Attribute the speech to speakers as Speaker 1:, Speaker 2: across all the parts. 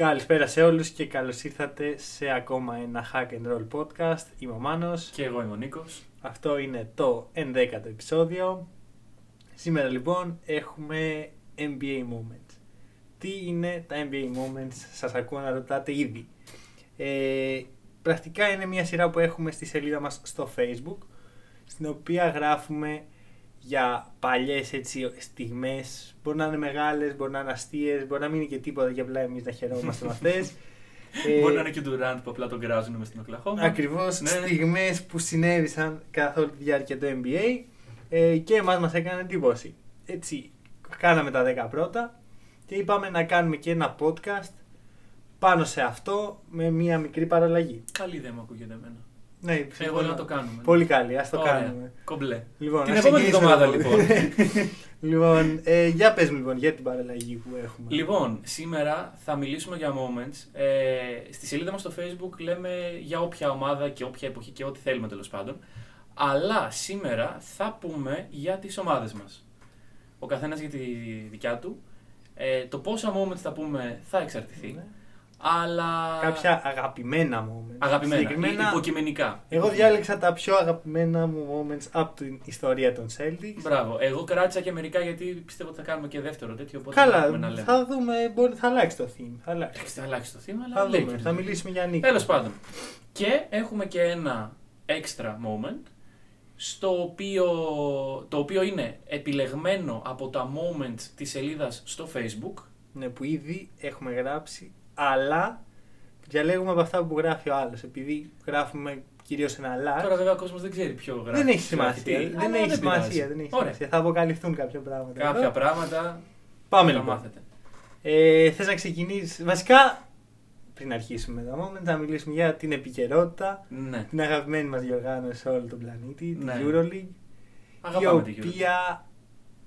Speaker 1: Καλησπέρα σε όλους και καλώς ήρθατε σε ακόμα ένα Hack and Roll podcast. Είμαι ο Μάνος.
Speaker 2: Και εγώ είμαι ο Νίκος.
Speaker 1: Αυτό είναι το 11ο επεισόδιο. Σήμερα λοιπόν έχουμε NBA Moments. Τι είναι τα NBA Moments, σας ακούω να ρωτάτε ήδη. Ε, πρακτικά είναι μια σειρά που έχουμε στη σελίδα μας στο facebook, στην οποία γράφουμε για παλιές έτσι στιγμές. Μπορεί να είναι μεγάλες, μπορεί να είναι αστείες, μπορεί να μην είναι και τίποτα και απλά εμείς να χαιρόμαστε με αυτές. Ε,
Speaker 2: Μπορεί να είναι και ο Ντουράντ που απλά τον κράζουν μες στην Οκλαχώμα.
Speaker 1: Ακριβώς
Speaker 2: Ναι.
Speaker 1: στιγμές που συνέβησαν καθ' όλη τη διάρκεια του NBA ε, και εμάς μας έκανε εντύπωση. Έτσι, κάναμε τα 10 πρώτα και είπαμε να κάνουμε και ένα podcast πάνω σε αυτό με μία μικρή παραλλαγή.
Speaker 2: Καλή δεν μου ακούγεται εμένα.
Speaker 1: Ναι,
Speaker 2: Εγώ
Speaker 1: συμφωνώ.
Speaker 2: λέω να το κάνουμε.
Speaker 1: Πολύ καλή, ας το
Speaker 2: Ωραία.
Speaker 1: κάνουμε.
Speaker 2: Κομπλέ.
Speaker 1: Λοιπόν,
Speaker 2: Την
Speaker 1: να
Speaker 2: επόμενη
Speaker 1: ξεκινήσουμε
Speaker 2: εβδομάδα
Speaker 1: λοιπόν.
Speaker 2: λοιπόν.
Speaker 1: λοιπόν, ε, για πες μου λοιπόν για την παραλλαγή που έχουμε.
Speaker 2: λοιπόν, σήμερα θα μιλήσουμε για moments. Ε, στη σελίδα μας στο facebook λέμε για όποια ομάδα και όποια εποχή και ό,τι θέλουμε τέλος πάντων. Αλλά σήμερα θα πούμε για τις ομάδες μας. Ο καθένας για τη δικιά του. Ε, το πόσα moments θα πούμε θα εξαρτηθεί.
Speaker 1: Ναι.
Speaker 2: Αλλά.
Speaker 1: Κάποια αγαπημένα moments.
Speaker 2: Αγαπημένα.
Speaker 1: Συγκεκριμένα,
Speaker 2: Υποκειμενικά.
Speaker 1: εγώ διάλεξα τα πιο αγαπημένα μου moments από την ιστορία των Celtics.
Speaker 2: Μπράβο. Εγώ κράτησα και μερικά γιατί πιστεύω ότι θα κάνουμε και δεύτερο τέτοιο. Οπότε δεν έχουμε να
Speaker 1: Καλά,
Speaker 2: λέμε.
Speaker 1: θα δούμε, μπορεί, θα αλλάξει το theme. Θα αλλάξει.
Speaker 2: Εντάξει, θα αλλάξει το θύμα, αλλά
Speaker 1: Θα
Speaker 2: λέει
Speaker 1: δούμε,
Speaker 2: και
Speaker 1: θα
Speaker 2: το
Speaker 1: μιλήσουμε για
Speaker 2: θύμα.
Speaker 1: Νίκο.
Speaker 2: Τέλος πάντων. Και έχουμε και ένα extra moment στο οποίο, το οποίο είναι επιλεγμένο από τα moments της σελίδας στο facebook
Speaker 1: Ναι, που ήδη έχουμε γράψει, αλλά διαλέγουμε από αυτά που γράφει ο άλλος, επειδή γράφουμε κυρίως ένα αλλά.
Speaker 2: Τώρα βέβαια ο κόσμος δεν ξέρει ποιο γράφει.
Speaker 1: Δεν έχει
Speaker 2: ποιο γράφει
Speaker 1: σημασία.
Speaker 2: τι,
Speaker 1: Δεν
Speaker 2: αλλά
Speaker 1: έχει
Speaker 2: πειράζει.
Speaker 1: σημασία. Δεν έχει
Speaker 2: Ωραία.
Speaker 1: σημασία. Θα αποκαλυφθούν κάποια πράγματα.
Speaker 2: Κάποια
Speaker 1: εδώ.
Speaker 2: πράγματα
Speaker 1: Πάμε
Speaker 2: θα
Speaker 1: λοιπόν.
Speaker 2: μάθετε.
Speaker 1: Ε, Θες να ξεκινήσεις. Βασικά, πριν αρχίσουμε τα moment, θα μιλήσουμε για την επικαιρότητα.
Speaker 2: Ναι.
Speaker 1: Την αγαπημένη μας διοργάνωση σε όλο τον πλανήτη, την
Speaker 2: Ναι.
Speaker 1: Euroleague. η
Speaker 2: Αγαπάμε την Euroleague.
Speaker 1: οποία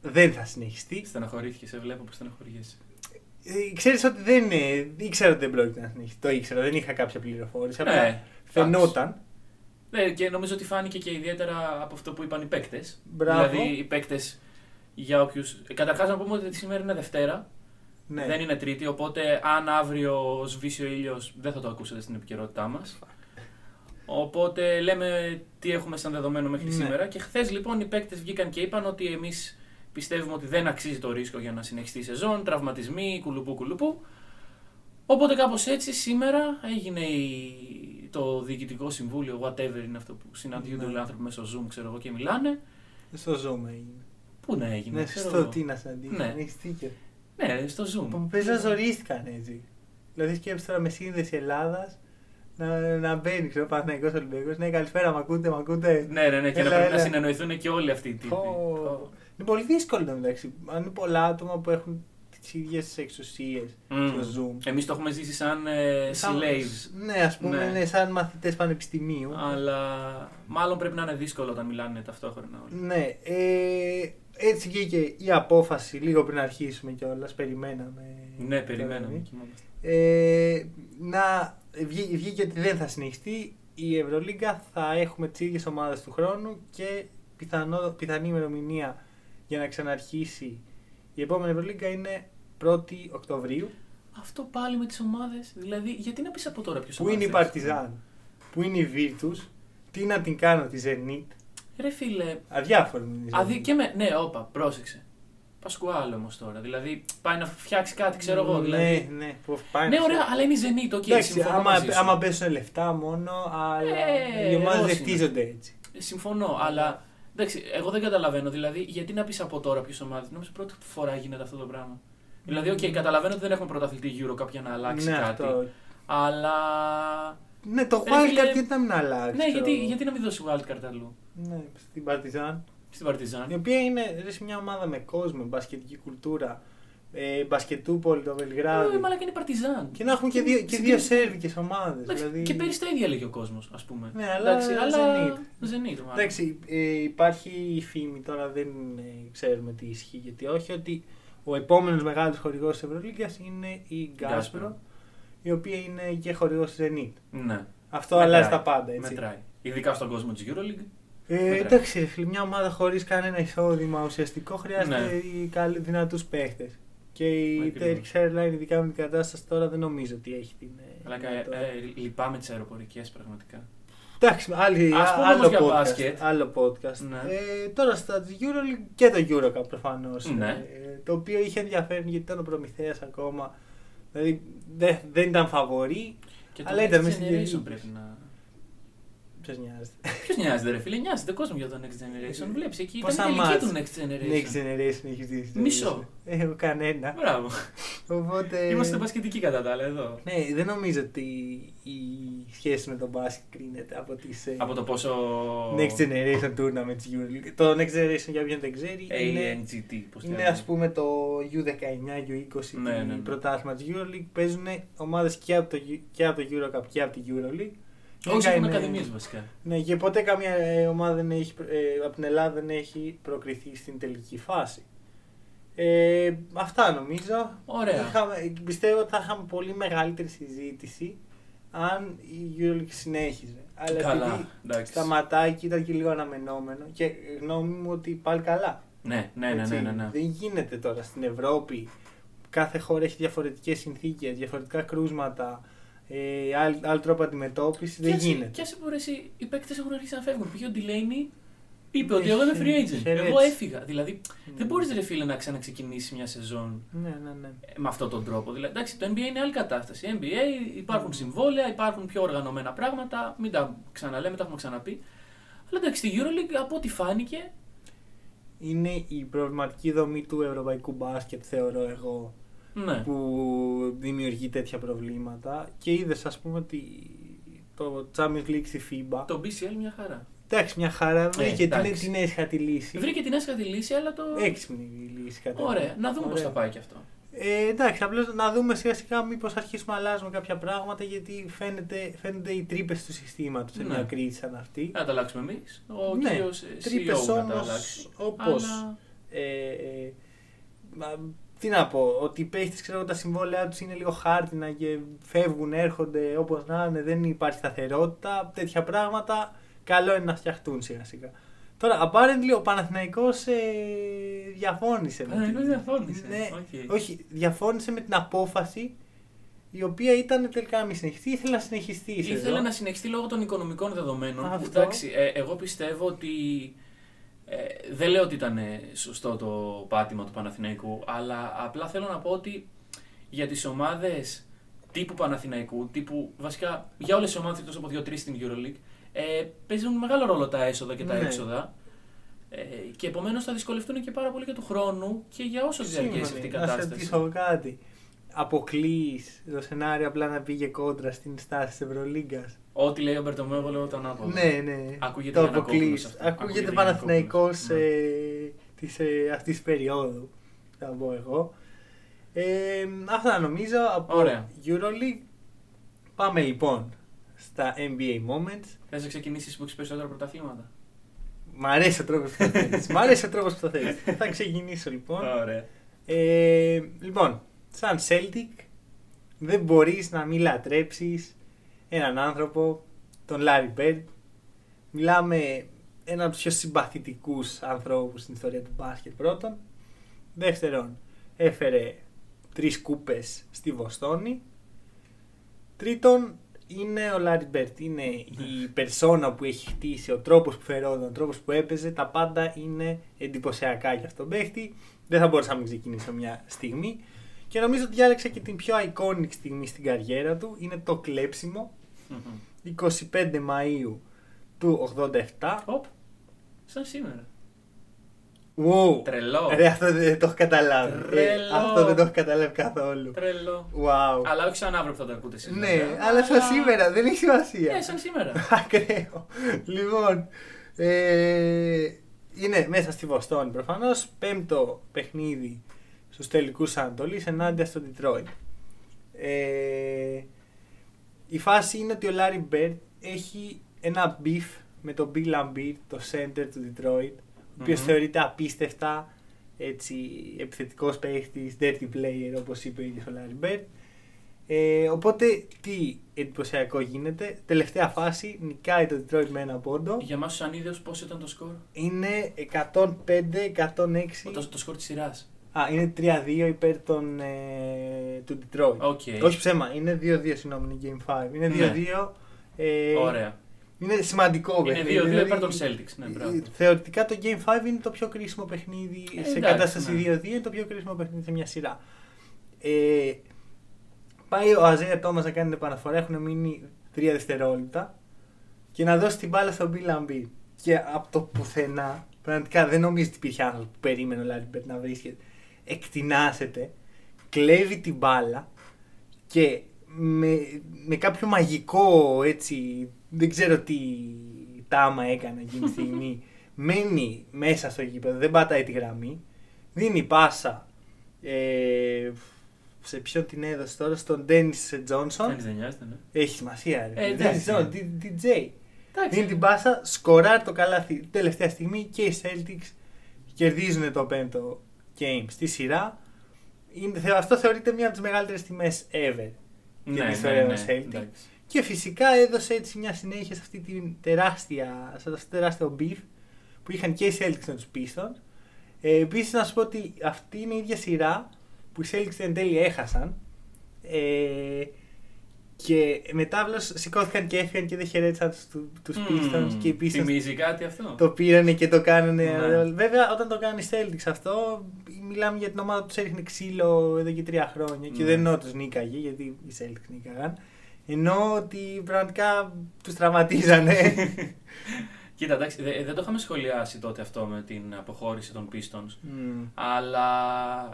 Speaker 1: δεν θα συνεχιστεί.
Speaker 2: Στεναχωρήθηκε, σε βλέπω που στεναχωριέσαι.
Speaker 1: Ε, Ξέρεις ότι δεν είναι, ήξερα ότι δεν πρόκειται να συνεχίσει. Το ήξερα, δεν είχα κάποια πληροφόρηση.
Speaker 2: Ναι,
Speaker 1: Απλά
Speaker 2: εντάξει.
Speaker 1: φαινόταν.
Speaker 2: Ναι, και νομίζω ότι φάνηκε και ιδιαίτερα από αυτό που είπαν οι παίκτες.
Speaker 1: Μπράβο.
Speaker 2: Δηλαδή, οι παίκτες για όποιους. Καταρχάς, να πούμε ότι σήμερα είναι Δευτέρα,
Speaker 1: Ναι.
Speaker 2: δεν είναι Τρίτη. Οπότε, αν αύριο σβήσει ο ήλιος, δεν θα το ακούσετε στην επικαιρότητά μας. Οπότε, λέμε τι έχουμε σαν δεδομένο μέχρι
Speaker 1: Ναι.
Speaker 2: σήμερα. Και χθες, λοιπόν, οι παίκτες βγήκαν και είπαν ότι εμείς πιστεύουμε ότι δεν αξίζει το ρίσκο για να συνεχιστεί η σεζόν. Τραυματισμοί, κουλουπού, κουλουπού. Οπότε κάπως έτσι σήμερα έγινε η... το διοικητικό συμβούλιο, whatever είναι αυτό που συναντιούνται
Speaker 1: Ναι.
Speaker 2: όλοι οι άνθρωποι μέσω Zoom, ξέρω εγώ, και μιλάνε.
Speaker 1: Στο Zoom έγινε.
Speaker 2: Πού να έγινε,
Speaker 1: Ναι,
Speaker 2: ξέρω
Speaker 1: στο
Speaker 2: εγώ.
Speaker 1: τι να Λοιπόν, συναντήσει.
Speaker 2: Ναι.
Speaker 1: Ναι. Ανοιχτήκε.
Speaker 2: Ναι, στο Zoom.
Speaker 1: Παίζω ζωρίστηκαν έτσι. Δηλαδή σκέψτε τώρα με σύνδεση Ελλάδας να, να μπαίνει ξέρω, ο Παναγικός Ολυμπιακός. Ναι, καλησπέρα, μ' ακούτε, μ' ακούτε.
Speaker 2: Ναι, ναι, ναι, και
Speaker 1: Έλα,
Speaker 2: να πρέπει
Speaker 1: έλα.
Speaker 2: να συνεννοηθούν και όλοι αυτοί οι τύποι.
Speaker 1: Πω.
Speaker 2: Πω.
Speaker 1: Είναι πολύ δύσκολο να μεταξύ. Αν είναι πολλά άτομα που έχουν τις ίδιες εξουσίες
Speaker 2: Μμμ.
Speaker 1: στο Zoom.
Speaker 2: Εμείς το έχουμε ζήσει σαν ε,
Speaker 1: Σαν-
Speaker 2: slaves.
Speaker 1: Ναι, ας πούμε,
Speaker 2: Ναι.
Speaker 1: είναι σαν μαθητές πανεπιστημίου.
Speaker 2: Αλλά μάλλον πρέπει να είναι δύσκολο όταν μιλάνε ταυτόχρονα όλοι.
Speaker 1: Ναι, ε, έτσι βγήκε η απόφαση λίγο πριν αρχίσουμε κιόλας. Περιμέναμε.
Speaker 2: Ναι, περιμέναμε.
Speaker 1: Τώρα,
Speaker 2: κοιμόμαστε.
Speaker 1: Ε, να βγή- βγήκε ότι δεν θα συνεχιστεί. Η Ευρωλίγκα θα έχουμε τις ίδιες ομάδες του χρόνου και πιθανό, πιθανή ημερομηνία για να ξαναρχίσει η επόμενη Ευρωλίγκα είναι 1η Οκτωβρίου.
Speaker 2: Αυτό πάλι με τις ομάδες, δηλαδή γιατί να πεις από τώρα ποιος
Speaker 1: Πού είναι η
Speaker 2: ομάδες θέλεις.
Speaker 1: Παρτιζάν, πού είναι η Virtus, τι να την κάνω τη Zenit.
Speaker 2: Ρε φίλε,
Speaker 1: Αδιάφορο μου είναι η Zenit.
Speaker 2: Αδί, και με... Ναι, όπα, πρόσεξε. Πασκουάλ όμως τώρα. Δηλαδή πάει να φτιάξει κάτι, ξέρω εγώ. Δηλαδή.
Speaker 1: Ναι, ναι, που πάει
Speaker 2: Ναι,
Speaker 1: να
Speaker 2: ωραία,
Speaker 1: σου-
Speaker 2: αλλά είναι η Zenit, οκ.
Speaker 1: Εντάξει,
Speaker 2: συμφωνώ
Speaker 1: άμα,
Speaker 2: μαζί σου.
Speaker 1: άμα πέσουν λεφτά μόνο, αλλά
Speaker 2: Ε,
Speaker 1: οι ομάδες
Speaker 2: ρώσιμο.
Speaker 1: δεν χτίζονται έτσι.
Speaker 2: Συμφωνώ, αλλά. Εντάξει, εγώ δεν καταλαβαίνω. Δηλαδή, γιατί να πεις από τώρα ποιε ομάδες. Νομίζω πρώτη φορά γίνεται αυτό το πράγμα. Δηλαδή, οκ, καταλαβαίνω ότι δεν έχουμε πρωταθλητή Euro κάποια να αλλάξει
Speaker 1: ναι,
Speaker 2: κάτι.
Speaker 1: αυτό.
Speaker 2: Αλλά.
Speaker 1: Ναι, το
Speaker 2: Ρε Ε, φίλε,
Speaker 1: wildcard γιατί να μην αλλάξει.
Speaker 2: Ναι,
Speaker 1: ξέρω
Speaker 2: γιατί,
Speaker 1: εγώ.
Speaker 2: γιατί να μην δώσει wildcard αλλού.
Speaker 1: Ναι, στην Παρτιζάν.
Speaker 2: Στην Παρτιζάν.
Speaker 1: Η οποία είναι ρε, σε μια ομάδα με κόσμο, μπασκετική κουλτούρα, ε, μπασκετούπολη, το Βελιγράδι.
Speaker 2: Ε, μαλάκα είναι η Παρτιζάν.
Speaker 1: Και να έχουν και δύο, και δύο
Speaker 2: συγκρι-
Speaker 1: σέρβικες ομάδες.
Speaker 2: Εντάξει,
Speaker 1: Δηλαδή...
Speaker 2: Και πέρυσι τα ίδια λέγει ο κόσμος, ας πούμε.
Speaker 1: Ναι, αλλά Zenit.
Speaker 2: Zenit, μάλλον.
Speaker 1: Εντάξει, ε, υπάρχει η φήμη τώρα, δεν ε, ξέρουμε τι ισχύει γιατί όχι, ότι ο επόμενος μεγάλος χορηγός της Ευρωλίγκας είναι η
Speaker 2: Gazprom.
Speaker 1: Gazprom, η οποία είναι και χορηγός της Zenit.
Speaker 2: Ναι.
Speaker 1: Αυτό
Speaker 2: Μετράει.
Speaker 1: αλλάζει τα πάντα, έτσι.
Speaker 2: Μετράει. Ειδικά στον κόσμο της Euroleague.
Speaker 1: Ε,
Speaker 2: Μετράει.
Speaker 1: εντάξει, ρε φίλε, μια ομάδα χωρίς κανένα εισόδημα ουσιαστικό χρειάζεται
Speaker 2: Ναι.
Speaker 1: οι καλ... δυνατούς παίχτες. Και η
Speaker 2: Ακριβώς.
Speaker 1: Turkish Airlines, ειδικά με την κατάσταση τώρα, δεν νομίζω ότι έχει την. ε,
Speaker 2: Αλλά
Speaker 1: δυνατότητα.
Speaker 2: ε, ε, λυπάμαι τις αεροπορικές πραγματικά.
Speaker 1: Εντάξει, άλλη,
Speaker 2: Ας πούμε
Speaker 1: άλλο,
Speaker 2: όμως για
Speaker 1: podcast,
Speaker 2: μπάσκετ.
Speaker 1: άλλο podcast.
Speaker 2: Ναι.
Speaker 1: Ε, τώρα στα EuroLeague και το EuroCup προφανώς.
Speaker 2: Ναι.
Speaker 1: Ε, το οποίο είχε ενδιαφέρον γιατί ήταν ο Προμηθέας ακόμα. Δηλαδή δε- δεν ήταν φαβορή.
Speaker 2: Και το
Speaker 1: Αλλά
Speaker 2: Next
Speaker 1: ήταν μέσα στην
Speaker 2: Generation
Speaker 1: Euroleague.
Speaker 2: πρέπει να.
Speaker 1: Ποιος νοιάζεται.
Speaker 2: Ποιος νοιάζεται, ρε φίλε, νοιάζεται κόσμο για το Next
Speaker 1: Ε,
Speaker 2: Generation. Βλέπεις εκεί ήταν η
Speaker 1: Πόσα
Speaker 2: τελική
Speaker 1: μάτς
Speaker 2: του Next Generation.
Speaker 1: Next Generation έχει δει. στην
Speaker 2: Μισό.
Speaker 1: Ελλάδα. Ε, Εγώ κανένα.
Speaker 2: Μπράβο.
Speaker 1: Οπότε.
Speaker 2: Είμαστε μπασκετικοί κατά τα άλλα εδώ.
Speaker 1: Ναι, δεν νομίζω ότι η σχέση με τον μπάσκετ κρίνεται από τις ε,
Speaker 2: Από το πόσο.
Speaker 1: Next Generation Tournament της EuroLeague. Το Next Generation για όποιον δεν ξέρει
Speaker 2: Ε,
Speaker 1: είναι
Speaker 2: ANGT, πώς
Speaker 1: Είναι ας πούμε το U19, U20,
Speaker 2: Ναι,
Speaker 1: ναι,
Speaker 2: ναι, ναι.
Speaker 1: πρωτάθλημα της EuroLeague. Παίζουν ομάδες και από το, Euro- και από το EuroCup και από την EuroLeague.
Speaker 2: Όχι, έχουν
Speaker 1: είναι-
Speaker 2: ακαδημίες βασικά.
Speaker 1: Ναι, και ποτέ καμία ε, ομάδα δεν έχει, ε, από την Ελλάδα δεν έχει προκριθεί στην τελική φάση. Ε, αυτά νομίζω.
Speaker 2: Ωραία.
Speaker 1: Είχαμε- πιστεύω ότι θα είχαμε πολύ μεγαλύτερη συζήτηση αν η EuroLeague συνέχιζε. Αλλά
Speaker 2: Καλά.
Speaker 1: επειδή
Speaker 2: εντάξει.
Speaker 1: σταματάει και ήταν και λίγο αναμενόμενο και γνώμη μου ότι πάλι καλά.
Speaker 2: Ναι, ναι, ναι,
Speaker 1: Έτσι,
Speaker 2: ναι, ναι, ναι.
Speaker 1: Δεν γίνεται τώρα στην Ευρώπη. Κάθε χώρα έχει διαφορετικές συνθήκες, διαφορετικά κρούσματα, ε, άλλ- άλλο τρόπο αντιμετώπισης.
Speaker 2: Κι
Speaker 1: Δεν
Speaker 2: ας- Κι
Speaker 1: γίνεται.
Speaker 2: α μπορέσει, οι παίκτες έχουν αρχίσει να φεύγουν. Πήγε ο Ντιλέινι, είπε ότι
Speaker 1: Ε,
Speaker 2: εγώ είμαι
Speaker 1: χε-
Speaker 2: free agent.
Speaker 1: χαιρέτησε.
Speaker 2: Εγώ έφυγα. Δηλαδή,
Speaker 1: Ναι.
Speaker 2: δεν μπορείς, ρε φίλε, να ξαναξεκινήσεις μια σεζόν
Speaker 1: Ναι, ναι, ναι.
Speaker 2: ε, με αυτόν τον τρόπο. Δηλαδή, εντάξει, το NBA είναι άλλη κατάσταση. NBA υπάρχουν συμβόλαια, υπάρχουν πιο οργανωμένα πράγματα. Μην τα ξαναλέμε, τα έχουμε ξαναπεί. Αλλά εντάξει, στη Euroleague από ό,τι φάνηκε.
Speaker 1: Είναι η προβληματική δομή του ευρωπαϊκού μπάσκετ, θεωρώ εγώ,
Speaker 2: Ναι.
Speaker 1: που δημιουργεί τέτοια προβλήματα. Και είδες, ας πούμε, ότι το Champions League στη FIBA.
Speaker 2: Το BCL μια χαρά.
Speaker 1: Εντάξει, μια χαρά. Βρήκε την,
Speaker 2: εντάξει.
Speaker 1: την έσχατη λύση.
Speaker 2: Βρήκε την έσχατη λύση, αλλά το.
Speaker 1: Έξυπνη λύση κατά
Speaker 2: Ωραία,
Speaker 1: μου.
Speaker 2: να δούμε πώς
Speaker 1: Ωραία.
Speaker 2: θα πάει και αυτό.
Speaker 1: Ε, εντάξει, απλώς να δούμε σιγά σιγά μήπως αρχίσουμε να αλλάζουμε κάποια πράγματα γιατί φαίνεται, φαίνονται οι τρύπες του συστήματος σε
Speaker 2: Ναι.
Speaker 1: μια κρίση σαν αυτή.
Speaker 2: Να τα αλλάξουμε εμείς. Ο
Speaker 1: Ναι,
Speaker 2: κύριος ε,
Speaker 1: τρύπες
Speaker 2: CEO να τα
Speaker 1: όμως,
Speaker 2: αλλάξει.
Speaker 1: όπως-
Speaker 2: Αλλά-
Speaker 1: Ε, ε, μα, τι να πω, ότι οι παίχτες ξέρω εγώ, τα συμβόλαιά τους είναι λίγο χάρτινα και φεύγουν, έρχονται όπως να είναι, δεν υπάρχει σταθερότητα. Τέτοια πράγματα καλό είναι να φτιαχτούν σιγά σιγά. Τώρα, apparently ο Παναθηναϊκός ε, διαφώνησε. με
Speaker 2: Παναθηναϊκός
Speaker 1: την-
Speaker 2: διαφώνησε,
Speaker 1: Ναι,
Speaker 2: οκ.
Speaker 1: όχι, διαφώνησε με την απόφαση η οποία ήταν τελικά να μην συνεχιστεί, ήθελε να συνεχιστεί. η
Speaker 2: Ήθελε
Speaker 1: σεζόν.
Speaker 2: να συνεχιστεί λόγω των οικονομικών δεδομένων.
Speaker 1: Αυτό.
Speaker 2: Εντάξει, ε, εγώ πιστεύω ότι. ε, δεν λέω ότι ήταν ε, σωστό το πάτημα του Παναθηναϊκού, αλλά απλά θέλω να πω ότι για τις ομάδες τύπου Παναθηναϊκού, τύπου βασικά για όλες τις ομάδες εκτός από 2-3 στην EuroLeague, ε, παίζουν μεγάλο ρόλο τα έσοδα και τα
Speaker 1: Ναι.
Speaker 2: έξοδα. Ε, και επομένως θα δυσκολευτούν και πάρα πολύ και του χρόνου και για όσο διαρκέσει
Speaker 1: Σύμφωνοι.
Speaker 2: αυτή η
Speaker 1: Να σε
Speaker 2: κατάσταση.
Speaker 1: ρωτήσω κάτι. Αποκλείς το σενάριο απλά να πήγε κόντρα στην στάση της Ευρωλίγκας.
Speaker 2: Ό,τι λέει ο Μπερτομέο, εγώ λέω τα ανάποδα.
Speaker 1: Ναι, ναι.
Speaker 2: Ακούγεται
Speaker 1: το
Speaker 2: Γιαννακόπουλος
Speaker 1: αποκλείς.
Speaker 2: αυτό.
Speaker 1: Ακούγεται
Speaker 2: Ακούγεται
Speaker 1: Παναθηναϊκό
Speaker 2: Γιαννακόπουλος, ναι.
Speaker 1: ε, της, ε, αυτής της περίοδου. Θα πω εγώ. Ε, αυτά νομίζω από
Speaker 2: Ωραία.
Speaker 1: EuroLeague. Πάμε λοιπόν στα NBA Moments.
Speaker 2: Θες να ξεκινήσεις που έχεις περισσότερα πρωταθλήματα.
Speaker 1: Μ' αρέσει ο τρόπος που το θέλει. Μ' αρέσει ο τρόπος που το θέλει. Θα ξεκινήσω λοιπόν.
Speaker 2: Ωραία.
Speaker 1: Ε, λοιπόν, σαν Celtic δεν μπορείς να μην λατρέψεις έναν άνθρωπο, τον Λάρι Bird. Μιλάμε έναν από τους πιο συμπαθητικούς ανθρώπους στην ιστορία του μπάσκετ πρώτον. Δεύτερον, έφερε τρεις κούπες στη Βοστόνη. Τρίτον, είναι ο Λάρι Μπέρτ. Είναι η περσόνα που έχει χτίσει, ο τρόπος που φερόταν, ο τρόπος που έπαιζε. Τα πάντα είναι εντυπωσιακά για αυτόν τον παίχτη. Δεν θα μπορούσα να μην ξεκινήσω μια στιγμή. Και νομίζω ότι διάλεξα και την πιο iconic στιγμή στην καριέρα του. Είναι το κλέψιμο 25 Μαΐου του 87.
Speaker 2: Οπ. Σαν σήμερα.
Speaker 1: Wow!
Speaker 2: Τρελό.
Speaker 1: Ρε, αυτό δεν το έχω καταλάβει. Ε,
Speaker 2: Τρελό.
Speaker 1: αυτό δεν το έχω καταλάβει καθόλου.
Speaker 2: Τρελό.
Speaker 1: Wow.
Speaker 2: Αλλά όχι σαν αύριο που θα το ακούτε εσείς.
Speaker 1: Ναι,
Speaker 2: βέβαια.
Speaker 1: αλλά σαν σήμερα δεν έχει σημασία.
Speaker 2: Ναι, σαν σήμερα.
Speaker 1: Ακραίο. Λοιπόν, ε, είναι μέσα στη Βοστόνη προφανώς. Πέμπτο παιχνίδι στους τελικούς Ανατολή ενάντια στο Detroit. Ε, η φάση είναι ότι ο Λάρι Μπέρτ έχει ένα beef με τον Bill Lambert, το center του Detroit, ο οποιο
Speaker 2: Μμμ.
Speaker 1: θεωρείται απίστευτα έτσι, επιθετικός παίχτης, dirty player όπως είπε ο ίδιος ο Λάρι Μπέρτ. Ε, οπότε τι εντυπωσιακό γίνεται, τελευταία φάση νικάει το Detroit με ένα πόντο,
Speaker 2: Για μας τους ανίδεους πώς ήταν το σκορ.
Speaker 1: είναι 105-106,
Speaker 2: Το, το σκορ της σειράς.
Speaker 1: Α, είναι 3-2 υπέρ των, ε, του Detroit.
Speaker 2: Οκ.
Speaker 1: Όχι ψέμα, είναι 2-2 συγγνώμη, είναι Game 5. Είναι
Speaker 2: Ναι.
Speaker 1: 2-2. Ε,
Speaker 2: Ωραία.
Speaker 1: Είναι σημαντικό
Speaker 2: Είναι 2-2
Speaker 1: παιχνίδι. δηλαδή,
Speaker 2: υπέρ των Celtics. Ναι, μπράβο.
Speaker 1: Θεωρητικά το Game 5 είναι το πιο κρίσιμο παιχνίδι
Speaker 2: Ε,
Speaker 1: σε
Speaker 2: εντάξει,
Speaker 1: κατάσταση
Speaker 2: ναι.
Speaker 1: 2-2, είναι το πιο κρίσιμο παιχνίδι σε μια σειρά. Ε, πάει ο Αζέα Τόμα να κάνει την επαναφορά, έχουν μείνει 3 δευτερόλεπτα και να δώσει την μπάλα στον Bill Λαμπί. Και από το πουθενά, πραγματικά δεν νομίζω ότι υπήρχε άνθρωπο που περίμενε ο Λάριμπερτ να βρίσκεται. Εκτινάσεται, κλέβει την μπάλα και με, με κάποιο μαγικό έτσι, δεν ξέρω τι τάμα έκανε εκείνη τη στιγμή, μένει μέσα στο γήπεδο, δεν πατάει τη γραμμή, δίνει πάσα ε, σε ποιον την έδωσε τώρα, στον Dennis Johnson.
Speaker 2: Εντάξει, Δεν νοιάζεται, ναι.
Speaker 1: Έχει σημασία, ρε.
Speaker 2: Ε,
Speaker 1: Dennis
Speaker 2: εντάξει.
Speaker 1: Johnson, D- DJ.
Speaker 2: Εντάξει.
Speaker 1: Δίνει την πάσα, σκοράρει το καλάθι τελευταία στιγμή και οι Celtics κερδίζουν το πέμπτο game στη σειρά. Είναι, θε- αυτό θεωρείται μία από τις μεγαλύτερες τιμές ever
Speaker 2: Ναι,
Speaker 1: την
Speaker 2: ναι,
Speaker 1: ιστορία
Speaker 2: ναι,
Speaker 1: των Celtics.
Speaker 2: εντάξει.
Speaker 1: Και φυσικά έδωσε έτσι μια συνέχεια σε αυτή την τεράστια, σε αυτό το τεράστιο beef που είχαν και οι Celtics με τους Pistons. Ε, Επίσης να σου πω ότι αυτή είναι η ίδια σειρά που οι Celtics εν τέλει έχασαν. Ε, και μετά απλώ σηκώθηκαν και έφυγαν και δεν χαιρέτησαν τους τους
Speaker 2: Μμμ,
Speaker 1: Pistons και οι Pistons
Speaker 2: Θυμίζει κάτι αυτό.
Speaker 1: το πήρανε και το κάνανε.
Speaker 2: Ναι.
Speaker 1: Βέβαια, όταν το κάνεις Celtics αυτό, μιλάμε για την ομάδα που τους έριχνε ξύλο εδώ και τρία χρόνια. Και
Speaker 2: Ναι.
Speaker 1: δεν εννοώ τους νίκαγε, γιατί οι Celtics νίκαγαν. Εννοώ ότι πραγματικά τους τραυματίζανε.
Speaker 2: Κοίτα, εντάξει, δε- ε, δεν το είχαμε σχολιάσει τότε αυτό με την αποχώρηση των Pistons.
Speaker 1: Μμμ.
Speaker 2: Αλλά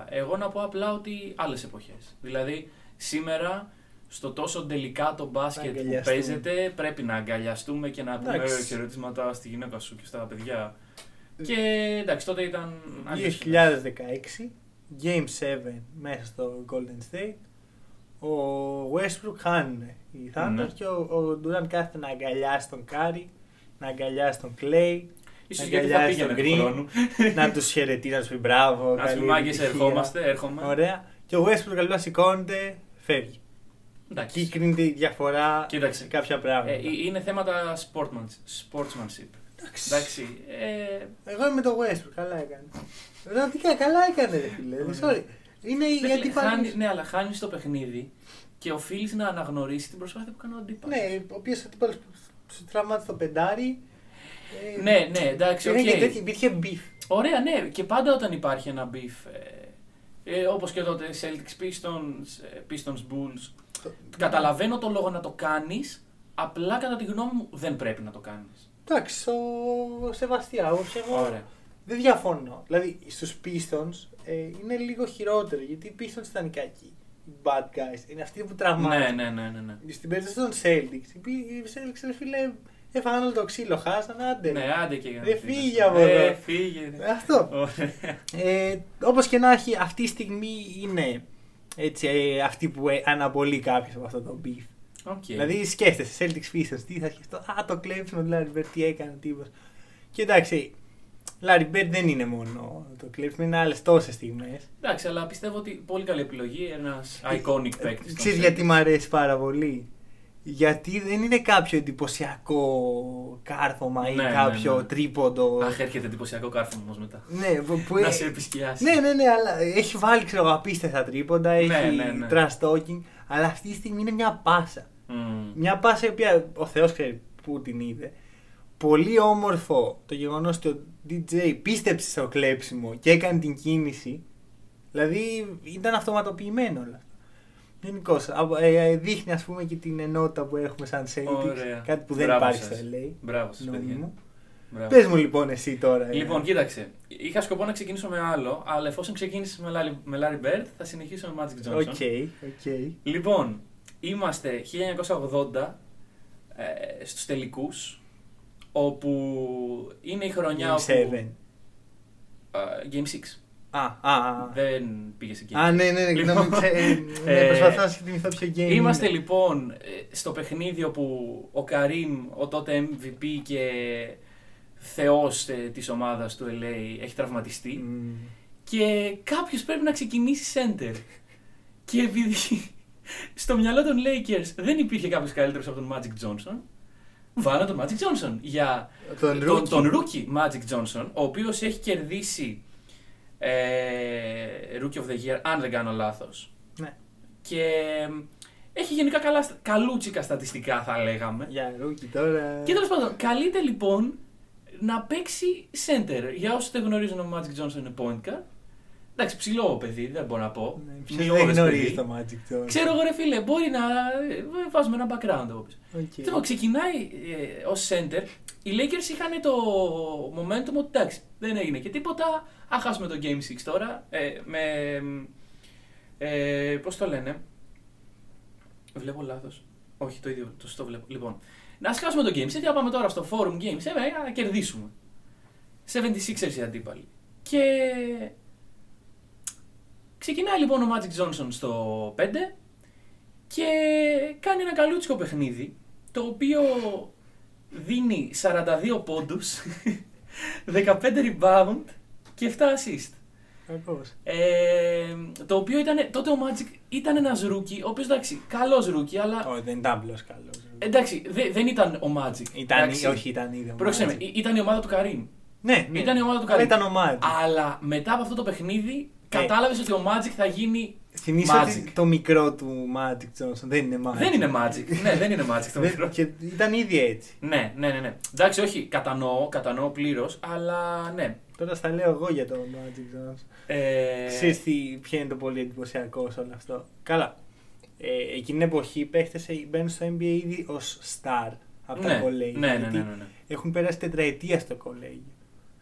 Speaker 2: εγώ να πω απλά ότι άλλες εποχές. Δηλαδή, σήμερα στο τόσο τελικά το μπάσκετ που
Speaker 1: αγκαλιαστούμε.
Speaker 2: παίζεται, πρέπει να αγκαλιαστούμε και να πούμε
Speaker 1: Εντάξει. Ε,
Speaker 2: «Ε, χαιρετίσματα στη γυναίκα σου και στα παιδιά. Και εντάξει, τότε ήταν. αλλιώς.
Speaker 1: 2016, Game 7 μέσα στο Golden State. Ο Westbrook χάνουν οι Thunder
Speaker 2: Ναι.
Speaker 1: και ο, ο Durant κάθεται να αγκαλιάσει τον Curry, να αγκαλιάσει τον Clay,
Speaker 2: Ίσως
Speaker 1: να
Speaker 2: γιατί θα
Speaker 1: αγκαλιάσει
Speaker 2: πήγαινε
Speaker 1: τον
Speaker 2: του
Speaker 1: Green,
Speaker 2: χρόνου.
Speaker 1: να τους χαιρετεί, να τους πει μπράβο.
Speaker 2: Να σου
Speaker 1: καλή
Speaker 2: πει μάγκες,
Speaker 1: επιτυχία».
Speaker 2: ερχόμαστε, έρχομαι.
Speaker 1: Ωραία. Και ο Westbrook καλύπτει σηκώνεται, φεύγει. Εκεί
Speaker 2: Εντάξει.
Speaker 1: κρίνεται η διαφορά
Speaker 2: Κοίταξε.
Speaker 1: σε κάποια πράγματα.
Speaker 2: Ε, ε, είναι θέματα sportsmans- sportsmanship. Εντάξει. Ε,
Speaker 1: Εγώ είμαι το Westbrook, καλά έκανε. Πραγματικά καλά έκανε, ρε φίλε.
Speaker 2: Ωραία.
Speaker 1: Sorry. Είναι η
Speaker 2: δεν- χάνεις-
Speaker 1: αντίπαλη.
Speaker 2: ναι, αλλά χάνεις το παιχνίδι και οφείλεις να αναγνωρίσεις την προσπάθεια που κάνει ο αντίπαλος.
Speaker 1: Ναι, ο οποίος αντίπαλος σου τράμμα το πεντάρι. ε,
Speaker 2: Ναι, ναι, εντάξει,
Speaker 1: Υπήρχε
Speaker 2: οκ.
Speaker 1: και τέτοιο- Υπήρχε beef.
Speaker 2: Ωραία, ναι, και πάντα όταν υπάρχει ένα beef. Ε, ε, Όπως και τότε Celtics Pistons, ε, Pistons Bulls.
Speaker 1: Ναι.
Speaker 2: Καταλαβαίνω το λόγο να το κάνεις, απλά κατά τη γνώμη μου δεν πρέπει να το κάνεις.
Speaker 1: Εντάξει, ο Σεβαστιά, ο
Speaker 2: Ωραία.
Speaker 1: Δεν διαφωνώ. Δηλαδή στους Pistons ε, είναι λίγο χειρότερο γιατί οι Pistons ήταν οι κακοί. Οι bad guys. Είναι αυτοί που
Speaker 2: Ναι,
Speaker 1: τραυμάζουν.
Speaker 2: ναι, ναι, ναι. ναι.
Speaker 1: Στην περίπτωση των Celtics, οι πι- οι Celtics ρε φίλε έφαγαν όλο το ξύλο, χάσανε, άντε.
Speaker 2: Ναι, άντε και
Speaker 1: Ρε, φύγε από εδώ.
Speaker 2: Ε, φύγε.
Speaker 1: Ε, Αυτό.
Speaker 2: Ωραία.
Speaker 1: Ε, Όπως και να έχει, αυτή η στιγμή είναι έτσι, ε, αυτή που ε, αναπολύει κάποιος από αυτό το beef.
Speaker 2: Οκ.
Speaker 1: Δηλαδή σκέφτεσαι Celtics Pistons, τι θα σκεφτώ. Α, το κλέψιμο του Larry Bird, τι έκανε, τίποτα. Και εντάξει, Larry Bird δεν είναι μόνο το κλέψιμο, είναι άλλες τόσες στιγμές.
Speaker 2: Εντάξει, αλλά πιστεύω ότι πολύ καλή επιλογή ένας iconic παίκτης.
Speaker 1: Ε, Ξέρεις γιατί μ' αρέσει πάρα πολύ. Γιατί δεν είναι κάποιο εντυπωσιακό κάρφωμα ή
Speaker 2: Ναι, ναι,
Speaker 1: κάποιο
Speaker 2: ναι.
Speaker 1: τρίποντο.
Speaker 2: Αχ, έρχεται εντυπωσιακό κάρφωμα όμως μετά.
Speaker 1: ναι, που, που
Speaker 2: Να
Speaker 1: ε-
Speaker 2: σε επισκιάσει.
Speaker 1: ναι, ναι, ναι, αλλά έχει βάλει ξέρω, εγώ, απίστευτα τρίποντα, έχει
Speaker 2: ναι, ναι.
Speaker 1: trash talking, αλλά αυτή τη στιγμή είναι μια πάσα.
Speaker 2: Μμμ.
Speaker 1: Μια πάσα η οποία ο Θεός ξέρει που την είδε. Πολύ όμορφο το γεγονός ότι ο DJ πίστεψε στο κλέψιμο και έκανε την κίνηση. Δηλαδή ήταν αυτοματοποιημένο όλα. Γενικώς ε, δείχνει ας πούμε και την ενότητα που έχουμε σαν Celtics.
Speaker 2: Ωραία.
Speaker 1: Κάτι που δεν
Speaker 2: Μπράβο
Speaker 1: υπάρχει
Speaker 2: σας.
Speaker 1: στο LA.
Speaker 2: Μπράβο σας,
Speaker 1: νόμι
Speaker 2: παιδιά.
Speaker 1: μου.
Speaker 2: Μπράβο.
Speaker 1: Πες μου λοιπόν εσύ τώρα. ε.
Speaker 2: Λοιπόν, κοίταξε. Είχα σκοπό να ξεκινήσω με άλλο, αλλά εφόσον ξεκίνησες με, Larry- με Larry Bird, θα συνεχίσω με Magic Johnson.
Speaker 1: Οκ, οκ.
Speaker 2: Λοιπόν, είμαστε 1980 ε, στους τελικούς, όπου είναι η χρονιά
Speaker 1: Game
Speaker 2: όπου...
Speaker 1: seven.
Speaker 2: Ε, game 6.
Speaker 1: Α, α, α.
Speaker 2: Δεν πήγες σε Game
Speaker 1: Α, ναι, ναι, ναι,
Speaker 2: Λοιπόν,
Speaker 1: γνώμη, ξέ- ε, ναι,
Speaker 2: ε,
Speaker 1: προσπαθώ να συγκεκριθώ ποιο game είναι.
Speaker 2: Είμαστε λοιπόν ε, στο παιχνίδι όπου ο Καρίμ, ο τότε MVP και θεός ε, της ομάδας του LA έχει τραυματιστεί
Speaker 1: Μμμ.
Speaker 2: και κάποιος πρέπει να ξεκινήσει center. και επειδή στο μυαλό των Lakers δεν υπήρχε κάποιος καλύτερος από τον Magic Johnson, βάλανε τον Magic Johnson για
Speaker 1: Τον
Speaker 2: τον,
Speaker 1: rookie.
Speaker 2: τον rookie Magic Johnson, ο οποίος έχει κερδίσει ε, Rookie of the Year, αν δεν κάνω λάθος.
Speaker 1: Ναι.
Speaker 2: Και ε, έχει γενικά καλά, στα- καλούτσικα στατιστικά θα λέγαμε.
Speaker 1: Για ρούκι τώρα.
Speaker 2: Και τέλος πάντων, καλείται λοιπόν να παίξει center. Για όσους δεν γνωρίζουν, ο Magic Johnson είναι point guard. Εντάξει, ψηλό παιδί, δεν μπορώ να πω.
Speaker 1: Ναι, ποιος
Speaker 2: Μειώδες
Speaker 1: δεν
Speaker 2: παιδί.
Speaker 1: γνωρίζεις το Magic τώρα.
Speaker 2: Ξέρω εγώ, ρε φίλε, μπορεί να ε, βάζουμε ένα background εγώ πίσω.
Speaker 1: Οκ.
Speaker 2: Τι πω, ξεκινάει ε, ως center. Οι Lakers είχαν το momentum ότι εντάξει, δεν έγινε και τίποτα. Ας χάσουμε το Game 6 τώρα. Ε, με. Ε, Πώς το λένε. Βλέπω λάθος. Όχι, το ίδιο το σωστό βλέπω. Λοιπόν, να ας χάσουμε το Game 6 και να πάμε τώρα στο Forum Game 7 να κερδίσουμε. 76ers οι αντίπαλοι. Και. Ξεκινάει λοιπόν ο Magic Johnson στο 5 και κάνει ένα καλούτσικο παιχνίδι το οποίο δίνει 42 πόντους, 15 rebound και 7 assist.
Speaker 1: Κακός.
Speaker 2: Ε, το οποίο ήταν, τότε ο Magic ήταν ένας ρούκι, ο οποίος εντάξει, καλός ρούκι, αλλά
Speaker 1: Όχι, δεν ήταν απλώς καλός.
Speaker 2: εντάξει, δε- δεν ήταν ο Magic.
Speaker 1: Ήταν,
Speaker 2: Ε, εντάξει.
Speaker 1: όχι, ήταν ήδη ο
Speaker 2: Πρόσεξε με,
Speaker 1: Magic.
Speaker 2: ή- ήταν η ομάδα του Καρύμ.
Speaker 1: Ναι, ναι.
Speaker 2: Ήταν η ομάδα του
Speaker 1: Αλλά
Speaker 2: Karim.
Speaker 1: Ήταν ομάδα του.
Speaker 2: Αλλά μετά από αυτό το παιχνίδι,
Speaker 1: Ε.
Speaker 2: κατάλαβες ότι ο Magic θα γίνει.
Speaker 1: Θυμήσα ότι
Speaker 2: Magic.
Speaker 1: το μικρό του Magic Johnson δεν είναι Magic.
Speaker 2: Δεν είναι Magic. ναι, δεν είναι Magic το
Speaker 1: Δεν-
Speaker 2: μικρό.
Speaker 1: και ήταν ήδη έτσι.
Speaker 2: Ναι, ναι, ναι, ναι. Εντάξει, όχι, κατανοώ, κατανοώ πλήρως, αλλά ναι.
Speaker 1: Τώρα στα λέω εγώ για το Magic Johnson.
Speaker 2: Ε,
Speaker 1: Ξέρεις τι, ποιο είναι το πολύ εντυπωσιακό σε όλο αυτό. Καλά. Ε, εκείνη την εποχή οι παίχτες ε, μπαίνουν στο NBA ήδη ως star από τα
Speaker 2: ναι,
Speaker 1: κολέγια.
Speaker 2: ναι, ναι,
Speaker 1: γιατί
Speaker 2: ναι, ναι, ναι.
Speaker 1: Έχουν περάσει τετραετία στο κολέγιο.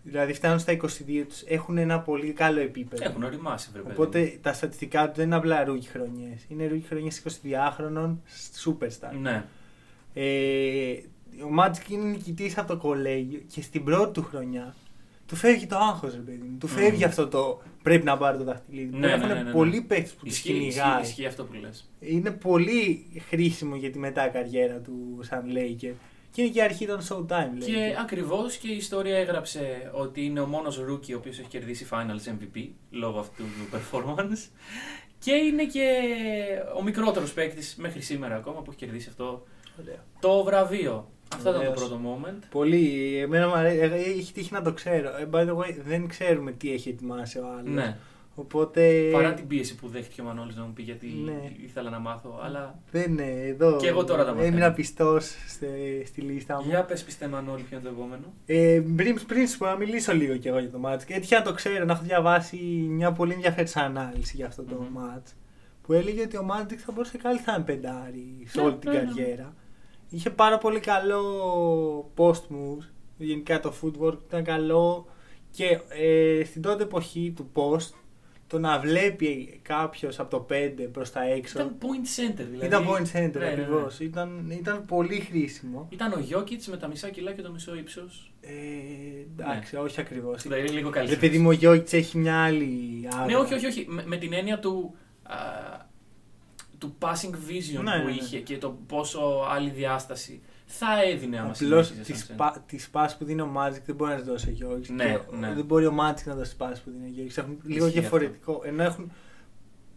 Speaker 1: Δηλαδή φτάνουν στα 22 τους, έχουν ένα πολύ καλό επίπεδο.
Speaker 2: Έχουν οριμάσει, βέβαια.
Speaker 1: Οπότε τα στατιστικά τους δεν είναι απλά ρούκι χρονιές. Είναι ρούκι χρονιές 22χρονων superstar.
Speaker 2: Ναι.
Speaker 1: Ε, ο Μάτζικ είναι νικητής από το κολέγιο και στην πρώτη του χρονιά του φεύγει το άγχος, ρε παιδί μου. Του
Speaker 2: Mm.
Speaker 1: φεύγει αυτό το πρέπει να πάρει το δαχτυλίδι.
Speaker 2: Ναι, ναι,
Speaker 1: έχουν
Speaker 2: ναι, ναι, ναι.
Speaker 1: πολλοί παίκτες που τους
Speaker 2: Ισχύει, ισχύει,
Speaker 1: κυνηγάει.
Speaker 2: ισχύει αυτό που λες.
Speaker 1: Είναι πολύ χρήσιμο για τη μετά καριέρα του σαν Λέικερ. Και είναι και η αρχή των Showtime,
Speaker 2: Και
Speaker 1: Λέικερ.
Speaker 2: ακριβώς και η ιστορία έγραψε ότι είναι ο μόνος rookie ο οποίος έχει κερδίσει Finals MVP λόγω αυτού του performance. Και είναι και ο μικρότερος παίκτης μέχρι σήμερα ακόμα που έχει κερδίσει αυτό
Speaker 1: Ωραίο.
Speaker 2: το βραβείο. Αυτό ήταν το
Speaker 1: Βεβαίως.
Speaker 2: πρώτο moment.
Speaker 1: Πολύ. Εμένα μου αρέσει. ε, Έχει τύχει να το ξέρω. Ε, By the way, δεν ξέρουμε τι έχει ετοιμάσει ο άλλος.
Speaker 2: Ναι.
Speaker 1: Οπότε.
Speaker 2: Παρά την πίεση που δέχτηκε ο Μανώλης να μου πει γιατί
Speaker 1: Ναι.
Speaker 2: ήθελα να μάθω, αλλά...
Speaker 1: Δεν είναι εδώ.
Speaker 2: Και εγώ τώρα τα μαθαίνω.
Speaker 1: Έμεινα πιστός στη, στη λίστα μου.
Speaker 2: Για πες πιστέ Μανώλη ποιο είναι το επόμενο.
Speaker 1: Ε, πριν, πριν σου πω να μιλήσω λίγο κι εγώ για το μάτς, έτυχε να το ξέρω, να έχω διαβάσει μια πολύ ενδιαφέρουσα ανάλυση για αυτό το
Speaker 2: Μμμ.
Speaker 1: μάτς, που έλεγε ότι ο Μάτζικ θα μπορούσε κάλλιστα να είναι πεντάρι σε
Speaker 2: Ναι,
Speaker 1: όλη την
Speaker 2: ναι, ναι.
Speaker 1: καριέρα. Είχε πάρα πολύ καλό post moves, γενικά το footwork ήταν καλό και ε, στην τότε εποχή του post, το να βλέπει κάποιος από το 5 προς τα έξω,
Speaker 2: Ήταν
Speaker 1: ήταν,
Speaker 2: point center δηλαδή.
Speaker 1: point center
Speaker 2: Ναι, ναι, ναι.
Speaker 1: ακριβώς, ήταν, ήταν πολύ χρήσιμο.
Speaker 2: Ήταν ο Γιώκητς με τα μισά κιλά και το μισό ύψος.
Speaker 1: Ε,
Speaker 2: Ναι.
Speaker 1: εντάξει, όχι ακριβώς.
Speaker 2: Δηλαδή είναι λίγο καλύτερος.
Speaker 1: Ρε παιδί μου, ο Γιώργης έχει μια άλλη άρα.
Speaker 2: Ναι, όχι, όχι, όχι. Με, με την έννοια του, α, του passing
Speaker 1: Ναι,
Speaker 2: vision που
Speaker 1: ναι, ναι.
Speaker 2: είχε και το πόσο άλλη διάσταση θα έδινε Ναι, άμα
Speaker 1: Απλώς
Speaker 2: συνέχιζε
Speaker 1: τις
Speaker 2: σαν center.
Speaker 1: πα- τις πας που δίνει ο Μάτζικ δεν μπορεί να τις δώσει ο Γιώργης.
Speaker 2: Ναι,
Speaker 1: και
Speaker 2: ναι.
Speaker 1: Δεν μπορεί ο Μάτζικ να δώσει τις πας που δίνει ο Γιώργης. Έχουν λίγο
Speaker 2: Ισχύει
Speaker 1: διαφορετικό. Ενώ έχουν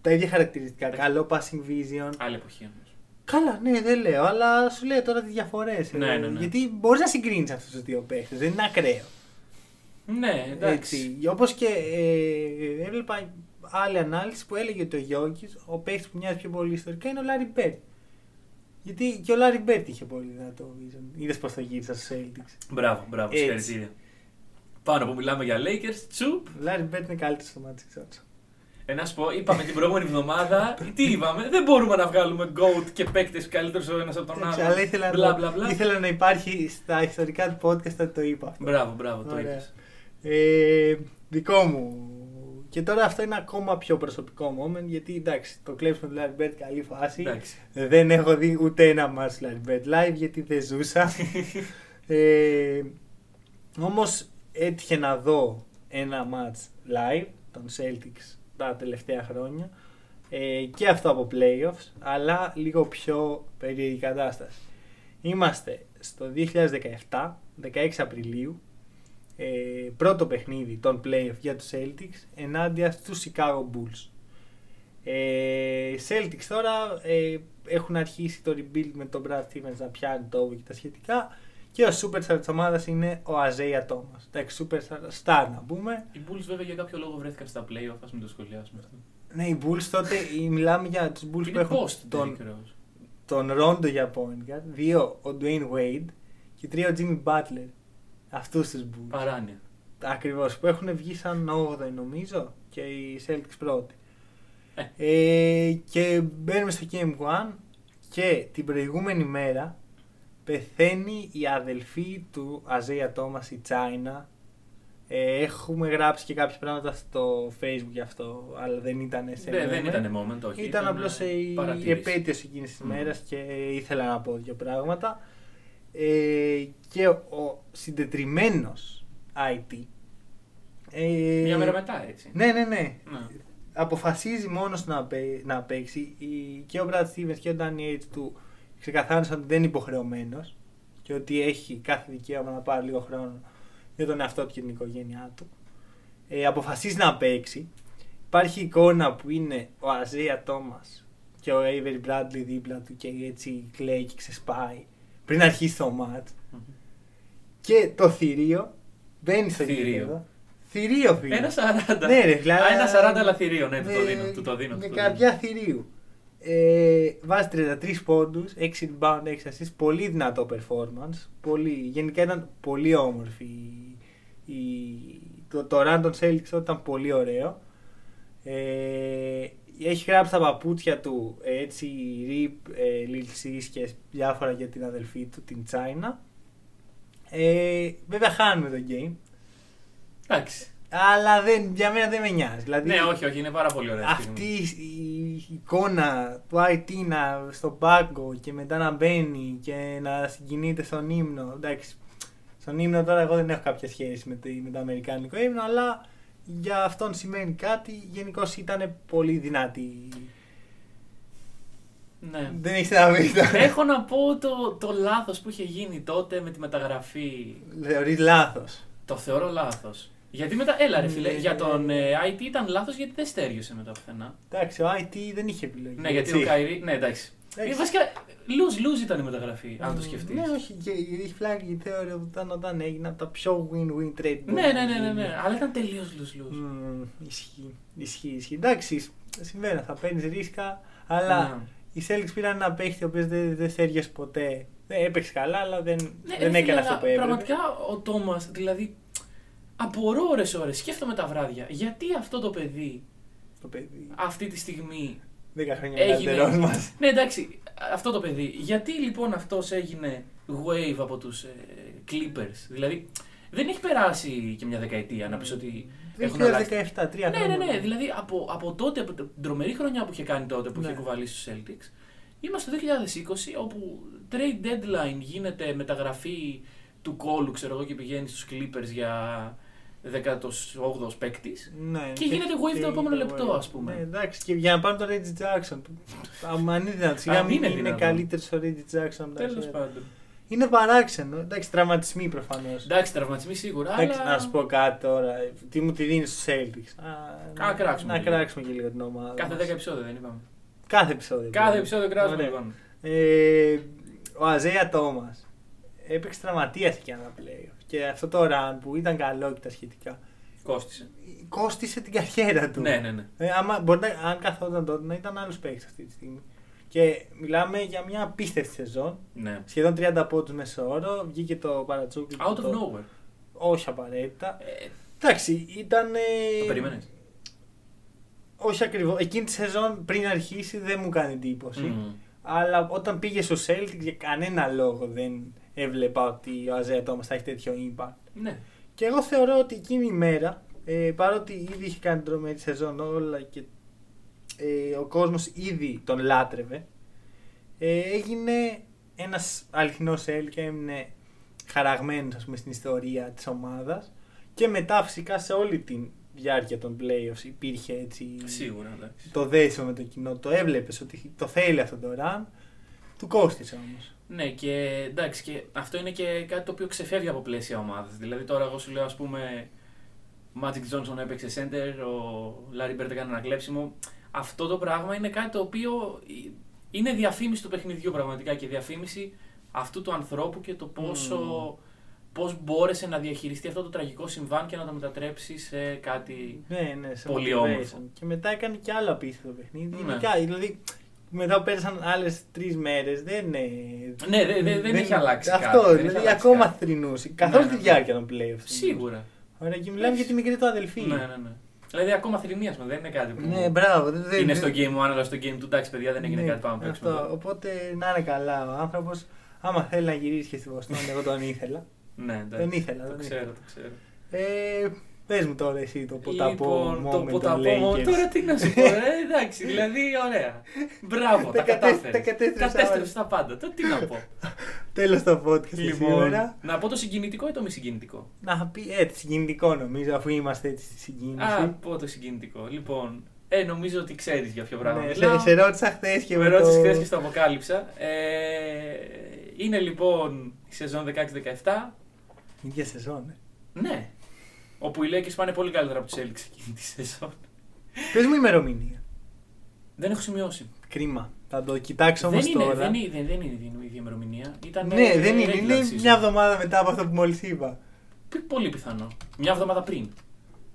Speaker 1: τα ίδια χαρακτηριστικά.
Speaker 2: Ναι.
Speaker 1: Καλό passing vision.
Speaker 2: Άλλη εποχή όμως.
Speaker 1: Καλά, ναι, δεν λέω, αλλά σου λέω τώρα τις διαφορές.
Speaker 2: Ναι, ναι, ναι.
Speaker 1: Γιατί μπορείς να συγκρίνεις αυτούς τους δύο παίχτε, δεν είναι ακραίο.
Speaker 2: Ναι, εντάξει.
Speaker 1: Όπως και ε, έβλεπα άλλη ανάλυση που έλεγε ότι ο Γιώργης, ο παίκτης που μοιάζει πιο πολύ ιστορικά, είναι ο Λάρι Μπέρτ. Γιατί και ο Λάρι Μπέρτ είχε πολύ δυνατό vision. Είδες πώς το γύρισα στου Celtics.
Speaker 2: Μπράβο, μπράβο,
Speaker 1: Έτσι.
Speaker 2: συγχαρητήρια. Πάνω που μιλάμε για Lakers, τσουπ,
Speaker 1: Ο Λάρι Μπέρτ είναι καλύτερο στο Magic Johnson.
Speaker 2: Ε, να σου πω, είπαμε την προηγούμενη εβδομάδα, τι είπαμε, δεν μπορούμε να βγάλουμε GOAT και παίκτες καλύτερου ο ένας από τον
Speaker 1: Εντάξει,
Speaker 2: άλλον.
Speaker 1: Αλλά ήθελα,
Speaker 2: μπλα,
Speaker 1: να,
Speaker 2: μπλα, μπλα.
Speaker 1: ήθελα να υπάρχει στα ιστορικά του podcast ότι το είπα. αυτό.
Speaker 2: Μπράβο, μπράβο, το
Speaker 1: Ωραία.
Speaker 2: είπες.
Speaker 1: Ε, δικό μου. Και τώρα αυτό είναι ακόμα πιο προσωπικό moment γιατί εντάξει, το κλέψιμο του Larry Bird καλή φάση.
Speaker 2: Εντάξει.
Speaker 1: Δεν έχω δει ούτε ένα match Larry Bird live γιατί δεν ζούσα. ε, όμως έτυχε να δω ένα match live των Celtics τα τελευταία χρόνια ε, και αυτό από playoffs αλλά λίγο πιο περίεργη κατάσταση. Είμαστε στο 2017, 16 Απριλίου, ε, πρώτο παιχνίδι των playoff για τους Celtics ενάντια στους Chicago Bulls. Ε, Celtics τώρα ε, έχουν αρχίσει το rebuild με τον Brad Stevens να πιάνει το όβο και τα σχετικά Και ο superstar της ομάδας είναι ο Αζέια Τόμα. Εντάξει, superstar, star να πούμε.
Speaker 2: Οι Bulls βέβαια για κάποιο λόγο βρέθηκαν στα playoff, ας μην το σχολιάσουμε αυτό.
Speaker 1: Ναι, οι Bulls τότε, ή μιλάμε για τους Bulls που
Speaker 2: Είναι
Speaker 1: έχουν
Speaker 2: post
Speaker 1: τον,
Speaker 2: τον... Rose.
Speaker 1: τον Ρόντο για point guard, δύο ο Dwayne Wade και τρία ο Jimmy Butler. Αυτούς τους Bulls.
Speaker 2: Παράνοια.
Speaker 1: Ακριβώς. Που έχουν βγει σαν 8 νομίζω και οι Celtics πρώτοι.
Speaker 2: Ε.
Speaker 1: Ε, και μπαίνουμε στο Game 1 και την προηγούμενη μέρα πεθαίνει η αδελφή του Αζέια Τόμας η Τσάινα. Ε, έχουμε γράψει και κάποια πράγματα στο facebook γι' αυτό, αλλά δεν ήταν σε
Speaker 2: Ναι, δεν
Speaker 1: moment.
Speaker 2: ήταν moment, όχι.
Speaker 1: Ήταν απλώ η
Speaker 2: παρατήρηση.
Speaker 1: επέτειος εκείνης της
Speaker 2: Μμμ.
Speaker 1: μέρας και ήθελα να πω δύο πράγματα. Ε, και ο συντετριμένος IT. ε,
Speaker 2: Μια μέρα μετά, έτσι.
Speaker 1: Ναι, ναι, ναι.
Speaker 2: Ναι.
Speaker 1: Αποφασίζει μόνος να, παί- να παίξει. Η- Και ο Brad Stevens και ο Danny H του ξεκαθάρισαν ότι δεν είναι υποχρεωμένος και ότι έχει κάθε δικαίωμα να πάρει λίγο χρόνο για τον εαυτό του και την οικογένειά του. Ε, αποφασίζει να παίξει. Υπάρχει εικόνα που είναι ο Αζέα Τόμα και ο Avery Bradley δίπλα του και έτσι κλαίει και ξεσπάει πριν αρχίσει το ματ. Και το θηρίο μπαίνει στο
Speaker 2: Θηρίο.
Speaker 1: γήπεδο. Θηρίο, φίλε.
Speaker 2: Ένα 40.
Speaker 1: Ναι, ρε, δηλαδή,
Speaker 2: Α, ένα 40 αλλά θηρίο, ναι, του το
Speaker 1: με-
Speaker 2: δίνω. Του το δίνω.
Speaker 1: Με
Speaker 2: του το
Speaker 1: καρδιά θηρίου. Ε, βάζει 33 πόντου, 6 rebound, 6 assists. Πολύ δυνατό performance. Πολύ, γενικά ήταν πολύ όμορφη. η- η- το, το run των Celtics τότε ήταν πολύ ωραίο. Ε, έχει γράψει τα παπούτσια του ε, έτσι, Rip, ε, Lil Sis και διάφορα για την αδελφή του, την China. Ε, βέβαια χάνουμε το game,
Speaker 2: δίνω. Εντάξει.
Speaker 1: αλλά δεν, για μένα δεν με νοιάζει. Δηλαδή,
Speaker 2: Ναι, όχι, όχι, είναι πάρα πολύ ωραία.
Speaker 1: αυτή
Speaker 2: στιγμή.
Speaker 1: η εικόνα του IT να στον πάγκο και μετά να μπαίνει και να συγκινείται στον ύμνο. Εντάξει, στον ύμνο τώρα εγώ δεν έχω κάποια σχέση με, τη- με το αμερικάνικο ύμνο, αλλά για αυτόν σημαίνει κάτι. Γενικώς ήταν πολύ δυνατή.
Speaker 2: Ναι. Ε.
Speaker 1: Δεν έχει να πει τώρα.
Speaker 2: Έχω να πω το, το λάθος που είχε γίνει τότε με τη μεταγραφή.
Speaker 1: Θεωρείς λάθος.
Speaker 2: Το θεωρώ λάθος. Γιατί μετά, έλα ρε φίλε,
Speaker 1: Ναι.
Speaker 2: για τον ε, IT ήταν λάθος γιατί δεν στέριωσε μετά πουθενά.
Speaker 1: Εντάξει, ο IT δεν είχε επιλογή.
Speaker 2: Ναι, γιατί
Speaker 1: έτσι.
Speaker 2: ο Καϊρή. Ναι, εντάξει.
Speaker 1: Εντάξει.
Speaker 2: Ε, βασικά, lose-lose ήταν η μεταγραφή, αν το σκεφτείς.
Speaker 1: Ναι, όχι, και η φλάγκη η θεωρία όταν, όταν έγινε από τα πιο win-win trade. που
Speaker 2: ναι, ναι, ναι, ναι,
Speaker 1: έχουν
Speaker 2: ναι,
Speaker 1: γίνει.
Speaker 2: αλλά ήταν τελείως
Speaker 1: Ναι,
Speaker 2: lose-lose.
Speaker 1: Μμμ, ισχύει, ισχύει, ισχύει. Εντάξει, συμβαίνει, θα παίρνεις ρίσκα, αλλά
Speaker 2: Ναι.
Speaker 1: οι Celtics πήραν ένα παίχτη ο οποίος δεν, δεν θέριασε ποτέ. Δεν έπαιξε καλά, αλλά δεν,
Speaker 2: Ναι, ρε
Speaker 1: δεν
Speaker 2: φίλε,
Speaker 1: έκανε
Speaker 2: αλλά
Speaker 1: αυτό που έπρεπε.
Speaker 2: Πραγματικά ο Τόμας, δηλαδή, απορώ ώρες ώρες, σκέφτομαι τα βράδια. Γιατί αυτό το παιδί
Speaker 1: Το παιδί.
Speaker 2: αυτή τη στιγμή
Speaker 1: 10 χρόνια
Speaker 2: έγινε.
Speaker 1: μεγαλύτερός μας.
Speaker 2: Ναι, εντάξει, αυτό το παιδί. Γιατί λοιπόν αυτός έγινε wave από τους Clippers, δηλαδή. Δεν έχει περάσει και μια δεκαετία να
Speaker 1: Mm.
Speaker 2: πεις ότι έχουν αλλάξει.
Speaker 1: 2017, 3
Speaker 2: Ναι, ναι, ναι. Δηλαδή από, από τότε, από την τρομερή χρονιά που είχε κάνει τότε που είχε
Speaker 1: Ναι.
Speaker 2: κουβαλήσει στους Celtics, είμαστε το 2020 όπου trade deadline γίνεται μεταγραφή του κόλου, ξέρω εγώ, και πηγαίνει στους Clippers για 18ο παίκτης.
Speaker 1: Ναι,
Speaker 2: Και γίνεται wave το επόμενο
Speaker 1: γίνεται
Speaker 2: λεπτό,
Speaker 1: wave.
Speaker 2: ας πούμε.
Speaker 1: Ναι, εντάξει, και για να πάρουν τον Reggie Jackson. Αμα αν είναι δυνατόν, σιγά
Speaker 2: Αν
Speaker 1: μην
Speaker 2: είναι
Speaker 1: είναι
Speaker 2: δυνατόν.
Speaker 1: καλύτερος ο Reggie Jackson. από τα
Speaker 2: Τέλος
Speaker 1: χέρια.
Speaker 2: πάντων.
Speaker 1: Είναι παράξενο. Εντάξει, τραυματισμοί προφανώς.
Speaker 2: Εντάξει, τραυματισμοί σίγουρα.
Speaker 1: Εντάξει,
Speaker 2: αλλά...
Speaker 1: να σου πω κάτι τώρα. Τι μου τη δίνεις στους Celtics.
Speaker 2: Α,
Speaker 1: να-
Speaker 2: κράξουμε
Speaker 1: Να
Speaker 2: λίγο.
Speaker 1: κράξουμε και λίγο την ομάδα.
Speaker 2: Κάθε 10
Speaker 1: μας.
Speaker 2: επεισόδια δεν είπαμε.
Speaker 1: Κάθε επεισόδιο.
Speaker 2: Κάθε επεισόδιο κράζουμε
Speaker 1: Ωραία.
Speaker 2: λοιπόν.
Speaker 1: Ε, ο Αζέα Τόμα έπαιξε τραυματίας και ένα playoff. Και αυτό το run που ήταν καλό και τα σχετικά.
Speaker 2: Κόστησε.
Speaker 1: Κόστησε την καριέρα του.
Speaker 2: Ναι, ναι, ναι.
Speaker 1: Ε, άμα, μπορεί να, αν καθόταν τότε να ήταν άλλος παίκτης αυτή τη στιγμή. Και μιλάμε για μια απίστευτη σεζόν.
Speaker 2: ναι.
Speaker 1: Σχεδόν 30 πόντου μέσω όρο. Βγήκε το παρατσούκλι.
Speaker 2: Out of
Speaker 1: το-
Speaker 2: nowhere.
Speaker 1: Όχι απαραίτητα.
Speaker 2: Ε,
Speaker 1: Εντάξει, ήταν. ε,
Speaker 2: το περίμενες.
Speaker 1: Όχι ακριβώς. Εκείνη τη σεζόν πριν αρχίσει δεν μου κάνει εντύπωση. Αλλά όταν πήγε στο Celtics για κανένα λόγο δεν έβλεπα ότι ο Αζέα Τόμα θα έχει τέτοιο impact.
Speaker 2: Ναι.
Speaker 1: Και εγώ θεωρώ ότι εκείνη η μέρα, ε, παρότι ήδη είχε κάνει τρομερή σεζόν όλα και ε, ο κόσμος ήδη τον λάτρευε, ε, έγινε ένας αληθινός Celtic και έμεινε χαραγμένος ας πούμε, στην ιστορία της ομάδας και μετά φυσικά σε όλη τη διάρκεια των playoffs υπήρχε έτσι
Speaker 2: Σίγουρα, ναι. εντάξει.
Speaker 1: το δέσιμο με το κοινό, το έβλεπες ότι το θέλει αυτό το run, του κόστησε όμως.
Speaker 2: Ναι, και εντάξει, και αυτό είναι και κάτι το οποίο ξεφεύγει από πλαίσια ομάδα. Δηλαδή, τώρα εγώ σου λέω, ας πούμε, Magic Johnson έπαιξε center, ο Larry Bird έκανε ένα κλέψιμο. Αυτό το πράγμα είναι κάτι το οποίο είναι διαφήμιση του παιχνιδιού πραγματικά και διαφήμιση αυτού του ανθρώπου και το πόσο πώς μπόρεσε να διαχειριστεί αυτό το τραγικό συμβάν και να το μετατρέψει σε κάτι...
Speaker 1: Ναι, ναι, σε
Speaker 2: Πολύ
Speaker 1: motivation.
Speaker 2: όμορφο.
Speaker 1: Και μετά έκανε και άλλο απίστευτο παιχνίδι.
Speaker 2: Ναι.
Speaker 1: Ειδικά, δηλαδή, μετά που πέρασαν άλλες τρεις μέρες, δεν. ε,
Speaker 2: Ναι, δε- δε- δεν έχει αλλάξει κάτι,
Speaker 1: Αυτό,
Speaker 2: δεν έχει
Speaker 1: δηλαδή,
Speaker 2: αλλάξει
Speaker 1: ακόμα
Speaker 2: κάτι.
Speaker 1: θρυνούσε. Καθόλου
Speaker 2: Ναι, ναι,
Speaker 1: τη
Speaker 2: ναι.
Speaker 1: διάρκεια των playoffs.
Speaker 2: Σίγουρα.
Speaker 1: Ωραία, και μιλάμε για τη μικρή του αδελφή.
Speaker 2: Ναι, ναι, ναι. Δηλαδή ακόμα θρηνίασμα, δεν είναι κάτι που...
Speaker 1: Ναι, μπράβο. Δεν, δεν-
Speaker 2: είναι στο game ο άλλο στο game του. Εντάξει, παιδιά, δεν έγινε
Speaker 1: Ναι,
Speaker 2: κάτι πάνω απ' έξω.
Speaker 1: αυτό. Οπότε να είναι καλά ο άνθρωπος. Άμα θέλει να γυρίσει και στη Βοστόνη, εγώ τον ήθελα.
Speaker 2: Ναι, εντάξει.
Speaker 1: τον ήθελα,
Speaker 2: Το
Speaker 1: τον
Speaker 2: ξέρω,
Speaker 1: ήθελα.
Speaker 2: το ξέρω.
Speaker 1: Ε, Πες μου τώρα εσύ το ποταπό
Speaker 2: λοιπόν, το
Speaker 1: moment των
Speaker 2: ποταπό μου.
Speaker 1: Lakers.
Speaker 2: Τώρα τι να σου πω, ε, εντάξει, δηλαδή ωραία. Μπράβο, τα
Speaker 1: Τα κατέ-
Speaker 2: κατάφερες.
Speaker 1: τα κατέστρεψα
Speaker 2: Κατέστρεψες τα πάντα. Τώρα τι να πω.
Speaker 1: Τέλος το podcast
Speaker 2: λοιπόν,
Speaker 1: σήμερα.
Speaker 2: να πω το συγκινητικό ή το μη συγκινητικό.
Speaker 1: Να πει έτσι συγκινητικό νομίζω, αφού είμαστε έτσι στη
Speaker 2: Α,
Speaker 1: συγκίνηση.
Speaker 2: πω το συγκινητικό. Λοιπόν, ε, νομίζω ότι ξέρεις για ποιο πράγμα.
Speaker 1: Ναι,
Speaker 2: μιλάω.
Speaker 1: σε, σε ρώτησα χθες και
Speaker 2: με
Speaker 1: με
Speaker 2: ρώτησε
Speaker 1: το...
Speaker 2: χθες και στο αποκάλυψα. Ε, είναι λοιπόν η σεζόν 16-17.
Speaker 1: Για σεζόν. ε.
Speaker 2: Ναι. Όπου οι Lakers πάνε πολύ καλύτερα από του Celtics εκείνη τη σεζόν.
Speaker 1: Πες μου ημερομηνία.
Speaker 2: Δεν έχω σημειώσει.
Speaker 1: Κρίμα. Θα το κοιτάξω όμως
Speaker 2: δεν, είναι,
Speaker 1: τώρα.
Speaker 2: δεν, είναι, δεν, δεν είναι η ίδια- η ίδια ημερομηνία. Ήταν ε,
Speaker 1: Ναι, δεν είναι.
Speaker 2: regular
Speaker 1: Είναι
Speaker 2: season.
Speaker 1: μια εβδομάδα μετά από αυτό που μόλις είπα.
Speaker 2: Π- Πολύ πιθανό. Μια εβδομάδα πριν.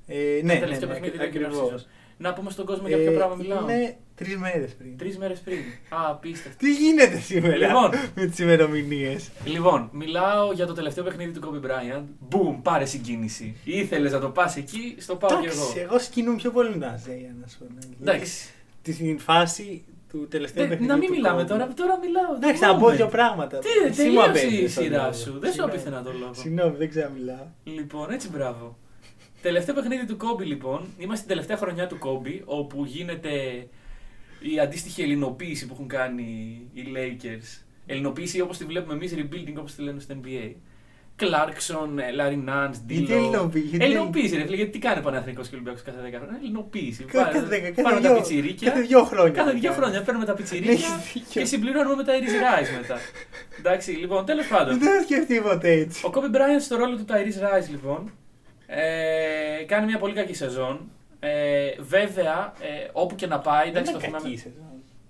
Speaker 1: Ε, ναι, ναι,
Speaker 2: τελευταίο
Speaker 1: ναι,
Speaker 2: παιχνίδι regular
Speaker 1: ακριβώς. Ε, ναι.
Speaker 2: season. Να πούμε στον κόσμο για ποιο πράγμα μιλάω.
Speaker 1: Είναι τρεις μέρες πριν.
Speaker 2: Τρεις μέρες πριν. Α, απίστευτο.
Speaker 1: Τι γίνεται σήμερα
Speaker 2: Λοιπόν.
Speaker 1: με τις ημερομηνίες.
Speaker 2: λοιπόν, μιλάω για το τελευταίο παιχνίδι του Kobe Bryant. Μπούμ, πάρε συγκίνηση. Ήθελες να το πας εκεί, στο πάω κι εγώ.
Speaker 1: Εντάξει, εγώ σκηνούμαι πιο πολύ με τον Αζέια, να σου πω. την αλήθεια.
Speaker 2: Εντάξει.
Speaker 1: Στην φάση του τελευταίου
Speaker 2: Δεν-
Speaker 1: παιχνιδιού.
Speaker 2: Να μην
Speaker 1: του
Speaker 2: μιλάμε
Speaker 1: Kobe.
Speaker 2: τώρα, τώρα μιλάω.
Speaker 1: Εντάξει,
Speaker 2: θυμάμαι.
Speaker 1: θα πω δύο πράγματα.
Speaker 2: Τι,
Speaker 1: Εσύ μου
Speaker 2: τελείωσε
Speaker 1: απέζησες
Speaker 2: η
Speaker 1: τον
Speaker 2: σειρά
Speaker 1: λόγο.
Speaker 2: σου. Δεν σου
Speaker 1: Συγγνώμη.
Speaker 2: απίθαινα τον λόγο.
Speaker 1: Συγγνώμη, δεν ξαμιλάω.
Speaker 2: Λοιπόν, έτσι μπράβο. Τελευταίο παιχνίδι του Κόμπι, λοιπόν. Είμαστε στην τελευταία χρονιά του Κόμπι, όπου γίνεται η αντίστοιχη ελληνοποίηση που έχουν κάνει οι Lakers. Ελληνοποίηση όπως τη βλέπουμε εμείς, rebuilding όπως τη λένε στο NBA. Κλάρκσον, Λάρι Νάντ,
Speaker 1: Γιατί
Speaker 2: Ντίλο.
Speaker 1: ελληνοποίηση, γιατί-
Speaker 2: Ελληνοποίηση, ρε φίλε, γιατί τι κάνει ο Παναθηναϊκός και ο Ολυμπιακός κάθε 10 χρόνια. Ελληνοποίηση.
Speaker 1: Κα-
Speaker 2: Πάρε-
Speaker 1: κάθε δέκα- κάθε
Speaker 2: Πάρουμε τα
Speaker 1: δυο-
Speaker 2: πιτσιρίκια.
Speaker 1: κάθε δυο χρόνια
Speaker 2: Κάθε
Speaker 1: το
Speaker 2: δύο
Speaker 1: κάνουμε.
Speaker 2: χρόνια παίρνουμε τα πιτσιρίκια
Speaker 1: Έχεις Ναι, δίκιο.
Speaker 2: και συμπληρώνουμε με τα Iris Rise μετά. Εντάξει, λοιπόν, τέλος πάντων.
Speaker 1: Δεν θα σκεφτεί ποτέ έτσι.
Speaker 2: Ο Kobe Bryant στο ρόλο του Tyrese Rice λοιπόν ε, κάνει μια πολύ κακή σεζόν. Ε, βέβαια, ε, όπου και να πάει, εντάξει, το
Speaker 1: Ήταν
Speaker 2: θυμάμαι.
Speaker 1: κακή ναι. σεζόν.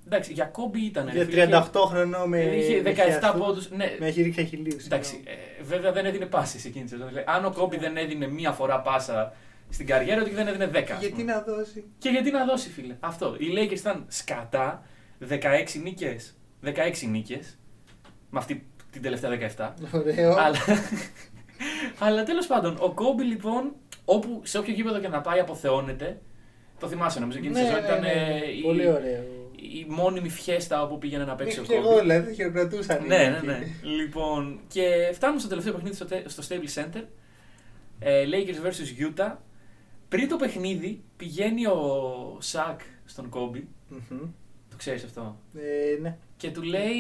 Speaker 2: Εντάξει, για Kobe ήταν. ρε φίλε, Ε,
Speaker 1: Για 38 χρονών με.
Speaker 2: Είχε
Speaker 1: με
Speaker 2: 17
Speaker 1: χιαστού-
Speaker 2: πόντους. Ναι,
Speaker 1: Με χειρίκια χιλίου.
Speaker 2: εντάξει, ε, βέβαια δεν έδινε πάσει εκείνη τη σεζόν. Δηλαδή, αν ο Kobe δεν έδινε μία φορά πάσα στην καριέρα του και δεν έδινε 10. ας
Speaker 1: Γιατί
Speaker 2: πούμε.
Speaker 1: να δώσει.
Speaker 2: Και γιατί να δώσει, φίλε. Αυτό. Οι Lakers ήταν σκατά. 16 νίκε. 16 νίκες. Με αυτή την τελευταία 17.
Speaker 1: Ωραίο.
Speaker 2: Αλλά, αλλά τέλος πάντων, ο Κόμπι λοιπόν, όπου, σε όποιο γήπεδο και να πάει, αποθεώνεται. Το θυμάσαι νομίζω εκείνη τη
Speaker 1: Ναι,
Speaker 2: σεζόν.
Speaker 1: ναι,
Speaker 2: Ήταν
Speaker 1: ναι.
Speaker 2: ε, η,
Speaker 1: Πολύ ωραίο.
Speaker 2: η μόνιμη φιέστα όπου πήγαινε να παίξει ο
Speaker 1: Είχε και εγώ,
Speaker 2: Κόμπι.
Speaker 1: δηλαδή, χειροκροτούσα.
Speaker 2: Ναι, ναι, ναι. λοιπόν, και φτάνουμε στο τελευταίο παιχνίδι στο, τε- στο Staples Center. Ε, Lakers vs. Utah. Πριν το παιχνίδι πηγαίνει ο Σακ στον Κόμπι.
Speaker 1: Μμμ.
Speaker 2: Το ξέρεις αυτό.
Speaker 1: Ε, Ναι.
Speaker 2: Και του λέει,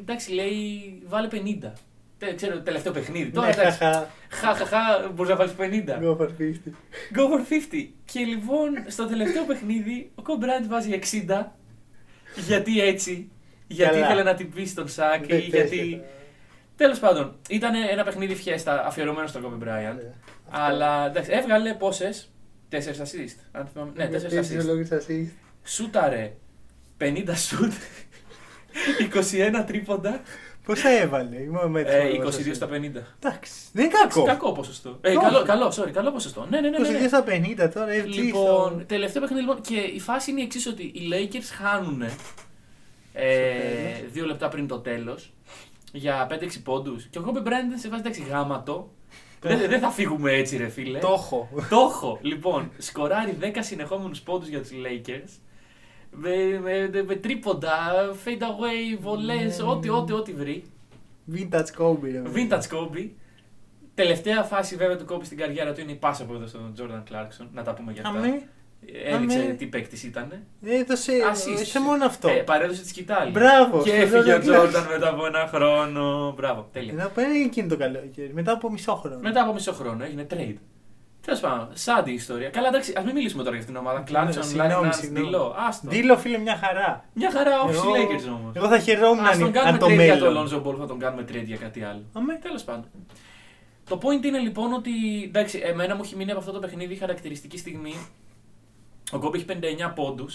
Speaker 2: εντάξει, λέει, βάλε 50. Τε- ξέρω, τελευταίο παιχνίδι. Ε, Τώρα
Speaker 1: Ναι,
Speaker 2: εντάξει. Ναι.
Speaker 1: χαχα.
Speaker 2: Χαχαχα, μπορείς να βάλεις 50.
Speaker 1: Go for 50.
Speaker 2: Go for 50. Και λοιπόν, στο τελευταίο παιχνίδι, ο Κομπράντ βάζει 60. Γιατί έτσι. Γιατί
Speaker 1: Καλά.
Speaker 2: ήθελε να την πει στον Σάκ ή
Speaker 1: Δεν
Speaker 2: γιατί.
Speaker 1: πέφτει.
Speaker 2: Τέλος πάντων, ήταν ένα παιχνίδι φιέστα αφιερωμένο στον Κόμπι Μπράιαν.
Speaker 1: Ναι.
Speaker 2: Αλλά εντάξει, έβγαλε πόσες. 4 assist. Αν θυμάμαι. Ναι, 4 assist.
Speaker 1: assist.
Speaker 2: Σούταρε 50 σουτ. 21 τρίποντα.
Speaker 1: Πόσα έβαλε, είμαι με
Speaker 2: ε, 22 στα 50.
Speaker 1: Εντάξει, δεν είναι κακό.
Speaker 2: Κακό ποσοστό. Ε,
Speaker 1: Όχι.
Speaker 2: καλό, καλό, sorry, καλό ποσοστό. Ναι, ναι, ναι. ναι, ναι.
Speaker 1: 22 στα 50 τώρα, ε, FG.
Speaker 2: Λοιπόν, τελευταίο παιχνίδι λοιπόν. Και η φάση είναι η εξής: Ότι οι Lakers χάνουν ε,
Speaker 1: τέλος.
Speaker 2: δύο λεπτά πριν το τέλος για 5-6 πόντους. Και ο Kobe Bryant σε βάζει εντάξει γάματο. Δεν δεν θα φύγουμε έτσι, ρε φίλε.
Speaker 1: Το έχω.
Speaker 2: Το έχω. Λοιπόν, σκοράρει 10 συνεχόμενους πόντους για τους Lakers. Με, με, με τρίποντα, fade away, βολές,
Speaker 1: Ναι.
Speaker 2: ό,τι, ό,τι, ό,τι βρει.
Speaker 1: Vintage Kobe. ρε.
Speaker 2: Vintage Kobe. Τελευταία φάση βέβαια του Kobe στην καριέρα του είναι η πάσα που έδωσε στον Jordan Clarkson. Να τα πούμε για αυτά.
Speaker 1: Αμέ,
Speaker 2: Έδειξε
Speaker 1: Αμέ.
Speaker 2: τι παίκτης ήταν.
Speaker 1: έδωσε,
Speaker 2: Assist.
Speaker 1: έδωσε μόνο αυτό.
Speaker 2: Ε, παρέδωσε τη σκητάλη.
Speaker 1: Μπράβο,
Speaker 2: Και
Speaker 1: στον
Speaker 2: έφυγε ο
Speaker 1: Jordan
Speaker 2: Τζόρνταν
Speaker 1: Clarkson.
Speaker 2: μετά από ένα χρόνο. Μπράβο, τέλεια.
Speaker 1: Μετά από ένα εκείνο το καλοκαίρι, μετά από μισό χρόνο.
Speaker 2: Μετά από μισό χρόνο έγινε trade. Τέλος πάντων, σάντη ιστορία. Καλά, εντάξει, ας μην μιλήσουμε τώρα για αυτήν την ομάδα. Κλάρτσον,
Speaker 1: Ναι, Συγγνώμη,
Speaker 2: Λάριν,
Speaker 1: συγγνώμη.
Speaker 2: Ντιλό. Άστο.
Speaker 1: Δήλω φίλε μια χαρά.
Speaker 2: Μια χαρά, όχι οι
Speaker 1: Εγώ-
Speaker 2: Lakers όμως.
Speaker 1: Εγώ θα χαιρόμουν
Speaker 2: Α τον
Speaker 1: αν, αν
Speaker 2: κάνουμε
Speaker 1: το
Speaker 2: trade για τον
Speaker 1: μέλλον.
Speaker 2: Lonzo Ball, θα τον κάνουμε trade για κάτι άλλο.
Speaker 1: Αμέ.
Speaker 2: Τέλος πάντων. Το point είναι λοιπόν ότι. Εντάξει, εμένα μου έχει μείνει από αυτό το παιχνίδι η χαρακτηριστική στιγμή. Ο Κόμπι έχει 59 πόντου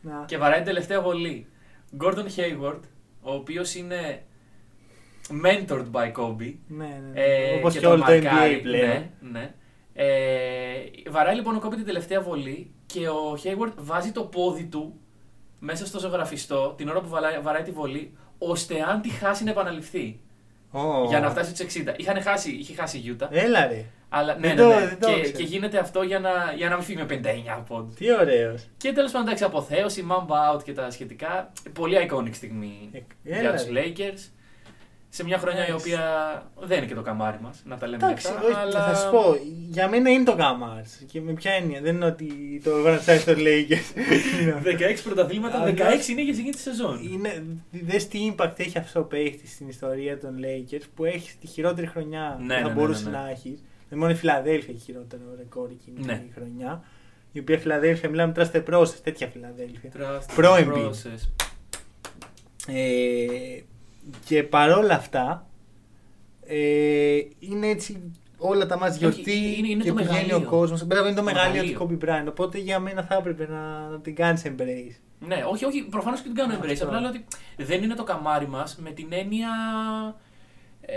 Speaker 1: Να.
Speaker 2: και βαράει την τελευταία βολή. Gordon Hayward, ο οποίος είναι mentored by Kobe.
Speaker 1: Ναι, ναι. ναι.
Speaker 2: Ε,
Speaker 1: Όπως και
Speaker 2: τον
Speaker 1: όλο το NBA
Speaker 2: μαρκάρει.
Speaker 1: πλέον.
Speaker 2: Ναι, ναι. Ε, βαράει λοιπόν ο Kobe την τελευταία βολή και ο Hayward βάζει το πόδι του μέσα στο ζωγραφιστό την ώρα που βαλάει- βαράει τη βολή, ώστε αν τη χάσει να επαναληφθεί.
Speaker 1: Ω.
Speaker 2: Για να φτάσει στους 60. Είχαν χάσει, είχε χάσει η Utah.
Speaker 1: Έλα ρε.
Speaker 2: Αλλά,
Speaker 1: δεν
Speaker 2: ναι, ναι,
Speaker 1: το-
Speaker 2: ναι.
Speaker 1: δεν το
Speaker 2: και,
Speaker 1: ήξερα.
Speaker 2: και, γίνεται αυτό για να, για να μην φύγει με 59 πόντου.
Speaker 1: Τι ωραίος.
Speaker 2: Και τέλος πάντων, εντάξει, αποθέωση, Mamba Out και τα σχετικά. Πολύ iconic στιγμή
Speaker 1: Ε,
Speaker 2: για
Speaker 1: Έλα
Speaker 2: τους
Speaker 1: ρε.
Speaker 2: Lakers. Σε μια χρονιά η
Speaker 1: Εντάξει.
Speaker 2: οποία δεν είναι και το καμάρι μας, να τα λέμε
Speaker 1: Εντάξει,
Speaker 2: αυτά.
Speaker 1: όχι,
Speaker 2: αλλά...
Speaker 1: θα σου πω, για μένα είναι το γαμάρ. Και με ποια έννοια, δεν είναι ότι το γράψα το Lakers. Είναι αυτό.
Speaker 2: 16 πρωταθλήματα,
Speaker 1: Αλλιώς-
Speaker 2: 16 είναι για εκείνη τη σεζόν.
Speaker 1: Είναι, δες τι impact έχει αυτό ο παίχτης στην ιστορία των Lakers που έχεις τη χειρότερη χρονιά
Speaker 2: Ναι,
Speaker 1: που θα
Speaker 2: ναι, ναι,
Speaker 1: μπορούσε
Speaker 2: ναι, ναι.
Speaker 1: να έχεις. Δεν μόνο η Φιλαδέλφια έχει χειρότερο ρεκόρ εκείνη
Speaker 2: Ναι.
Speaker 1: τη χρονιά. Η οποία Φιλαδέλφια, μιλάμε τώρα στα πρόσες, τέτοια Φιλαδέλφια.
Speaker 2: Trust,
Speaker 1: πρώην Embiid.
Speaker 2: process.
Speaker 1: Ε, και παρόλα αυτά, ε, είναι έτσι όλα τα μας
Speaker 2: Όχι,
Speaker 1: γιορτή
Speaker 2: είναι- είναι
Speaker 1: και
Speaker 2: το
Speaker 1: πηγαίνει ο
Speaker 2: μεγαλείο.
Speaker 1: κόσμος. Μπράβο, είναι το
Speaker 2: Το
Speaker 1: μεγαλείο του
Speaker 2: μεγαλείο.
Speaker 1: Kobe Bryant. Οπότε για μένα θα έπρεπε να, να την κάνεις embrace.
Speaker 2: Ναι, όχι, όχι, προφανώς και την κάνω
Speaker 1: Αυτό.
Speaker 2: embrace. Απλά λέω ότι δεν είναι το καμάρι μας με την έννοια. Ε,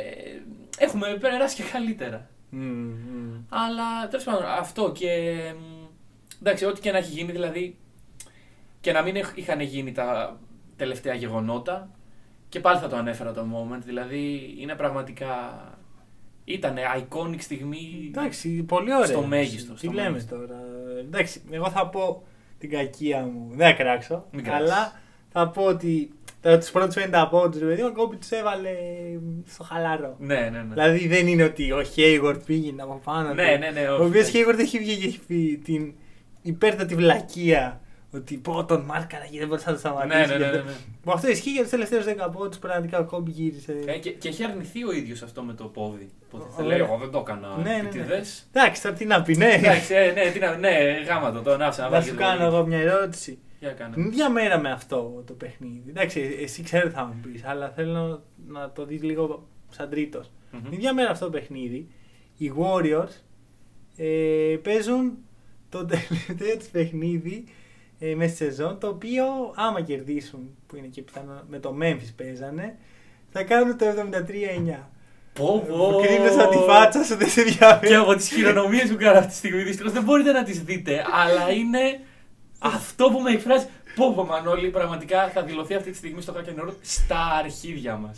Speaker 2: έχουμε περάσει και καλύτερα. Αλλά τέλος πάντων, αυτό και. μ, Εντάξει, ό,τι και να έχει γίνει, δηλαδή. Και να μην έχ- είχαν γίνει τα τελευταία γεγονότα. Και πάλι θα το ανέφερα το moment. Δηλαδή, είναι πραγματικά. Ήταν iconic στιγμή.
Speaker 1: Εντάξει, πολύ ωραία.
Speaker 2: Στο μέγιστο,
Speaker 1: Τι
Speaker 2: στο
Speaker 1: λέμε
Speaker 2: μέγιστο.
Speaker 1: τώρα. Εντάξει, εγώ θα πω την κακία μου. Δεν θα κράξω.
Speaker 2: Μην κράξεις.
Speaker 1: αλλά θα πω ότι τους πρώτους 50 πόντου, ρε παιδί μου, ο Kobe τους έβαλε στο χαλαρό.
Speaker 2: Ναι, ναι, ναι.
Speaker 1: Δηλαδή δεν είναι ότι ο Hayward πήγαινε από πάνω.
Speaker 2: Ναι,
Speaker 1: του.
Speaker 2: ναι, ναι,
Speaker 1: Ο
Speaker 2: όχι,
Speaker 1: οποίος
Speaker 2: εντάξει.
Speaker 1: Hayward έχει βγει και έχει πει την υπέρτατη βλακεία. Ότι πω τον μάρκαρα και δεν μπορούσα να το σταματήσει.
Speaker 2: Ναι, ναι, ναι, ναι, ναι.
Speaker 1: Που αυτό ισχύει για τους τελευταίους 10 πόντου. Πραγματικά ο Kobe γύρισε.
Speaker 2: Ε, και, και έχει αρνηθεί ο ίδιος αυτό με το πόδι. Οπότε
Speaker 1: Ω,
Speaker 2: θα λέει,
Speaker 1: ωραία.
Speaker 2: Εγώ δεν το έκανα.
Speaker 1: Ναι, ναι, ναι.
Speaker 2: επιτηδές».
Speaker 1: Εντάξει, τώρα τι να πει, ναι.
Speaker 2: Εντάξει, ε, ναι, τι να- ναι, γάμα το, τον άφησα να
Speaker 1: Θα
Speaker 2: βάλει.
Speaker 1: σου
Speaker 2: και το Ναι,
Speaker 1: κάνω
Speaker 2: πόδι.
Speaker 1: εγώ μια ερώτηση.
Speaker 2: Για κάνε.
Speaker 1: Την ίδια μέρα με αυτό το παιχνίδι. Εντάξει, εσύ ξέρω τι θα μου πεις, αλλά θέλω να το δεις λίγο σαν τρίτος.
Speaker 2: Μμμ.
Speaker 1: Την ίδια μέρα αυτό το παιχνίδι, οι Warriors ε, παίζουν το τελευταίο τους παιχνίδι ε, μέσα στη σεζόν. Το οποίο, άμα κερδίσουν, που είναι και πιθανό, με το Memphis παίζανε, θα κάνουν το 73-9.
Speaker 2: Πω, πω.
Speaker 1: Που κρύβεσαι από τη φάτσα σου, δεν σε διάβει.
Speaker 2: Και από τις χειρονομίες που κάνω αυτή τη στιγμή, δυστυχώς δεν μπορείτε να τις δείτε. Αλλά είναι αυτό που με εκφράζει. Πω, πω, Μανώλη, πραγματικά θα δηλωθεί αυτή τη στιγμή στο Hack and Roll στα αρχίδια μας.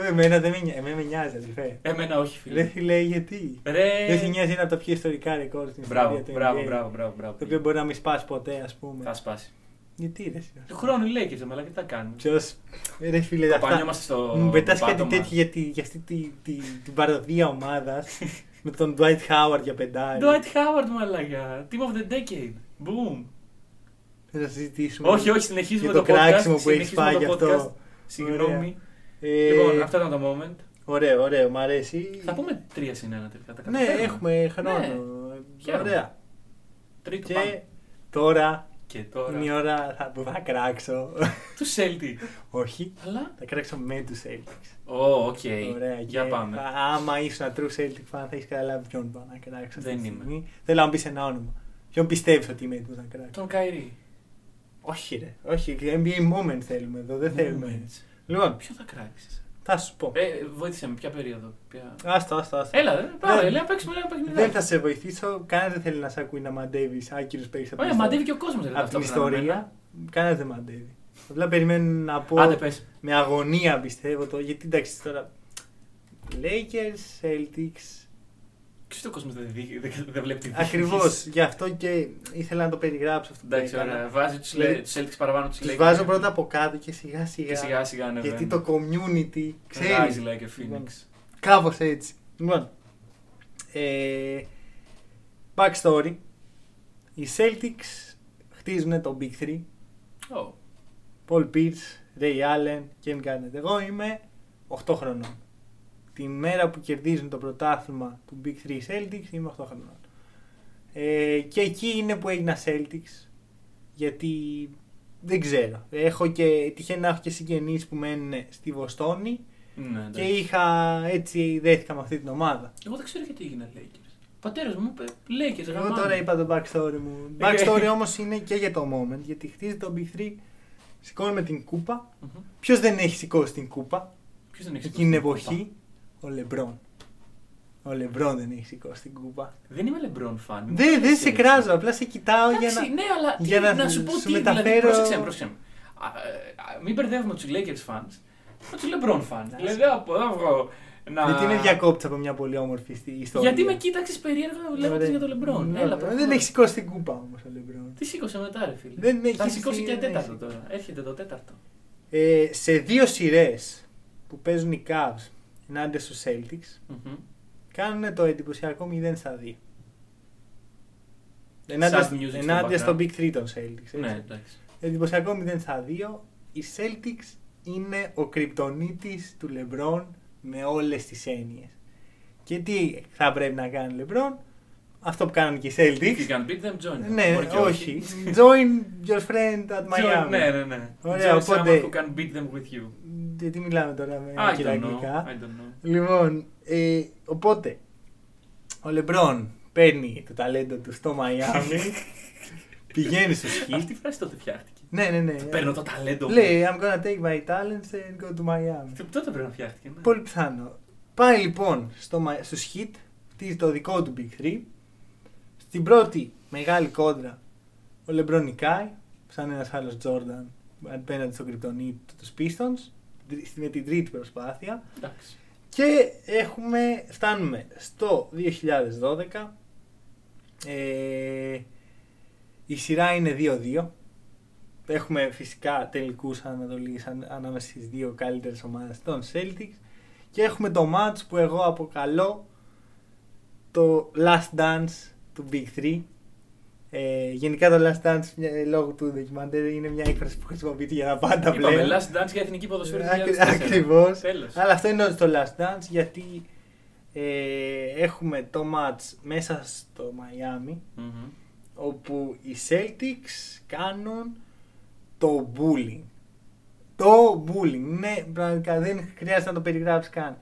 Speaker 1: Ε, Εμένα δεν με, νοιάζει, εμένα με νοιάζει, αδελφέ.
Speaker 2: Εμένα όχι,
Speaker 1: Ρε
Speaker 2: Ε, φίλε.
Speaker 1: φίλε, γιατί.
Speaker 2: Ρε.
Speaker 1: Δεν σε νοιάζει ένα από τα πιο ιστορικά ρεκόρ στην
Speaker 2: Μπράβο,
Speaker 1: ιστορία του
Speaker 2: μπράβο,
Speaker 1: NBA.
Speaker 2: μπράβο, μπράβο, μπράβο.
Speaker 1: Το οποίο μπορεί να μην σπάσει ποτέ, ας πούμε.
Speaker 2: Θα σπάσει.
Speaker 1: Γιατί ρε.
Speaker 2: Του χρόνου λέει και αλλά και τι θα κάνουμε.
Speaker 1: Ποιος. Ρε φίλε,
Speaker 2: Το
Speaker 1: αυτά-
Speaker 2: πανιόμαστε στο
Speaker 1: Μου πετάς κάτι
Speaker 2: πάτωμα.
Speaker 1: τέτοιο για, τη, για αυτή τη, τη, την παροδία ομάδας με τον Dwight Howard για πεντάρι.
Speaker 2: Dwight Howard, μαλακά. Team of the decade. Boom.
Speaker 1: Θα το συζητήσουμε.
Speaker 2: Όχι, όχι, συνεχίζουμε
Speaker 1: για
Speaker 2: το
Speaker 1: το κράξιμο
Speaker 2: podcast.
Speaker 1: που έχεις
Speaker 2: συνεχίζουμε
Speaker 1: φάει
Speaker 2: το
Speaker 1: γι' αυτό.
Speaker 2: podcast. Συγγνώμη.
Speaker 1: Ωραία. Ε,
Speaker 2: Λοιπόν, αυτό ήταν το moment.
Speaker 1: Ωραίο, ωραίο, μ' αρέσει.
Speaker 2: Θα πούμε τρία συν ένα τελικά. Τα
Speaker 1: Ναι,
Speaker 2: καταφέρνουμε.
Speaker 1: έχουμε χρόνο.
Speaker 2: Χαίρομαι.
Speaker 1: Ωραία.
Speaker 2: Τρίτο
Speaker 1: Και
Speaker 2: πάμε.
Speaker 1: τώρα
Speaker 2: Και τώρα.
Speaker 1: είναι η ώρα θα- που θα κράξω.
Speaker 2: Του Celtic.
Speaker 1: όχι,
Speaker 2: Αλλά.
Speaker 1: θα κράξω με τους Celtics.
Speaker 2: Ω, οκ.
Speaker 1: Ωραία,
Speaker 2: Για
Speaker 1: και
Speaker 2: πάμε.
Speaker 1: α- Άμα ήσουν true Celtic fan, θα έχεις καταλάβει ποιον πάω να κράξω. αυτή
Speaker 2: Δεν
Speaker 1: τη
Speaker 2: είμαι.
Speaker 1: στιγμή. Θέλω να μου πει ένα όνομα. Ποιον πιστεύεις ότι είμαι έτοιμο να κράξω.
Speaker 2: Τον Καϊρή.
Speaker 1: Όχι, ρε. Όχι, NBA moment θέλουμε εδώ. Δεν θέλουμε.
Speaker 2: Moments.
Speaker 1: Λοιπόν,
Speaker 2: Ποιο θα κράξει.
Speaker 1: θα σου πω.
Speaker 2: Ε, βοήθησε με, ποια περίοδο. Ποια...
Speaker 1: Άστο, άστο, άστο.
Speaker 2: Έλα, ρε, πάμε,
Speaker 1: Δεν-
Speaker 2: λέει, να παίξουμε ένα παιχνίδι.
Speaker 1: Δεν θα σε βοηθήσω. Κανένα δεν θέλει να σε ακούει να μαντεύεις άκυρο παίξει
Speaker 2: Ωραία, μαντεύει και ο κόσμο.
Speaker 1: από την ιστορία. Κανένα δεν μαντεύει. Απλά περιμένουν να πω
Speaker 2: ναι. Άντε, πες.
Speaker 1: με αγωνία πιστεύω το. Γιατί εντάξει τώρα. Lakers, Celtics,
Speaker 2: Ποιος ο κόσμος δεν, δει- δεν, δεν βλέπει τη δίκη.
Speaker 1: Ακριβώς. Γι' αυτό και ήθελα να το περιγράψω αυτό. που
Speaker 2: Εντάξει,
Speaker 1: έκανα.
Speaker 2: ωραία. Βάζει τους
Speaker 1: Δηλαδή,
Speaker 2: Celtics παραπάνω τους
Speaker 1: Τους βάζω πρώτα από κάτω και σιγά σιγά.
Speaker 2: Και σιγά ναι, σιγά ανεβαίνει.
Speaker 1: γιατί το community
Speaker 2: Rise
Speaker 1: ξέρεις.
Speaker 2: like a phoenix.
Speaker 1: Κάπως έτσι. Λοιπόν. Ε, backstory. Οι Celtics χτίζουν το Big 3. Λοιπόν.
Speaker 2: Ω,
Speaker 1: Paul Pierce, Ray Allen, Kevin Garnett. Εγώ είμαι 8 χρονών. Την μέρα που κερδίζουν το πρωτάθλημα του Big 3 Celtics είμαι 8 χρονών. Ε, και εκεί είναι που έγινα Celtics. Γιατί δεν ξέρω. Έχω και, τυχαίνει να έχω και συγγενείς που μένουν στη Βοστόνη
Speaker 2: Ναι,
Speaker 1: και
Speaker 2: εντάξει.
Speaker 1: είχα έτσι δέθηκα με αυτή την ομάδα.
Speaker 2: Εγώ δεν ξέρω γιατί έγινε Lakers. Ο πατέρας μου είπε Lakers.
Speaker 1: Εγώ
Speaker 2: γαμάμε.
Speaker 1: τώρα είπα το backstory μου.
Speaker 2: Okay.
Speaker 1: Backstory όμως είναι και για το moment γιατί χτίζει το Big 3, σηκώνουμε την κούπα
Speaker 2: Μμμ.
Speaker 1: Ποιος δεν έχει σηκώσει την κούπα.
Speaker 2: Ποιος δεν έχει σηκώσει
Speaker 1: Εκείνη την
Speaker 2: κούπα?
Speaker 1: εποχή, ο Λεμπρόν. Ο Λεμπρόν δεν έχει σηκώσει την κούπα.
Speaker 2: Δεν είμαι LeBron fan. μου
Speaker 1: Δεν
Speaker 2: αρέσει
Speaker 1: σε
Speaker 2: έτσι.
Speaker 1: κράζω, απλά σε κοιτάω
Speaker 2: Εντάξει,
Speaker 1: για να.
Speaker 2: ναι, αλλά τι,
Speaker 1: για
Speaker 2: να,
Speaker 1: να
Speaker 2: σου πω
Speaker 1: σου
Speaker 2: τι. Δηλαδή,
Speaker 1: μεταφέρω-
Speaker 2: πρόσεξε, με, πρόσεξε. με. Α, ε, α, μην μπερδεύουμε τους Lakers fans με τους LeBron fans.
Speaker 1: Εντάξει.
Speaker 2: Δηλαδή, από εδώ βγω να.
Speaker 1: Γιατί με διακόπτει από μια πολύ όμορφη στη- ιστορία.
Speaker 2: Γιατί με κοίταξες περίεργα
Speaker 1: Ωραία.
Speaker 2: λέγοντα για τον LeBron.
Speaker 1: Ναι,
Speaker 2: Έλα,
Speaker 1: ναι,
Speaker 2: προχωράμε.
Speaker 1: Δεν έχει σηκώσει την κούπα όμως ο Λεμπρόν.
Speaker 2: Τι σήκωσε μετά, ρε φίλε.
Speaker 1: Δεν
Speaker 2: Θα
Speaker 1: έχει
Speaker 2: σηκώσει και
Speaker 1: σηκώσει, δεν
Speaker 2: τέταρτο
Speaker 1: έχει.
Speaker 2: τώρα. Έρχεται το τέταρτο.
Speaker 1: Ε, σε δύο σειρές που παίζουν οι Cavs ενάντια στους Celtics,
Speaker 2: Μμμ.
Speaker 1: κάνουν το εντυπωσιακό 0 στα 2.
Speaker 2: Sad music
Speaker 1: Ενάντια,
Speaker 2: στο
Speaker 1: ενάντια στο
Speaker 2: background.
Speaker 1: Big 3 των Celtics. έτσι.
Speaker 2: Ναι, εντάξει.
Speaker 1: Εντυπωσιακό 0 στα 2. Οι Celtics είναι ο κρυπτονίτης του LeBron με όλες τις έννοιες. Και τι θα πρέπει να κάνει LeBron, αυτό που κάνουν και οι
Speaker 2: You
Speaker 1: Celtics.
Speaker 2: can beat them, join. them.
Speaker 1: Ναι,
Speaker 2: Μπορεί και
Speaker 1: όχι. Join your friend at Miami.
Speaker 2: Join- Ναι, ναι, ναι.
Speaker 1: Ωραία,
Speaker 2: Join
Speaker 1: οπότε-
Speaker 2: someone who can beat them with you.
Speaker 1: Γιατί μιλάμε τώρα με
Speaker 2: I
Speaker 1: κύρια
Speaker 2: don't know.
Speaker 1: αγγλικά.
Speaker 2: I don't know.
Speaker 1: Λοιπόν, ε, οπότε, ο Λεμπρόν παίρνει το ταλέντο του στο Μαϊάμι, πηγαίνει στους
Speaker 2: Αυτή
Speaker 1: Heat.
Speaker 2: η φράση τότε φτιάχτηκε.
Speaker 1: ναι, ναι, ναι.
Speaker 2: Παίρνω το ταλέντο μου.
Speaker 1: Λέει, I'm gonna take my talents and go to Miami.
Speaker 2: Τι- Τότε πρέπει να φτιάχτηκε. ναι.
Speaker 1: Πολύ πιθανό. Πάει λοιπόν στο, Μα- στους Heat, χτίζει το δικό του Big 3. Στην πρώτη μεγάλη κόντρα, ο Λεμπρόν νικάει, σαν ένας άλλος Jordan, απέναντι στον κρυπτονίτη του τους Pistons, δι- με την τρίτη προσπάθεια.
Speaker 2: Εντάξει.
Speaker 1: Και έχουμε, φτάνουμε στο 2012. Ε, η σειρά είναι 2-2. Έχουμε φυσικά τελικούς ανατολής αν- ανάμεσα στις δύο καλύτερες ομάδες των Celtics. Και έχουμε το match που εγώ αποκαλώ το Last Dance του Big 3. Ε, γενικά το Last Dance μια- λόγω του ντοκιμαντέρ είναι μια έκφραση που χρησιμοποιείται για τα πάντα πλέον.
Speaker 2: Είπαμε last dance για εθνική ποδοσφαίρη.
Speaker 1: Ακριβώς.
Speaker 2: Τέλος.
Speaker 1: Αλλά αυτό είναι το Last Dance γιατί ε, έχουμε το match μέσα στο Μαϊάμι
Speaker 2: Μμμ.
Speaker 1: όπου οι Celtics κάνουν το bullying. Το bullying. Ναι, πραγματικά δεν χρειάζεται να το περιγράψεις καν.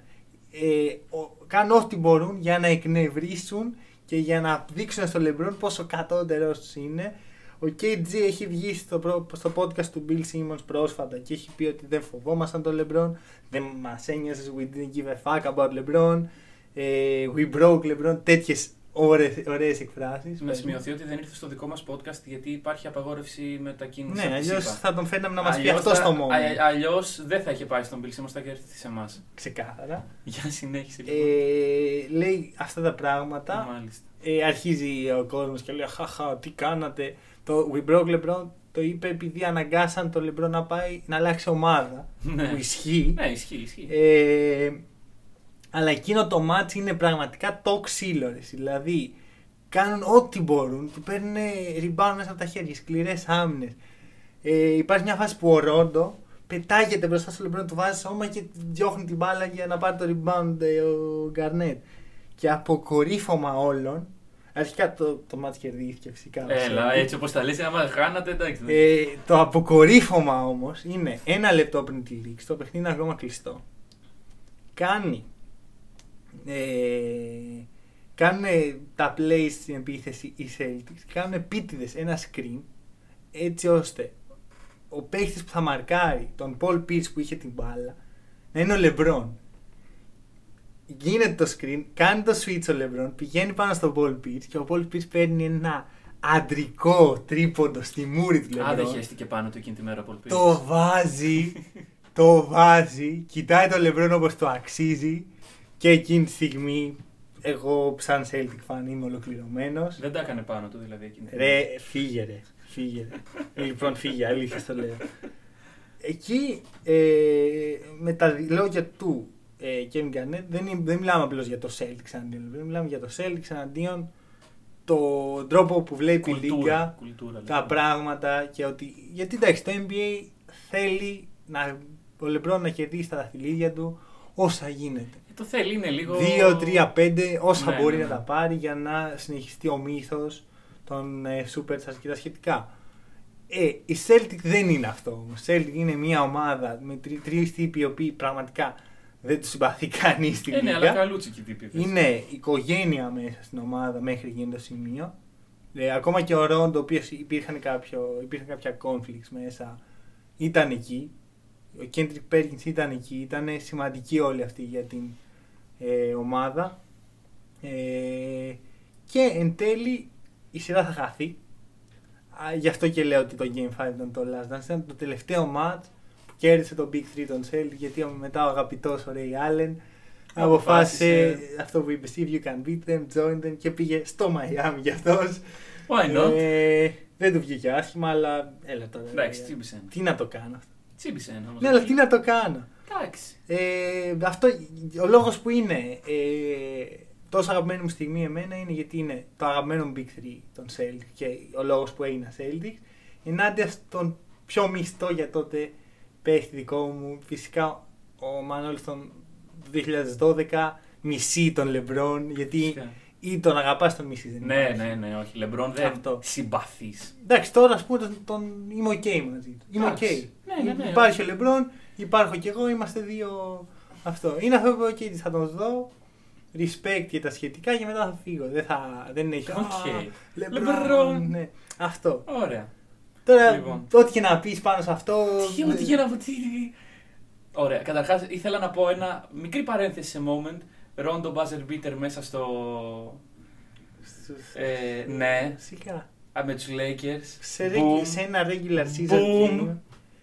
Speaker 1: Ε, ο, κάνουν ό,τι μπορούν για να εκνευρίσουν και για να δείξουν στο LeBron πόσο κατώτερος τους είναι. Ο KG έχει βγει στο, προ- στο podcast του Bill Simmons πρόσφατα και έχει πει ότι δεν φοβόμασταν τον LeBron, δεν μας ένιωσε, we didn't give a fuck about LeBron, ε, we broke LeBron, τέτοιες ωραίες, ωραίες εκφράσεις.
Speaker 2: Να σημειωθεί ότι δεν ήρθε στο δικό μας podcast γιατί υπάρχει απαγόρευση μετακίνησης.
Speaker 1: Ναι, αλλιώ θα τον φέρναμε να μας πει αυτό το μόνο.
Speaker 2: Αλλιώ δεν θα είχε πάει στον Bill Simmons, θα είχε έρθει σε εμάς.
Speaker 1: Ξεκάθαρα.
Speaker 2: Για συνέχιση λοιπόν.
Speaker 1: Ε, λέει αυτά τα πράγματα.
Speaker 2: Μάλιστα.
Speaker 1: Ε, αρχίζει ο κόσμος και λέει: Χαχά, τι κάνατε. Το We Broke LeBron το είπε επειδή αναγκάσαν τον LeBron να πάει να αλλάξει ομάδα.
Speaker 2: Ναι.
Speaker 1: Που ισχύει.
Speaker 2: Ναι, ισχύει, ισχύει.
Speaker 1: Ε, αλλά εκείνο το μάτς είναι πραγματικά το ξύλο. ρε. Δηλαδή, κάνουν ό,τι μπορούν. Του παίρνουν ριμπάν μέσα από τα χέρια, σκληρές άμυνες. Ε, υπάρχει μια φάση που ο Ρόντο πετάγεται μπροστά στο λεμπρό, του βάζει σώμα και διώχνει την μπάλα για να πάρει το rebound ε, ο Γκαρνέτ. Και αποκορύφωμα όλων. Αρχικά το, το μάτς κερδίθηκε φυσικά.
Speaker 2: Έλα,
Speaker 1: Celtics.
Speaker 2: έτσι όπως τα λε, άμα χάνατε, εντάξει. δεν-
Speaker 1: Ε, το αποκορύφωμα όμως είναι ένα λεπτό πριν τη λήξη, το παιχνίδι είναι ακόμα κλειστό. Κάνει. Ε, κάνουν τα plays στην επίθεση οι Celtics, κάνουν επίτηδες ένα screen έτσι ώστε ο παίχτης που θα μαρκάρει τον Paul Pierce που είχε την μπάλα να είναι ο LeBron. Γίνεται το screen, κάνει το switch ο LeBron, πηγαίνει πάνω στον Paul Pierce και ο Paul Pierce παίρνει ένα αντρικό τρίποντο στη μούρη του LeBron.
Speaker 2: Α, δεν χαίστηκε πάνω του εκείνη τη μέρα πολύ.
Speaker 1: Το βάζει, το βάζει, κοιτάει το Λεμπρόν όπως το αξίζει και εκείνη τη στιγμή εγώ σαν Celtic fan είμαι ολοκληρωμένος.
Speaker 2: Δεν τα έκανε πάνω του δηλαδή εκείνη τη μέρα.
Speaker 1: Ρε, φύγε ρε, φύγε ρε. λοιπόν, φύγε, αλήθεια στο λέω. Εκεί ε, με τα δι- λόγια του ε, Kevin Garnett δεν, είναι- δεν μιλάμε απλώς για το Celtics αντίον, LeBron, μιλάμε για το Celtics αντίον τον τρόπο που βλέπει η Λίγκα
Speaker 2: Κουλτούρα. λοιπόν.
Speaker 1: τα πράγματα και ότι. Γιατί εντάξει, το NBA θέλει να, ο Λεμπρόν να κερδίσει τα δαχτυλίδια του όσα γίνεται.
Speaker 2: Ε, Το θέλει, είναι λίγο.
Speaker 1: 2, 3, 5, όσα
Speaker 2: Ναι,
Speaker 1: μπορεί
Speaker 2: ναι,
Speaker 1: να
Speaker 2: ναι.
Speaker 1: τα πάρει για να συνεχιστεί ο μύθος των ε, Superstars και τα σχετικά. Ε, η Celtic δεν είναι αυτό όμως. Η Celtic είναι μια ομάδα με τρεις τύποι οι οποίοι πραγματικά δεν τους συμπαθεί κανείς στην
Speaker 2: Ε, ναι,
Speaker 1: λίγα.
Speaker 2: αλλά καλούτσικη τύπη. δες.
Speaker 1: Είναι οικογένεια μέσα στην ομάδα μέχρι εκείνο το σημείο. Ε, ακόμα και ο Ρόντ, ο οποίος υπήρχαν, κάποιο, υπήρχαν κάποια conflicts μέσα, ήταν εκεί. Ο Kendrick Perkins ήταν εκεί, ήταν σημαντική όλη αυτή για την ε, ομάδα. Ε, και εν τέλει η σειρά θα χαθεί. Α, Γι' αυτό και λέω ότι το Game 5 ήταν το last dance. Ήταν το τελευταίο match που κέρδισε το Big 3 των Celtics γιατί μετά ο αγαπητός ο Ray Allen αποφάσισε
Speaker 2: Αποφάσισε.
Speaker 1: αυτό που είπες If you can beat them, join them και πήγε στο Miami για αυτός.
Speaker 2: Why not?
Speaker 1: Ε, δεν του βγήκε άσχημα, αλλά έλα τώρα.
Speaker 2: Εντάξει,
Speaker 1: ε,
Speaker 2: τσίμπησε ένα.
Speaker 1: Τι να το κάνω. αυτό.
Speaker 2: Τσίμπησε ένα όμως.
Speaker 1: Ναι, αλλά τι να το κάνω.
Speaker 2: Εντάξει.
Speaker 1: Ε, αυτό, ο λόγος που είναι ε, τόσο αγαπημένη μου στιγμή εμένα είναι γιατί είναι το αγαπημένο μου Big 3 των Celtic και ο λόγος που έγινα Celtic ενάντια στον πιο μισθό για τότε παίχτη δικό μου φυσικά ο Μανόλστον το 2012 μισή τον Λεμπρόν γιατί
Speaker 2: Φυσικά.
Speaker 1: ή τον αγαπάς τον μισή δεν
Speaker 2: Ναι,
Speaker 1: υπάρχει.
Speaker 2: ναι, ναι, όχι. Λεμπρόν δεν
Speaker 1: Αυτό.
Speaker 2: συμπαθείς.
Speaker 1: Εντάξει, τώρα ας πούμε τον, τον είμαι οκ μαζί του. Είμαι οκ.
Speaker 2: Εντάξει. Ναι, ναι, ναι.
Speaker 1: Υπάρχει ο Λεμπρόν, υπάρχω κι εγώ, είμαστε δύο. Αυτό. Είναι αυτό που okay, θα τον δω. Respect και τα σχετικά και μετά θα φύγω. Δεν, θα, δεν έχει.
Speaker 2: Οκ.
Speaker 1: Λεμπρόν.
Speaker 2: LeBron.
Speaker 1: Ναι. Αυτό.
Speaker 2: Ωραία.
Speaker 1: Τώρα,
Speaker 2: Λοιπόν.
Speaker 1: ό,τι και να πεις πάνω σε αυτό.
Speaker 2: Τι
Speaker 1: ναι.
Speaker 2: μου τι για να πω, τι. τι- Ωραία. Καταρχάς, ήθελα να πω ένα μικρή παρένθεση σε moment. Ρόντο buzzer beater μέσα στο.
Speaker 1: Στους-
Speaker 2: Ε, ναι,
Speaker 1: Φυσικά.
Speaker 2: α, με τους Lakers.
Speaker 1: Σε,
Speaker 2: Boom.
Speaker 1: ρέγγι- σε ένα regular season.
Speaker 2: Boom.
Speaker 1: game.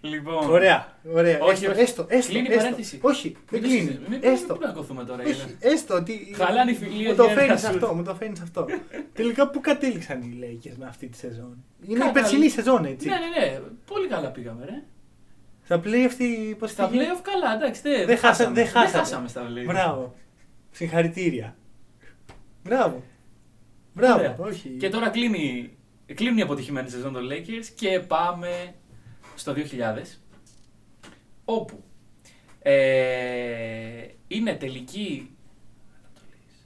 Speaker 2: Λοιπόν.
Speaker 1: Ωραία, ωραία.
Speaker 2: Όχι,
Speaker 1: έστω,
Speaker 2: όχι.
Speaker 1: έστω, έστω,
Speaker 2: Κλείνει η
Speaker 1: έστω.
Speaker 2: παρένθεση.
Speaker 1: Όχι, δεν
Speaker 2: Μην-
Speaker 1: κλείνει.
Speaker 2: Μην
Speaker 1: Έστω.
Speaker 2: πλακωθούμε τώρα.
Speaker 1: Όχι,
Speaker 2: Έλενα.
Speaker 1: έστω ότι.
Speaker 2: Χαλάνε οι φιλίες
Speaker 1: Μου το
Speaker 2: για ένα
Speaker 1: φέρνει
Speaker 2: σουτ.
Speaker 1: αυτό, μου το φέρνεις αυτό. Τελικά πού κατέληξαν οι Lakers με αυτή τη σεζόν. Είναι
Speaker 2: Καλά.
Speaker 1: η περσινή σεζόν, έτσι.
Speaker 2: Ναι, ναι, ναι. Πολύ καλά πήγαμε, ρε.
Speaker 1: Στα play αυτή πώς
Speaker 2: Στα playoff καλά, εντάξει. δε-
Speaker 1: Δεν χάσαμε.
Speaker 2: Δεν
Speaker 1: Δεν
Speaker 2: χάσαμε στα playoff.
Speaker 1: Μπράβο. Συγχαρητήρια. Μπράβο. Μπράβο,
Speaker 2: Ωραία.
Speaker 1: όχι.
Speaker 2: Και τώρα κλείνει, κλείνουν οι αποτυχημένες σεζόν των Lakers και πάμε στο 2000 όπου ε, είναι τελική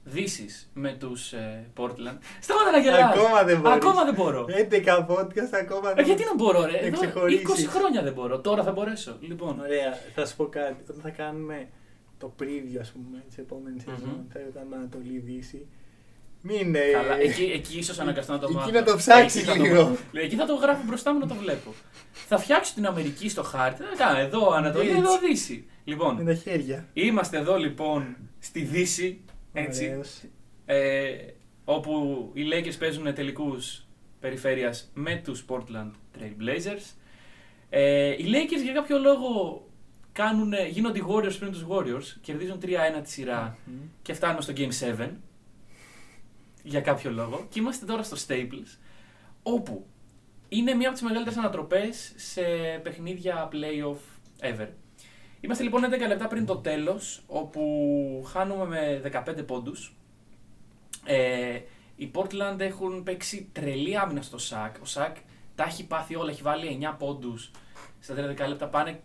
Speaker 2: Δύσης με τους ε, Portland. Σταμάτα να γελάς.
Speaker 1: Ακόμα δεν μπορείς. Ε,
Speaker 2: Ακόμα δεν μπορώ.
Speaker 1: 11 podcast ακόμα
Speaker 2: Ε,
Speaker 1: δεν.
Speaker 2: Γιατί να μπορώ ρε.
Speaker 1: Δεν
Speaker 2: Εδώ 20
Speaker 1: ξεχωρίσεις.
Speaker 2: χρόνια δεν μπορώ. Τώρα θα μπορέσω. Λοιπόν.
Speaker 1: Ωραία, θα σου πω κάτι. Όταν θα κάνουμε το preview, ας πούμε, της επόμενης σεζόν,
Speaker 2: Μμμ.
Speaker 1: θα ήταν Ανατολή Δύση. Μην. ε,
Speaker 2: Καλά, εκεί, εκεί ίσως αναγκαστώ να το
Speaker 1: Εκεί
Speaker 2: μάθω.
Speaker 1: να το ψάξεις
Speaker 2: Εκεί θα το-
Speaker 1: λίγο.
Speaker 2: Εκεί θα το γράφω μπροστά μου να το βλέπω. θα φτιάξω την Αμερική στο χάρτη. Να, εδώ Ανατολή,
Speaker 1: Έτσι.
Speaker 2: εδώ Δύση.
Speaker 1: Με
Speaker 2: Λοιπόν,
Speaker 1: τα χέρια.
Speaker 2: είμαστε εδώ λοιπόν στη Δύση, έτσι,
Speaker 1: Ωραίος.
Speaker 2: ε, όπου οι Lakers παίζουν τελικούς περιφέρειας με τους Portland Trail Blazers. Ε, οι Lakers για κάποιο λόγο κάνουν, γίνονται οι Warriors πριν τους Warriors, κερδίζουν 3-1 τη σειρά
Speaker 1: Μμμ.
Speaker 2: και φτάνουμε στο Game 7 για κάποιο λόγο και είμαστε τώρα στο Staples όπου είναι μία από τις μεγαλύτερες ανατροπές σε παιχνίδια playoff ever. Είμαστε λοιπόν 11 λεπτά πριν το τέλος όπου χάνουμε με 15 πόντους. Ε, οι Portland έχουν παίξει τρελή άμυνα στο Σακ. Ο Σακ τα έχει πάθει όλα, έχει βάλει 9 πόντους στα 10 λεπτά πάνε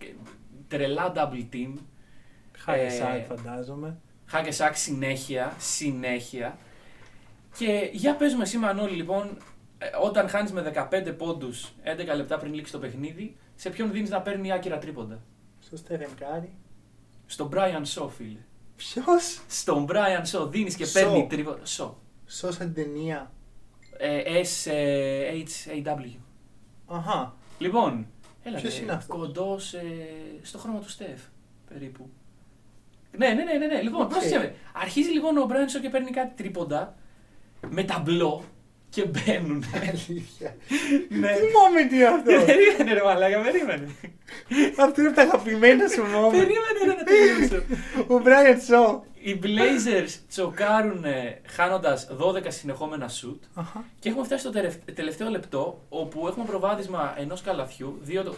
Speaker 2: τρελά double team.
Speaker 1: Χάρη
Speaker 2: Ε,
Speaker 1: Σάικ, φαντάζομαι.
Speaker 2: Hack and Sack συνέχεια, συνέχεια. Και για παίζουμε εσύ Μανώλη λοιπόν, ε, όταν χάνεις με 15 πόντους 11 λεπτά πριν λήξει το παιχνίδι, σε ποιον δίνεις να παίρνει άκυρα τρίποντα.
Speaker 1: Στο Στέφεν Κάρι.
Speaker 2: Στον Brian Shaw φίλε.
Speaker 1: Ποιος
Speaker 2: Στον Brian Shaw δίνεις και
Speaker 1: Shaw.
Speaker 2: παίρνει τρίποντα. Shaw.
Speaker 1: σώσε την ταινία.
Speaker 2: Ε, S-H-A-W.
Speaker 1: Αχα.
Speaker 2: Λοιπόν, έλα
Speaker 1: Ποιος είναι αυτός?
Speaker 2: κοντός ε, στο χρώμα του Στεφ, περίπου. Ναι, ναι, ναι, ναι, ναι. Λοιπόν,
Speaker 1: Οκ.
Speaker 2: πρόσεξε με. Αρχίζει λοιπόν ο Μπράινσο και παίρνει κάτι τρίποντα με ταμπλό και μπαίνουν.
Speaker 1: Αλήθεια.
Speaker 2: ναι.
Speaker 1: Τι moment είναι αυτό.
Speaker 2: Περίμενε ρε μαλάκα, περίμενε.
Speaker 1: Αυτό είναι από τα αγαπημένα σου moment.
Speaker 2: περίμενε ρε να τελειώσω.
Speaker 1: Ο Μπράιερ Σό.
Speaker 2: Οι Blazers τσοκάρουν χάνοντας 12 συνεχόμενα σουτ
Speaker 1: Αχα.
Speaker 2: Και έχουμε φτάσει στο τερευ- τελευταίο λεπτό όπου έχουμε προβάδισμα ενός καλαθιού, δύο, το-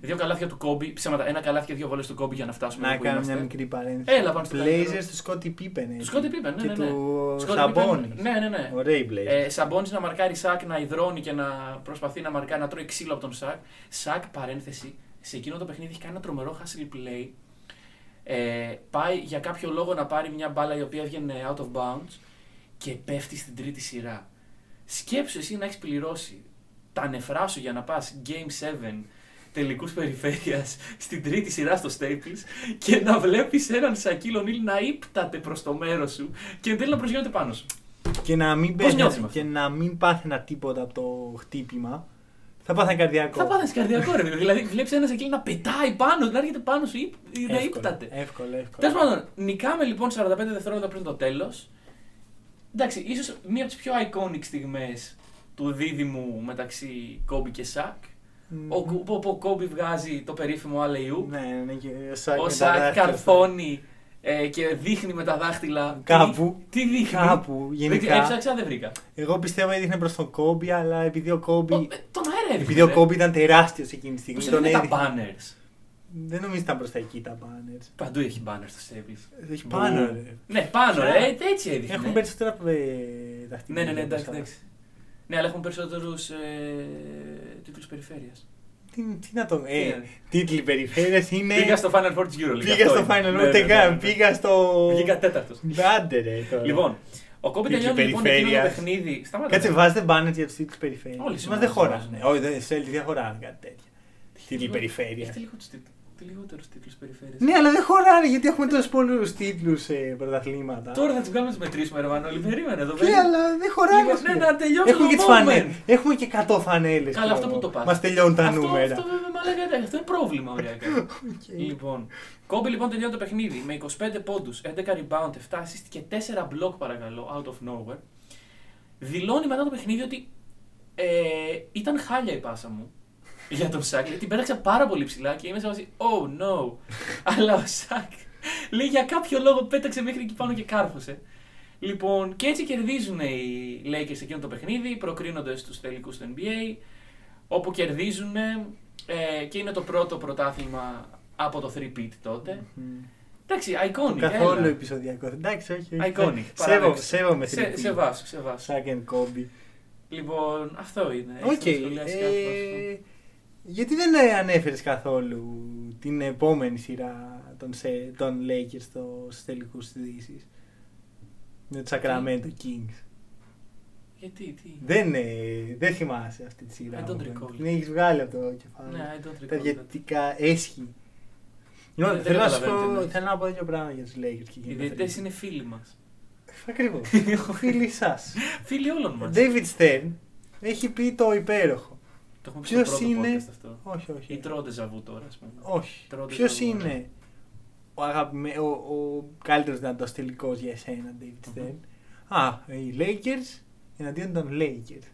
Speaker 2: δύο καλάθια του Κόμπι, ψέματα, ένα καλάθι και δύο βολέ του Κόμπι για να φτάσουμε
Speaker 1: Να
Speaker 2: εκεί που
Speaker 1: κάνω
Speaker 2: είμαστε. Ε,
Speaker 1: μια μικρή παρένθεση.
Speaker 2: Έλα, πάμε στο
Speaker 1: Blazers
Speaker 2: καλύτερο.
Speaker 1: του Σκότι Πίπεν. έτσι.
Speaker 2: Του Σκότι Πίπεν, ναι,
Speaker 1: Και
Speaker 2: ναι. ναι.
Speaker 1: του
Speaker 2: Σκότι Πίπεν,
Speaker 1: Σαμπόνι.
Speaker 2: Ναι, ναι, ναι.
Speaker 1: Ωραίοι οι Blazers.
Speaker 2: Ε, Σαμπόνι να μαρκάρει Σάκ, να υδρώνει και να προσπαθεί να, μαρκάρει, να τρώει ξύλο από τον Σάκ. Σάκ, παρένθεση, σε εκείνο το παιχνίδι έχει κάνει ένα τρομερό hustle play. Ε, πάει για κάποιο λόγο να πάρει μια μπάλα η οποία έβγαινε out of bounds και πέφτει στην τρίτη σειρά. Σκέψου εσύ να έχεις πληρώσει τα νεφρά σου για να πας Game 7 τελικούς περιφέρειας στην τρίτη σειρά στο Staples και να βλέπεις έναν Σακύλο Νίλ να ύπταται προς το μέρος σου και εν τέλει να προσγειώνεται πάνω σου.
Speaker 1: Και να μην
Speaker 2: Πώς νιώθεις με
Speaker 1: παίρνει.
Speaker 2: αυτό?
Speaker 1: Και να μην πάθαινα τίποτα από το χτύπημα. Θα πάθανε καρδιακό.
Speaker 2: Θα πάθει καρδιακό ρε. παιδί. δηλαδή βλέπεις ένα εκεί να πετάει πάνω, να έρχεται πάνω σου ή ή να
Speaker 1: Εύκολα,
Speaker 2: ύπταται.
Speaker 1: Εύκολα, εύκολα.
Speaker 2: Τέλος πάντων, νικάμε λοιπόν 45 δευτερόλεπτα πριν το τέλος. Εντάξει, ίσως μία από τις πιο iconic στιγμές του δίδυμου μεταξύ Κόμπι και Σακ.
Speaker 1: Μμμ.
Speaker 2: Ο, Κου- όπου ο Κόμπι βγάζει το περίφημο αλεϊού.
Speaker 1: Ναι, ναι, και ο Σάκ.
Speaker 2: ο
Speaker 1: με τα
Speaker 2: Σακ
Speaker 1: δάχτυλα.
Speaker 2: καρφώνει ε, και δείχνει με τα δάχτυλα.
Speaker 1: Κάπου.
Speaker 2: Τι, τι δείχνει.
Speaker 1: Κάπου,
Speaker 2: Δεν
Speaker 1: γενικά.
Speaker 2: ξέρω, Έψαξα, δεν βρήκα.
Speaker 1: Εγώ πιστεύω έδειχνε προς τον Κόμπι, αλλά επειδή ο Κόμπι.
Speaker 2: Ο, ε, τον αέρα έδειχνε.
Speaker 1: Επειδή ο Κόμπι ήταν τεράστιος εκείνη τη στιγμή.
Speaker 2: Πώς
Speaker 1: Τον
Speaker 2: έδειχνε τα
Speaker 1: έδειχνε.
Speaker 2: banners.
Speaker 1: Δεν νομίζω ήταν προς τα εκεί τα banners.
Speaker 2: Παντού έχει banners στο Staples.
Speaker 1: Έχει
Speaker 2: Μπου.
Speaker 1: πάνω, ρε.
Speaker 2: Ναι, πάνω,
Speaker 1: Ποια?
Speaker 2: ρε, έτσι έδειχνε.
Speaker 1: Έχουν περισσότερα ε,
Speaker 2: Ναι,
Speaker 1: δαχτυλίδια.
Speaker 2: ναι, ναι, εντάξει,
Speaker 1: μπροστά.
Speaker 2: εντάξει. Ναι, αλλά έχουν περισσότερους ε, τίτλους περιφέρειας.
Speaker 1: Τι, τι να τον.
Speaker 2: Τι
Speaker 1: Ε,
Speaker 2: είναι?
Speaker 1: τίτλοι περιφέρειας είναι.
Speaker 2: Πήγα στο Final Four της Euroleague.
Speaker 1: Ναι. Πήγα
Speaker 2: αυτό
Speaker 1: στο
Speaker 2: είναι. Ναι,
Speaker 1: Final
Speaker 2: ναι,
Speaker 1: Four.
Speaker 2: ναι, ναι, ναι.
Speaker 1: Τεκά, πήγα στο.
Speaker 2: Βγήκα τέταρτος.
Speaker 1: Άντε ρε τώρα.
Speaker 2: Λοιπόν, ο Κόμπι
Speaker 1: Τίτλοι
Speaker 2: τελειώνει λοιπόν εκείνο το
Speaker 1: περιφέρειας.
Speaker 2: παιχνίδι. Σταμάτα.
Speaker 1: Κάτσε, βάζετε μπάνετ για τους τίτλους περιφέρειας.
Speaker 2: Όλοι ναι.
Speaker 1: Μα
Speaker 2: σήμερα
Speaker 1: δεν
Speaker 2: βάζουν.
Speaker 1: χωράνε. Όχι, δεν- σε Celtic δεν χωράνε κάτι τέτοιο. Τίτλοι
Speaker 2: Λίγο-
Speaker 1: περιφέρεια.
Speaker 2: Έχετε λίγο τους τίτλου- τη- λιγότερους τίτλους περιφέρειας.
Speaker 1: Ναι, αλλά δεν χωράνε γιατί έχουμε τόσους πολλούς τίτλους πρωταθλήματα.
Speaker 2: Τώρα θα τους κάνουμε τις μετρήσουμε, Ερβανόλη. Περίμενε εδώ
Speaker 1: Τι,
Speaker 2: πέρα.
Speaker 1: αλλά δεν χωράνε.
Speaker 2: Λίγο-
Speaker 1: ας πούμε.
Speaker 2: ναι, να τελειώσω
Speaker 1: Έχουμε
Speaker 2: το
Speaker 1: και τις
Speaker 2: moment.
Speaker 1: φανέλες. Έχουμε και 100 φανέλες.
Speaker 2: Καλά, αυτό που το πάθει.
Speaker 1: Μας τελειώνουν τα
Speaker 2: αυτό,
Speaker 1: νούμερα.
Speaker 2: Αυτό βέβαια μαλάκα, εντάξει, αυτό είναι πρόβλημα ωριακά.
Speaker 1: Οκ.
Speaker 2: λοιπόν, Κόμπι λοιπόν τελειώνει το παιχνίδι με 25 πόντου, 11 rebound, 7 assist και 4 block παρακαλώ, out of nowhere. Δηλώνει μετά το παιχνίδι ότι ε, ήταν χάλια η πάσα μου για τον Σάκ. γιατί την πέταξα πάρα πολύ ψηλά και είμαι σε βάση Oh no! Αλλά ο Σάκ λέει για κάποιο λόγο πέταξε μέχρι εκεί πάνω και κάρφωσε. Λοιπόν, και έτσι κερδίζουν οι Lakers εκείνο το παιχνίδι, προκρίνονται στους τελικούς του NBA, όπου κερδίζουν ε, και είναι το πρώτο πρωτάθλημα από το 3-peat τότε.
Speaker 1: Μμμ.
Speaker 2: Εντάξει, Λοιπόν, iconic.
Speaker 1: Καθόλου
Speaker 2: έλα.
Speaker 1: επεισοδιακό. Εντάξει, όχι. όχι.
Speaker 2: Iconic.
Speaker 1: Σέβομαι,
Speaker 2: παράδειγμα.
Speaker 1: σέβομαι.
Speaker 2: σε, σε βάσω, σε βάσω.
Speaker 1: Σάκεν Κόμπι.
Speaker 2: Λοιπόν, αυτό είναι. Έχεις
Speaker 1: Οκ.
Speaker 2: να σχολιάσεις ναι. κάτι προς αυτό?
Speaker 1: ε, Γιατί δεν ε, ανέφερες καθόλου την επόμενη σειρά των, σε, των Lakers στο, στους τελικούς της Δύσης. Με το Sacramento Kings.
Speaker 2: Γιατί, τι.
Speaker 1: Δεν, ε, δεν θυμάσαι αυτή τη σειρά.
Speaker 2: I don't
Speaker 1: μου φαίνεται.
Speaker 2: recall.
Speaker 1: Την έχεις βγάλει από το κεφάλι.
Speaker 2: Ναι, I don't recall
Speaker 1: Τα
Speaker 2: that.
Speaker 1: διαιτητικά έσχη.
Speaker 2: Ναι,
Speaker 1: Λοιπόν,
Speaker 2: δεν
Speaker 1: θέλω να σου
Speaker 2: καταλαβαίνω τι
Speaker 1: πω,
Speaker 2: εννοείς.
Speaker 1: θέλω να πω δύο πράγματα για τους Lakers. και
Speaker 2: Οι
Speaker 1: γενικά τα
Speaker 2: διαιτητές
Speaker 1: Lakers.
Speaker 2: είναι φίλοι μας.
Speaker 1: Ακριβώς. Φίλοι σας.
Speaker 2: Φίλοι όλων
Speaker 1: Ο
Speaker 2: μας.
Speaker 1: David Stern έχει πει το υπέροχο.
Speaker 2: Το έχουμε πει στο
Speaker 1: Ποιος
Speaker 2: πρώτο
Speaker 1: είναι-
Speaker 2: podcast αυτό.
Speaker 1: Όχι, όχι.
Speaker 2: Ή τρώτε ζαβού τώρα, ας πούμε.
Speaker 1: Όχι.
Speaker 2: Τρώτε
Speaker 1: Ποιο
Speaker 2: ζαβού.
Speaker 1: είναι ο, αγαπημέ... ο, ο καλύτερος δυνατός τελικός για εσένα, David Stern. Α, οι Lakers εναντίον των Lakers.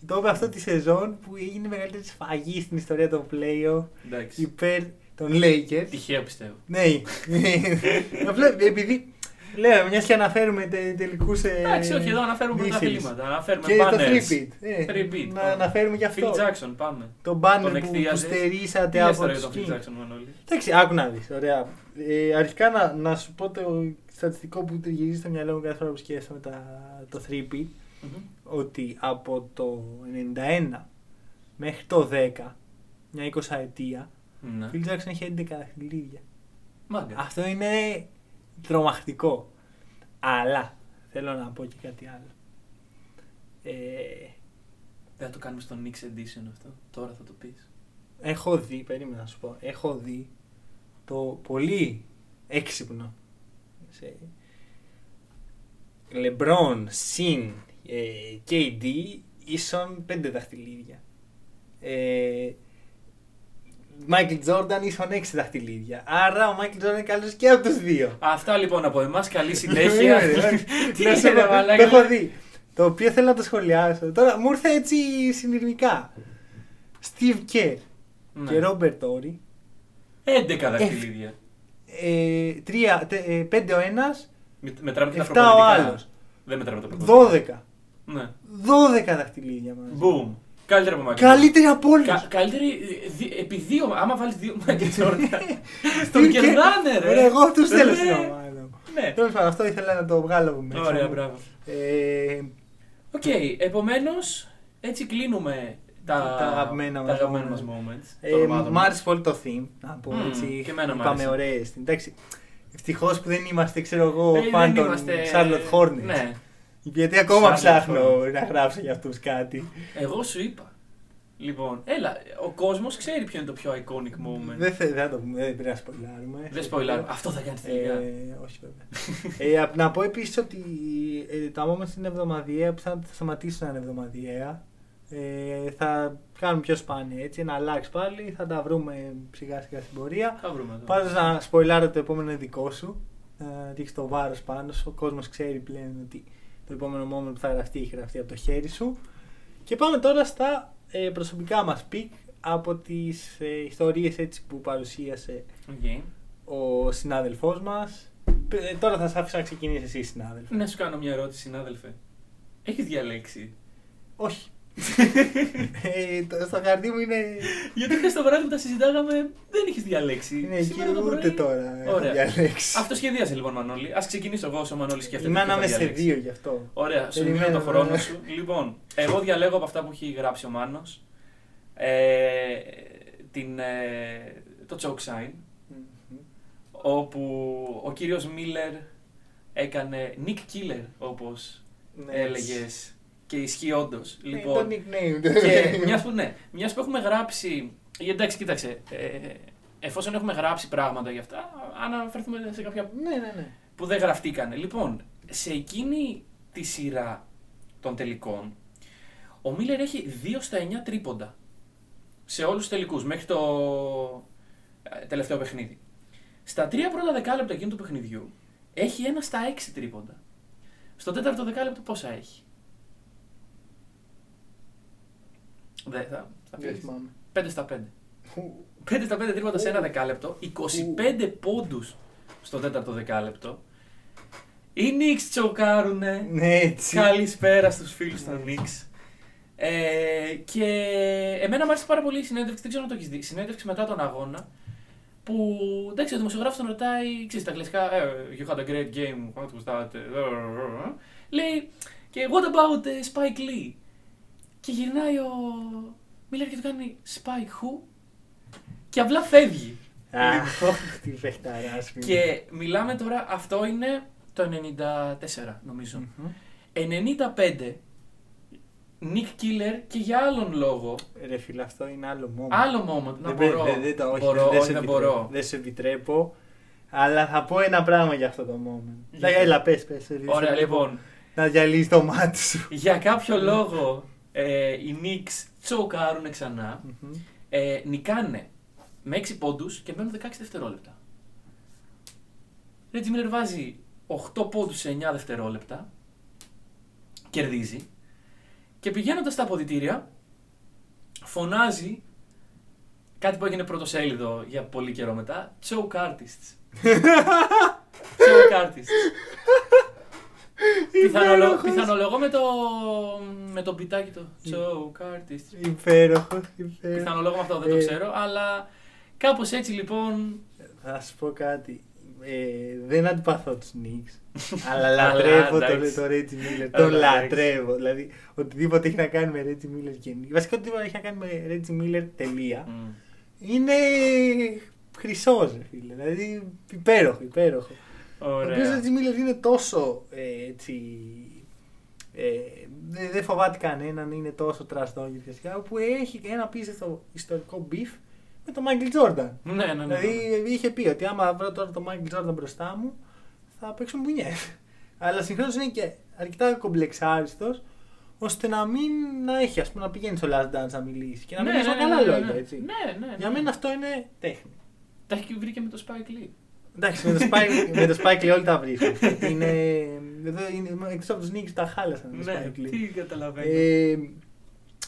Speaker 1: Και το είπε αυτό τη σεζόν που έγινε η μεγαλύτερη σφαγή στην ιστορία των playoff
Speaker 2: Εντάξει.
Speaker 1: υπέρ των Lakers.
Speaker 2: Τυχαία πιστεύω.
Speaker 1: ναι, Απλά επειδή Λέω, μιας και αναφέρουμε τε, τελικούς.
Speaker 2: Εντάξει, όχι, εδώ αναφέρουμε τα θύματα. Αναφέρουμε
Speaker 1: Ε, Και το
Speaker 2: banners.
Speaker 1: 3-beat. Ε,
Speaker 2: Three-peat,
Speaker 1: να
Speaker 2: πάμε.
Speaker 1: αναφέρουμε και
Speaker 2: Phil
Speaker 1: αυτό.
Speaker 2: Jackson, πάμε.
Speaker 1: Το
Speaker 2: Τον
Speaker 1: banner που, που
Speaker 2: εκθίαζες. Τι
Speaker 1: στερήσατε
Speaker 2: λες
Speaker 1: από
Speaker 2: τώρα
Speaker 1: τους
Speaker 2: για τον Phil
Speaker 1: Kings.
Speaker 2: Jackson, Μανώλη.
Speaker 1: Εντάξει, άκου να δεις, ωραία. Ε, αρχικά να, να σου πω το στατιστικό που γυρίζει στο μυαλό μου κάθε φορά που σκέφτομαι τα, το 3P,
Speaker 2: Μμμ.
Speaker 1: ότι από το 91 μέχρι το 10, μια 20 ετία,
Speaker 2: Ναι.
Speaker 1: ο Phil Jackson είχε 11 δαχτυλίδια.
Speaker 2: Μάγκα.
Speaker 1: Αυτό είναι τρομακτικό. Αλλά, θέλω να πω και κάτι άλλο. Ε,
Speaker 2: Δεν θα το κάνουμε στο Knicks Edition αυτό. Τώρα θα το πεις.
Speaker 1: Έχω δει, περίμενα να σου πω, έχω δει το πολύ έξυπνο σε LeBron συν ε, KD ίσον πέντε δαχτυλίδια. Ε, Michael Jordan ίσον έξι δαχτυλίδια. Άρα ο Michael Jordan είναι καλός και από τους δύο.
Speaker 2: Αυτά λοιπόν από εμάς. Καλή συνέχεια.
Speaker 1: Ναι, ρε,
Speaker 2: Τι
Speaker 1: να σου
Speaker 2: είναι,
Speaker 1: πω,
Speaker 2: μαλάκα.
Speaker 1: Το έχω δει. Το οποίο θέλω να το σχολιάσω. Τώρα μου ήρθε έτσι συνειρμικά. Steve Kerr
Speaker 2: Ναι.
Speaker 1: και Robert Torrey
Speaker 2: 11 δαχτυλίδια.
Speaker 1: ε, τρία, τε- ε, πέντε ο ένας,
Speaker 2: Μη- Μετράμε την
Speaker 1: εφτά ο
Speaker 2: αφροπολιτικά.
Speaker 1: άλλος.
Speaker 2: Δεν μετράμε τα προπονητικά.
Speaker 1: Δώδεκα.
Speaker 2: Ναι.
Speaker 1: Δώδεκα δαχτυλίδια μαζί.
Speaker 2: Μπουμ. Καλύτερα από Μάγκα.
Speaker 1: Καλύτερη από όλους.
Speaker 2: Κα- καλύτερη. ε, δι- Επί δύο. Άμα βάλεις δύο Μάικλ Τζόρνταν. Τον κερδάνε, ρε. Ναι.
Speaker 1: εγώ τους θέλω στην
Speaker 2: Ρε.
Speaker 1: ομάδα μου.
Speaker 2: Ναι.
Speaker 1: Τέλος πάντων, αυτό ήθελα να το βγάλω από μέσα.
Speaker 2: Ωραία,
Speaker 1: μου.
Speaker 2: μπράβο.
Speaker 1: Ε,
Speaker 2: Οκ, επομένως, έτσι κλείνουμε τα,
Speaker 1: Τα αγαπημένα
Speaker 2: τα
Speaker 1: μας
Speaker 2: αγαπημένα
Speaker 1: moments.
Speaker 2: μας moments.
Speaker 1: ε,
Speaker 2: των ομάδων
Speaker 1: μ'
Speaker 2: μας.
Speaker 1: άρεσε πολύ το theme. Να πω
Speaker 2: Μμμ,
Speaker 1: έτσι.
Speaker 2: και εμένα μ'
Speaker 1: Είπαμε
Speaker 2: άρεσε.
Speaker 1: ωραίε. Εντάξει. Ευτυχώς που δεν είμαστε, ξέρω εγώ,
Speaker 2: Ε,
Speaker 1: φαν
Speaker 2: δεν
Speaker 1: των
Speaker 2: είμαστε-
Speaker 1: Charlotte Hornets.
Speaker 2: Ναι.
Speaker 1: Γιατί ακόμα
Speaker 2: Charlotte
Speaker 1: ψάχνω
Speaker 2: Hornets.
Speaker 1: να γράψω για αυτούς κάτι.
Speaker 2: Εγώ σου είπα. Λοιπόν, έλα, ο κόσμος ξέρει ποιο είναι το πιο iconic moment.
Speaker 1: Δεν, θε, δεν, θα το, πούμε, δεν πρέπει να σποϊλάρουμε.
Speaker 2: Δεν spoiler. Αυτό θα κάνει τελικά.
Speaker 1: Ε, όχι βέβαια. ε, απ- να πω επίσης ότι ε, τα moments είναι εβδομαδιαία που θα, θα σταματήσουν να είναι εβδομαδιαία. Ε, θα κάνουμε πιο σπάνια έτσι, να αλλάξει πάλι, θα τα βρούμε σιγά σιγά στην πορεία.
Speaker 2: Θα βρούμε το.
Speaker 1: Πάντως να σποιλάρω το επόμενο δικό σου. Να ρίξει το βάρος πάνω σου. Ο κόσμος ξέρει πλέον ότι το επόμενο moment που θα γραφτεί έχει γραφτεί από το χέρι σου. Και πάμε τώρα στα ε, προσωπικά μας πικ από τις ε, ιστορίες έτσι που παρουσίασε
Speaker 2: Οκ.
Speaker 1: ο συνάδελφός μας. τώρα θα σε άφησα να ξεκινήσεις εσύ, συνάδελφο.
Speaker 2: Να σου κάνω μια ερώτηση, συνάδελφε. Έχεις διαλέξει.
Speaker 1: Όχι. ε, το, στο χαρτί μου είναι.
Speaker 2: Γιατί χθες το βράδυ που τα συζητάγαμε δεν έχει διαλέξει.
Speaker 1: Είναι εκεί ούτε τώρα. Έχω
Speaker 2: Ωραία.
Speaker 1: διαλέξει.
Speaker 2: Αυτό σχεδίασε λοιπόν, Μανώλη. Ας ξεκινήσω εγώ όσο Μανώλη σκέφτεται.
Speaker 1: Είμαι
Speaker 2: τι θα
Speaker 1: ανάμεσα σε
Speaker 2: διαλέξει.
Speaker 1: δύο γι' αυτό.
Speaker 2: Ωραία, σου
Speaker 1: Περιμένω,
Speaker 2: δίνω το χρόνο
Speaker 1: ναι.
Speaker 2: σου. Λοιπόν, εγώ διαλέγω από αυτά που έχει γράψει ο Μάνος ε, την, ε, το choke sign,
Speaker 1: Μμμ.
Speaker 2: όπου ο κύριος Μίλλερ έκανε Nick Killer, όπως
Speaker 1: Ναι,
Speaker 2: έλεγες, και ισχύει όντως.
Speaker 1: Ναι,
Speaker 2: Λοιπόν,
Speaker 1: το nickname του.
Speaker 2: και μιας που, ναι, μιας που έχουμε γράψει. ε, Εντάξει, κοίταξε. ε, εφόσον έχουμε γράψει πράγματα για αυτά, αν αναφερθούμε σε κάποια
Speaker 1: Ναι, ναι, ναι.
Speaker 2: που δεν γραφτήκανε. Λοιπόν, σε εκείνη τη σειρά των τελικών, ο Μίλλερ έχει 2 στα 9 τρίποντα. Σε όλους τους τελικούς, μέχρι το ε, τελευταίο παιχνίδι. Στα τρία πρώτα δεκάλεπτα εκείνου του παιχνιδιού, έχει 1 στα 6 τρίποντα. Στο τέταρτο δεκάλεπτο πόσα έχει. Δεν θα, θα
Speaker 1: Δεν
Speaker 2: πεις.
Speaker 1: θυμάμαι.
Speaker 2: 5 στα 5. 5 στα 5 τρίποτα σε ένα δεκάλεπτο, 25 πόντους στο τέταρτο δεκάλεπτο. Οι Knicks τσοκάρουνε.
Speaker 1: Ναι, έτσι.
Speaker 2: Καλησπέρα στους φίλους των Knicks. Ε, και εμένα μου άρεσε πάρα πολύ η συνέντευξη, δεν ξέρω αν το έχεις δει, η συνέντευξη μετά τον αγώνα που εντάξει, ο δημοσιογράφος τον ρωτάει, ξέρεις τα κλασικά «Ε, You had a great game, what was that, ε, ε, ε, ε». λέει και what about ε, Spike Lee και γυρνάει ο Μίλλερ και του κάνει Spike who και απλά φεύγει.
Speaker 1: Αχ, τι παιχταρά. ας πούμε.
Speaker 2: Και μιλάμε τώρα, αυτό είναι το 94 νομίζω. 95 Nick Killer και για άλλον λόγο.
Speaker 1: Ρε φίλε, αυτό είναι άλλο μόνο.
Speaker 2: Άλλο moment. Να
Speaker 1: Δεν
Speaker 2: μπορώ.
Speaker 1: πρέπει- δεν- δεν το- όχι,
Speaker 2: μπορώ,
Speaker 1: δεν,
Speaker 2: όχι,
Speaker 1: σε
Speaker 2: δεν
Speaker 1: επιτρέπω.
Speaker 2: μπορώ.
Speaker 1: Δεν σε επιτρέπω. Αλλά θα πω ένα πράγμα για αυτό το moment.
Speaker 2: Για
Speaker 1: Λέγα,
Speaker 2: πες.
Speaker 1: έλα, πες, πες. ρε,
Speaker 2: Ναι. Ωραία,
Speaker 1: σε-
Speaker 2: λοιπόν.
Speaker 1: Να διαλύσει το μάτι σου.
Speaker 2: Για κάποιο λόγο ε, οι Knicks τσοκάρουν ξανά.
Speaker 1: Μμμ.
Speaker 2: Ε, νικάνε με 6 πόντους και μένουν 16 δευτερόλεπτα. Ρέτζι Μίλλερ βάζει 8 πόντους σε 9 δευτερόλεπτα. Κερδίζει. Και πηγαίνοντας στα αποδητήρια, φωνάζει κάτι που έγινε πρωτοσέλιδο για πολύ καιρό μετά. Choke artists. Choke artists. Πιθανολο,
Speaker 1: Υπέροχος.
Speaker 2: πιθανολογώ με το, με το πιτάκι το Choke artists.
Speaker 1: Υπέροχος, υπέροχος.
Speaker 2: Πιθανολόγο με αυτό δεν το
Speaker 1: Ε.
Speaker 2: ξέρω, αλλά κάπως έτσι λοιπόν.
Speaker 1: Θα σου πω κάτι. Ε, δεν αντιπαθώ τους Νίξ. αλλά
Speaker 2: Αλλά,
Speaker 1: λατρεύω τον,
Speaker 2: εντάξει.
Speaker 1: τον Ρέτζι Μίλλερ.
Speaker 2: Αλλά,
Speaker 1: Τον
Speaker 2: εντάξει.
Speaker 1: λατρεύω. Δηλαδή, οτιδήποτε έχει να κάνει με Ρέτζι Μίλλερ και Νίξ. Βασικά, οτιδήποτε έχει να κάνει με Ρέτζι Μίλλερ τελεία. Είναι χρυσός, φίλε. Δηλαδή, υπέροχο, υπέροχο. Ο οποίος
Speaker 2: Ωραία.
Speaker 1: Ρέτζι Μίλλερ είναι τόσο ε, έτσι. Ε, δεν δεν φοβάται κανέναν, είναι τόσο τραστόγιο φυσικά, που έχει ένα απίστευτο ιστορικό beef με τον Μάικλ Τζόρνταν.
Speaker 2: Ναι, ναι, ναι, ναι.
Speaker 1: Δηλαδή είχε πει ότι άμα βρω τώρα τον Μάικλ Τζόρνταν μπροστά μου, θα παίξω μπουνιές. Αλλά συγχρόνως είναι και αρκετά κομπλεξάριστος, ώστε να μην να έχει, ας πούμε, να πηγαίνει στο last dance να μιλήσει και να
Speaker 2: Ναι,
Speaker 1: μιλήσει
Speaker 2: ναι,
Speaker 1: με
Speaker 2: ναι,
Speaker 1: καλά
Speaker 2: ναι, ναι.
Speaker 1: λόγια. Έτσι.
Speaker 2: Ναι, ναι, ναι.
Speaker 1: Για μένα αυτό είναι τέχνη.
Speaker 2: Τα έχει βρει και με το Spike Lee.
Speaker 1: Εντάξει, με το Spike, με το Spike Lee όλοι τα βρίσκουν. είναι, εδώ είναι, εκτός από τους Knicks τα χάλασαν με το
Speaker 2: Ναι,
Speaker 1: Spike Lee.
Speaker 2: τι καταλαβαίνω.
Speaker 1: Ε,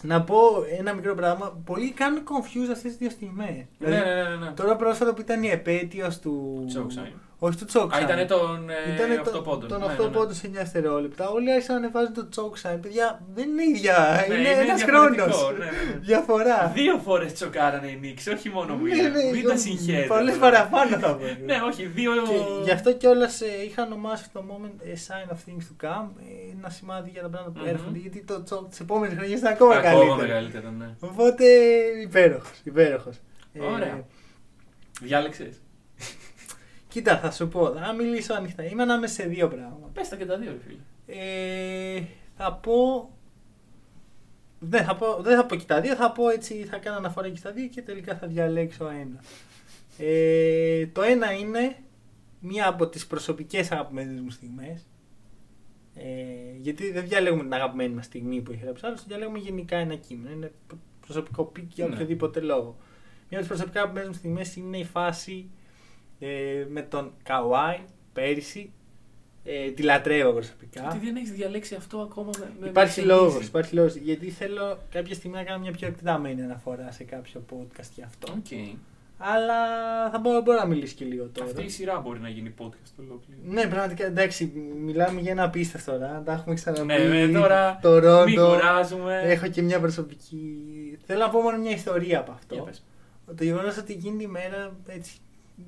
Speaker 1: να πω ένα μικρό πράγμα. Πολλοί κάνουν confuse αυτές τις δύο στιγμές. Δηλαδή,
Speaker 2: ναι, ναι, ναι, ναι.
Speaker 1: Τώρα πρόσφατα που ήταν η επέτειος του.
Speaker 2: Choke sign.
Speaker 1: Όχι του Choke
Speaker 2: Α,
Speaker 1: sign.
Speaker 2: ήταν τον ε,
Speaker 1: Ήτανε
Speaker 2: οκτώ
Speaker 1: το-
Speaker 2: πόντων.
Speaker 1: Τον
Speaker 2: Ναι,
Speaker 1: 8
Speaker 2: ναι, ναι.
Speaker 1: πόντου σε 9 δευτερόλεπτα. Όλοι άρχισαν να ανεβάζουν το Choke sign. Παιδιά, δεν είναι ίδια.
Speaker 2: Ναι,
Speaker 1: είναι
Speaker 2: είναι
Speaker 1: ένας
Speaker 2: διαφορετικό,
Speaker 1: χρόνος.
Speaker 2: ναι, ναι, ναι.
Speaker 1: Διαφορά.
Speaker 2: Δύο φορές τσοκάρανε οι Νίξ, όχι μόνο που
Speaker 1: Ναι, ναι,
Speaker 2: Μην τα συγχαίρετε.
Speaker 1: Πολλές παραπάνω θα πω.
Speaker 2: Ναι, όχι, δύο.
Speaker 1: Και γι' αυτό κιόλας είχα ονομάσει αυτό το moment a sign of things to come. ε, Ένα σημάδι για τα πράγματα που
Speaker 2: Μμμ.
Speaker 1: έρχονται. Γιατί το τσόκ τη επόμενη χρονιά ήταν ακόμα
Speaker 2: Ακόμα
Speaker 1: καλύτερο.
Speaker 2: μεγαλύτερο, ναι.
Speaker 1: Οπότε υπέροχος. υπέροχος. Ε,
Speaker 2: Ωραία. Διάλεξες.
Speaker 1: Κοίτα, θα σου πω, θα μιλήσω ανοιχτά. Είμαι ανάμεσα σε δύο πράγματα.
Speaker 2: Πες τα και τα δύο, ρε φίλε.
Speaker 1: Ε, θα πω. Δεν θα πω, δεν θα πω και τα δύο, θα πω έτσι, θα κάνω αναφορά και στα δύο και τελικά θα διαλέξω ένα. Ε, το ένα είναι μία από τις προσωπικές αγαπημένες μου στιγμές. Ε, Γιατί δεν διαλέγουμε την αγαπημένη μας στιγμή που έχει γράψει άλλο, διαλέγουμε γενικά ένα κείμενο. Είναι προσωπικό πικ για
Speaker 2: Ναι.
Speaker 1: οποιοδήποτε λόγο. Μια από τις προσωπικά αγαπημένες μου στιγμές είναι η φάση ε, με τον Καουάι πέρυσι. Ε, τη λατρεύω προσωπικά.
Speaker 2: Γιατί δεν έχεις διαλέξει αυτό ακόμα με- με.
Speaker 1: Υπάρχει
Speaker 2: με εξηγήσει.
Speaker 1: λόγο, υπάρχει λόγος. Γιατί θέλω κάποια στιγμή να κάνω μια πιο εκτεταμένη αναφορά σε κάποιο podcast για αυτό.
Speaker 2: Οκ.
Speaker 1: Αλλά θα μπορώ, μπορώ να μιλήσω και λίγο τώρα.
Speaker 2: Αυτή η σειρά μπορεί να γίνει podcast ολόκληρο.
Speaker 1: Ναι, πραγματικά εντάξει, μιλάμε για ένα απίστευτο τώρα. Τα έχουμε ξαναπεί.
Speaker 2: Ναι, ναι, τώρα
Speaker 1: Το
Speaker 2: Μην
Speaker 1: Ρόντο.
Speaker 2: κουράζουμε.
Speaker 1: Έχω και μια προσωπική. Θέλω να πω μόνο μια ιστορία από αυτό.
Speaker 2: Για πες.
Speaker 1: Το γεγονός ότι εκείνη τη μέρα έτσι,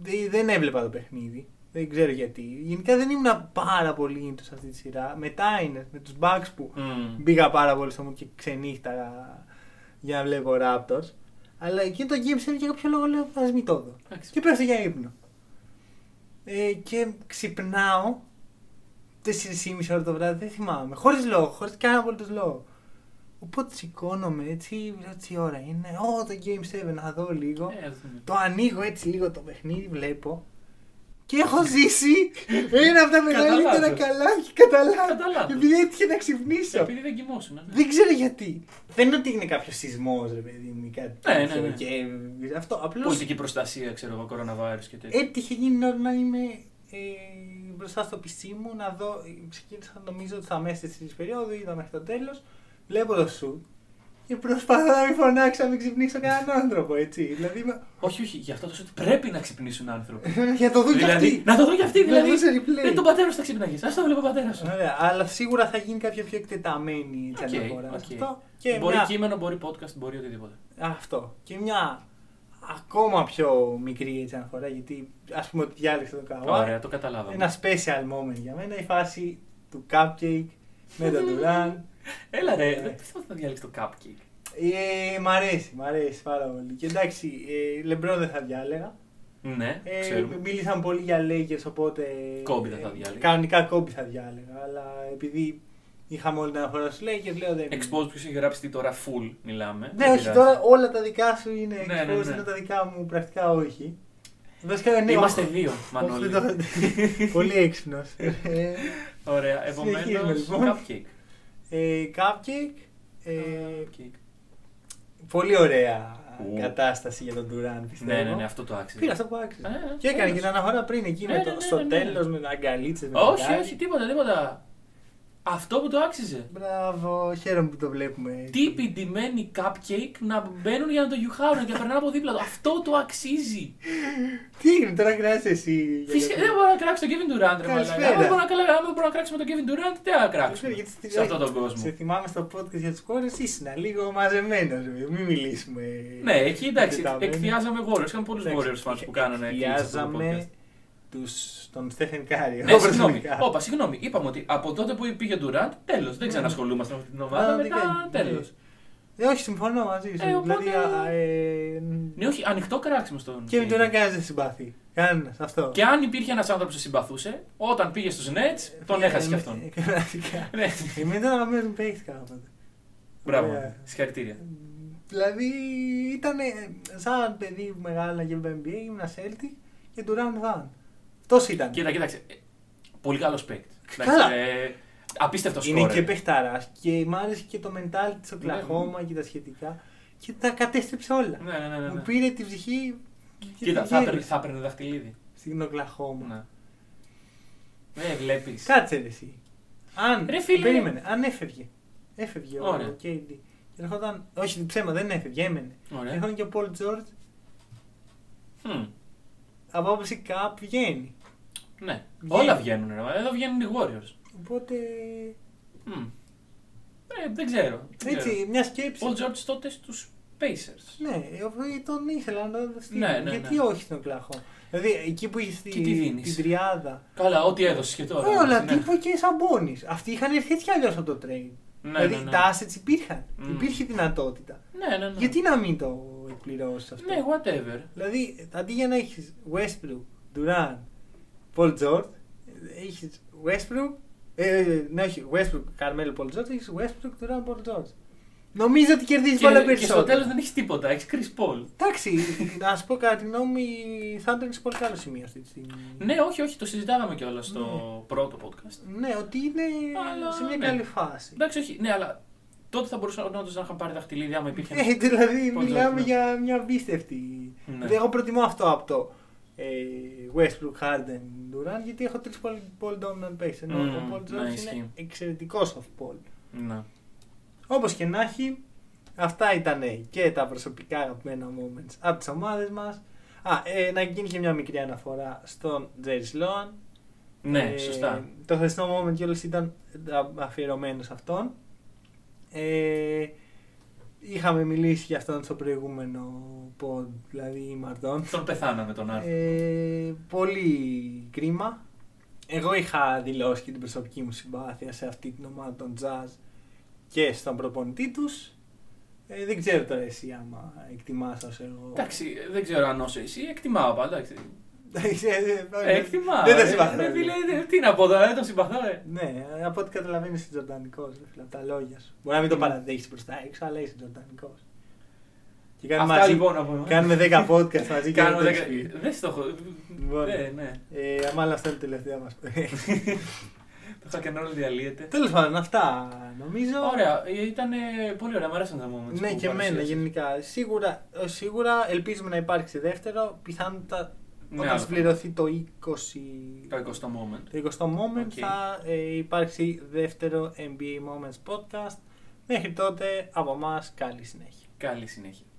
Speaker 1: δε- δεν έβλεπα το παιχνίδι. Δεν ξέρω γιατί. Γενικά δεν ήμουν πάρα πολύ into σε αυτή τη σειρά. Μετά είναι με τους bugs που
Speaker 2: Μμμ.
Speaker 1: Μπήκα πάρα πολύ στο μου και ξενύχταγα για να βλέπω Raptors. Αλλά εκείνο το game save για κάποιο λόγο λέω ας μην το δω.
Speaker 2: Εντάξει.
Speaker 1: Και πέφτω για ύπνο. Ε, και ξυπνάω 4,5 ώρα το βράδυ, δεν θυμάμαι. Χωρίς λόγο, χωρίς κανένα απολύτως λόγο. Οπότε σηκώνομαι έτσι, βλέπω τι ώρα είναι. Ω το Game 7, να δω λίγο.
Speaker 2: Ε, ας δούμε.
Speaker 1: Το ανοίγω έτσι λίγο το παιχνίδι, βλέπω. Και έχω ζήσει ένα από τα μεγαλύτερα
Speaker 2: λάθος.
Speaker 1: καλά κατά λάθος.
Speaker 2: Κατά λάθος.
Speaker 1: Επειδή έτυχε να ξυπνήσω.
Speaker 2: Επειδή δεν κοιμόσουν. Ναι.
Speaker 1: Δεν ξέρω γιατί. Δεν είναι ότι είναι κάποιος σεισμός, ρε παιδί μου, ή κάτι
Speaker 2: Ναι, ναι,
Speaker 1: τέτοιο
Speaker 2: ναι.
Speaker 1: Και αυτό απλώς.
Speaker 2: Πολιτική προστασία, ξέρω εγώ, κοροναβάριο και τέτοια.
Speaker 1: Έτυχε γίνει ώρα να είμαι ε, μπροστά στο PC μου να δω. ε, Ξεκίνησα νομίζω ότι θα μέσα στη περίοδου, είδα μέχρι το τέλος. Βλέπω το σου και προσπαθώ να μην φωνάξω, να μην ξυπνήσω κανέναν άνθρωπο, έτσι. Δηλαδή, μα-
Speaker 2: Όχι, όχι, γι' αυτό το ότι πρέπει να ξυπνήσουν άνθρωποι.
Speaker 1: για Ε, το δουν κι
Speaker 2: δηλαδή,
Speaker 1: αυτοί.
Speaker 2: να το δω κι αυτοί,
Speaker 1: Να
Speaker 2: δηλαδή.
Speaker 1: δω σε replay. Ε,
Speaker 2: Ε, τον πατέρα σου θα ξυπνάγεις. Ας το βλέπω πατέρας σου.
Speaker 1: Ωραία, αλλά σίγουρα θα γίνει κάποια πιο εκτεταμένη
Speaker 2: Οκ,
Speaker 1: okay, αναφορά. σε
Speaker 2: οκ.
Speaker 1: Αυτό. Και
Speaker 2: μπορεί
Speaker 1: μια...
Speaker 2: κείμενο, μπορεί podcast, μπορεί οτιδήποτε.
Speaker 1: Αυτό. Και μια ακόμα πιο μικρή έτσι αναφορά, γιατί ας πούμε ότι διάλεξα το
Speaker 2: Ωραία,
Speaker 1: καβά.
Speaker 2: το καταλάβαμε.
Speaker 1: Ένα special moment για μένα, η φάση του cupcake με τον Duran.
Speaker 2: Έλα ρε,
Speaker 1: Ε.
Speaker 2: δεν πιστεύω ότι θα διάλεξε το cupcake.
Speaker 1: Ε, μ' αρέσει, μ' αρέσει πάρα πολύ. Και εντάξει, ε, λεμπρό δεν θα διάλεγα.
Speaker 2: Ναι,
Speaker 1: Ε,
Speaker 2: ξέρουμε.
Speaker 1: μίλησαν πολύ για Lakers, οπότε... ε,
Speaker 2: Kobe δεν θα διάλεγα.
Speaker 1: Κανονικά κόμπι θα διάλεγα, αλλά επειδή είχαμε όλη την αναφορά στους Lakers, λέω δεν...
Speaker 2: Expose που έχει γράψει τι τώρα full μιλάμε.
Speaker 1: Ναι,
Speaker 2: Δεν
Speaker 1: όχι,
Speaker 2: πειράζει.
Speaker 1: τώρα όλα τα δικά σου είναι
Speaker 2: Ναι, ναι,
Speaker 1: exposed,
Speaker 2: ναι.
Speaker 1: είναι τα δικά μου πρακτικά όχι. Βασικά, ναι,
Speaker 2: Είμαστε
Speaker 1: όχι.
Speaker 2: δύο, Μανώλη.
Speaker 1: Όχι, δεν το- Πολύ Ε, έξυπνο.
Speaker 2: Ωραία, επομένως.
Speaker 1: Συνεχίζουμε, λοιπόν.
Speaker 2: Cupcake.
Speaker 1: Cupcake. ε,
Speaker 2: Cupcake.
Speaker 1: Πολύ ωραία
Speaker 2: Ου.
Speaker 1: κατάσταση για τον Τουράν, πιστεύω.
Speaker 2: Ναι, ναι, ναι, αυτό το άξιζε.
Speaker 1: Πήρα αυτό που άξιζε.
Speaker 2: Ε, ε,
Speaker 1: Και έκανε και
Speaker 2: τέλος.
Speaker 1: την αναφορά πριν εκεί
Speaker 2: Ναι,
Speaker 1: με
Speaker 2: ναι, ναι,
Speaker 1: το,
Speaker 2: ναι,
Speaker 1: στο
Speaker 2: ναι.
Speaker 1: τέλος με τα αγκαλίτσες.
Speaker 2: Όχι, όχι, τίποτα, τίποτα. Αυτό που το
Speaker 1: Ναι,
Speaker 2: άξιζε.
Speaker 1: Μπράβο, χαίρομαι που το βλέπουμε. έτσι.
Speaker 2: Τύποι ντυμένοι cupcake να μπαίνουν για να το γιουχάρουν και να περνάνε από δίπλα του. Αυτό το αξίζει.
Speaker 1: Τι έγινε τώρα, κράτησε εσύ. Ε, για
Speaker 2: Φυσικά
Speaker 1: το-
Speaker 2: δεν μπορώ να κράξω τον Kevin Durant. Ρε, μαλάκα.
Speaker 1: Καλησπέρα.
Speaker 2: Άμα δεν μπορώ να καλά- άμα δεν μπορώ να κράξουμε τον Kevin Durant, τι να
Speaker 1: Ξέρω,
Speaker 2: κράξουμε.
Speaker 1: γιατί ε, στη-
Speaker 2: Σε αυτόν τον κόσμο.
Speaker 1: Σε θυμάμαι στο podcast για τις κόρες, ήσουν λίγο μαζεμένος. Μην μιλήσουμε.
Speaker 2: Ναι, εκεί εντάξει,
Speaker 1: Κοιτάμε.
Speaker 2: εκθιάζαμε Warriors. Είχαμε πολλούς Warriors fans που κάνανε κλίτσες αυτό το podcast.
Speaker 1: Εκβιάζαμε τους, τον Στέφεν Κάρι.
Speaker 2: Ναι,
Speaker 1: εγώ
Speaker 2: συγγνώμη.
Speaker 1: προσωπικά. Ναι.
Speaker 2: Όπα, συγγνώμη. Είπαμε ότι από τότε που πήγε ο Durant, τέλος. Δεν ξανασχολούμαστε με αυτή την ομάδα.
Speaker 1: Πραγματικά,
Speaker 2: Μετά
Speaker 1: ναι.
Speaker 2: τέλος.
Speaker 1: Ε, όχι, συμφωνώ μαζί σου.
Speaker 2: Ε, οπότε-
Speaker 1: δηλαδή, α, ε,
Speaker 2: Ναι, όχι, ανοιχτό κράξιμο στον.
Speaker 1: και με
Speaker 2: Kevin.
Speaker 1: τον κανένα δεν συμπαθεί. Κανένας, αυτό.
Speaker 2: Και αν υπήρχε ένας άνθρωπος που σε συμπαθούσε, όταν πήγε στους Nets, τον
Speaker 1: Ε,
Speaker 2: έχασε κι αυτόν.
Speaker 1: Πραγματικά.
Speaker 2: Ναι.
Speaker 1: Εμένα ήταν αγαπημένος μου παίκτης κάποτε. Ε,
Speaker 2: Μπράβο.
Speaker 1: Ωραία.
Speaker 2: Συγχαρητήρια.
Speaker 1: Δηλαδή, ήταν σαν παιδί που μεγάλα και NBA, ήμουν Celtic και του Ραν Βαν. Τόσο ήταν.
Speaker 2: Κοίτα, κοίταξε. Ε, Πολύ καλός παίκτης. ε,
Speaker 1: Καλά.
Speaker 2: Απίστευτο σκόρ.
Speaker 1: Είναι και παιχταρά και μ' άρεσε και το mentality
Speaker 2: Ναι,
Speaker 1: τη Οκλαχώμα και τα σχετικά. Και τα κατέστρεψε όλα.
Speaker 2: Ναι, ναι, ναι, ναι.
Speaker 1: Μου πήρε τη ψυχή. και
Speaker 2: Κοίτα,
Speaker 1: τη
Speaker 2: θα
Speaker 1: γέννησε.
Speaker 2: έπαιρνε- θα έπαιρνε δαχτυλίδι.
Speaker 1: Στην Οκλαχώμα.
Speaker 2: Ναι. Ναι, βλέπεις.
Speaker 1: Κάτσε ρε εσύ. Αν.
Speaker 2: Ρε φίλε.
Speaker 1: Περίμενε. Αν έφευγε. Έφευγε
Speaker 2: Ωραία.
Speaker 1: ο KD. Και ερχόταν. Όχι, ψέμα, δεν έφευγε, έμενε.
Speaker 2: Ωραία.
Speaker 1: Έρχονταν και ο Πολ Τζόρτζ.
Speaker 2: Hm.
Speaker 1: Από άποψη κάπου βγαίνει.
Speaker 2: Ναι.
Speaker 1: Βγαίνει.
Speaker 2: Όλα βγαίνουν. ρε. Εδώ βγαίνουν οι Warriors.
Speaker 1: Οπότε.
Speaker 2: Μμ. Ε, δεν ξέρω.
Speaker 1: Έτσι, μια σκέψη.
Speaker 2: Πολ Τζόρτζ τότε στους Pacers.
Speaker 1: Ναι, ε, ο- τον ήθελα να τον στείλω.
Speaker 2: Ναι, ναι,
Speaker 1: Γιατί
Speaker 2: ναι.
Speaker 1: όχι στην Οκλαχώμα. Δηλαδή εκεί που είχε τη-
Speaker 2: Και τι δίνεις.
Speaker 1: την τριάδα.
Speaker 2: Καλά, ό,τι έδωσες και τώρα.
Speaker 1: Ωραία, αλλά
Speaker 2: Ναι.
Speaker 1: τύπο και σαμπόνι. Αυτοί είχαν έρθει έτσι κι αλλιώς από το trade.
Speaker 2: Ναι,
Speaker 1: δηλαδή
Speaker 2: ναι, ναι.
Speaker 1: τα assets υπήρχαν.
Speaker 2: Μμμ.
Speaker 1: Υπήρχε δυνατότητα.
Speaker 2: Ναι, ναι, ναι.
Speaker 1: Γιατί να μην το εκπληρώσεις αυτό.
Speaker 2: Ναι, whatever.
Speaker 1: Δηλαδή αντί για να έχεις Westbrook, Durant, Paul George, έχεις Westbrook. Ε, ναι, όχι, Westbrook, Carmelo Paul George, έχεις Westbrook, Durant, Paul George. Νομίζω ότι κερδίζεις πολλά
Speaker 2: Και, και στο τέλο
Speaker 1: περισσότερο.
Speaker 2: δεν έχεις τίποτα. Έχεις Chris Paul.
Speaker 1: Εντάξει, να σου πω κατά τη γνώμη, η Thunder είναι σε πολύ καλό σημείο αυτή τη στιγμή.
Speaker 2: Ναι, όχι, όχι, το συζητάγαμε κιόλας στο πρώτο podcast.
Speaker 1: Ναι, ότι είναι
Speaker 2: Αλλά,
Speaker 1: σε μια
Speaker 2: ναι.
Speaker 1: καλή φάση.
Speaker 2: Εντάξει, όχι, ναι, αλλά τότε θα μπορούσαν όντως να είχαν πάρει δαχτυλίδια άμα υπήρχε.
Speaker 1: Ε, δηλαδή,
Speaker 2: Πολύ
Speaker 1: μιλάμε
Speaker 2: ναι.
Speaker 1: για μια απίστευτη.
Speaker 2: Ναι.
Speaker 1: Δηλαδή, Εγώ προτιμώ αυτό από το ε, Westbrook, Harden, Durant, γιατί έχω τρεις πολύ, πολύ dominant παίκτες. Ενώ
Speaker 2: Μμμ,
Speaker 1: ο Paul George
Speaker 2: ναι,
Speaker 1: είναι
Speaker 2: ισχύει.
Speaker 1: εξαιρετικός off ball.
Speaker 2: Ναι.
Speaker 1: Όπως και να έχει, αυτά ήταν ε, και τα προσωπικά αγαπημένα moments από τις ομάδες μας. Α, ε, να γίνει και μια μικρή αναφορά στον Jerry Sloan.
Speaker 2: ναι,
Speaker 1: Ε,
Speaker 2: σωστά.
Speaker 1: Το χθεσινό moment κιόλας ήταν α- αφιερωμένο σε αυτόν. Ε, είχαμε μιλήσει για αυτόν στο προηγούμενο pod, δηλαδή Μαρτών.
Speaker 2: Τον πεθάναμε τον Άρη.
Speaker 1: Ε, πολύ κρίμα. Εγώ είχα δηλώσει και την προσωπική μου συμπάθεια σε αυτή την ομάδα των jazz και στον προπονητή τους. Ε, δεν ξέρω τώρα εσύ άμα εκτιμάς όσο εγώ.
Speaker 2: Εντάξει, δεν ξέρω αν όσο εσύ, εκτιμάω πάντα. εντάξει.
Speaker 1: Εντάξει, ε, ε, ε,
Speaker 2: Εκτιμάω.
Speaker 1: Δεν τα
Speaker 2: ε,
Speaker 1: συμπαθώ.
Speaker 2: ε, δηλαδή, Τι να πω τώρα, δεν τον συμπαθώ, ε.
Speaker 1: Ναι, από ό,τι καταλαβαίνεις είσαι τζορτανικός. Από τα λόγια σου. Μπορεί να
Speaker 2: Ναι.
Speaker 1: μην το παραδέχεις προς τα έξω, αλλά είσαι τζορτανικός. Και κάνουμε,
Speaker 2: Αυτά
Speaker 1: μαζί,
Speaker 2: λοιπόν από εμάς.
Speaker 1: κάνουμε 10 podcast μαζί και
Speaker 2: Κάνουμε
Speaker 1: δεν το
Speaker 2: δέκα-
Speaker 1: έχεις πει.
Speaker 2: Δεν στο έχω.
Speaker 1: Λοιπόν.
Speaker 2: Ναι, ναι.
Speaker 1: Ε, αμάλα αυτό είναι το τελευταίο μας.
Speaker 2: Το hack and roll διαλύεται.
Speaker 1: Τέλος πάντων, αυτά νομίζω.
Speaker 2: Ωραία, ήταν πολύ ωραία, μου αρέσαν τα moments.
Speaker 1: Ναι,
Speaker 2: που
Speaker 1: και εμένα
Speaker 2: παρουσίασες.
Speaker 1: γενικά. Σίγουρα, ε, σίγουρα ελπίζουμε να υπάρξει δεύτερο. Πιθανότατα
Speaker 2: Ναι,
Speaker 1: όταν
Speaker 2: άλλο.
Speaker 1: συμπληρωθεί το 20.
Speaker 2: Το 20 moment.
Speaker 1: Το 20ο moment
Speaker 2: Οκ.
Speaker 1: θα ε, υπάρξει δεύτερο NBA Moments podcast. Μέχρι τότε από εμάς καλή συνέχεια.
Speaker 2: Καλή συνέχεια.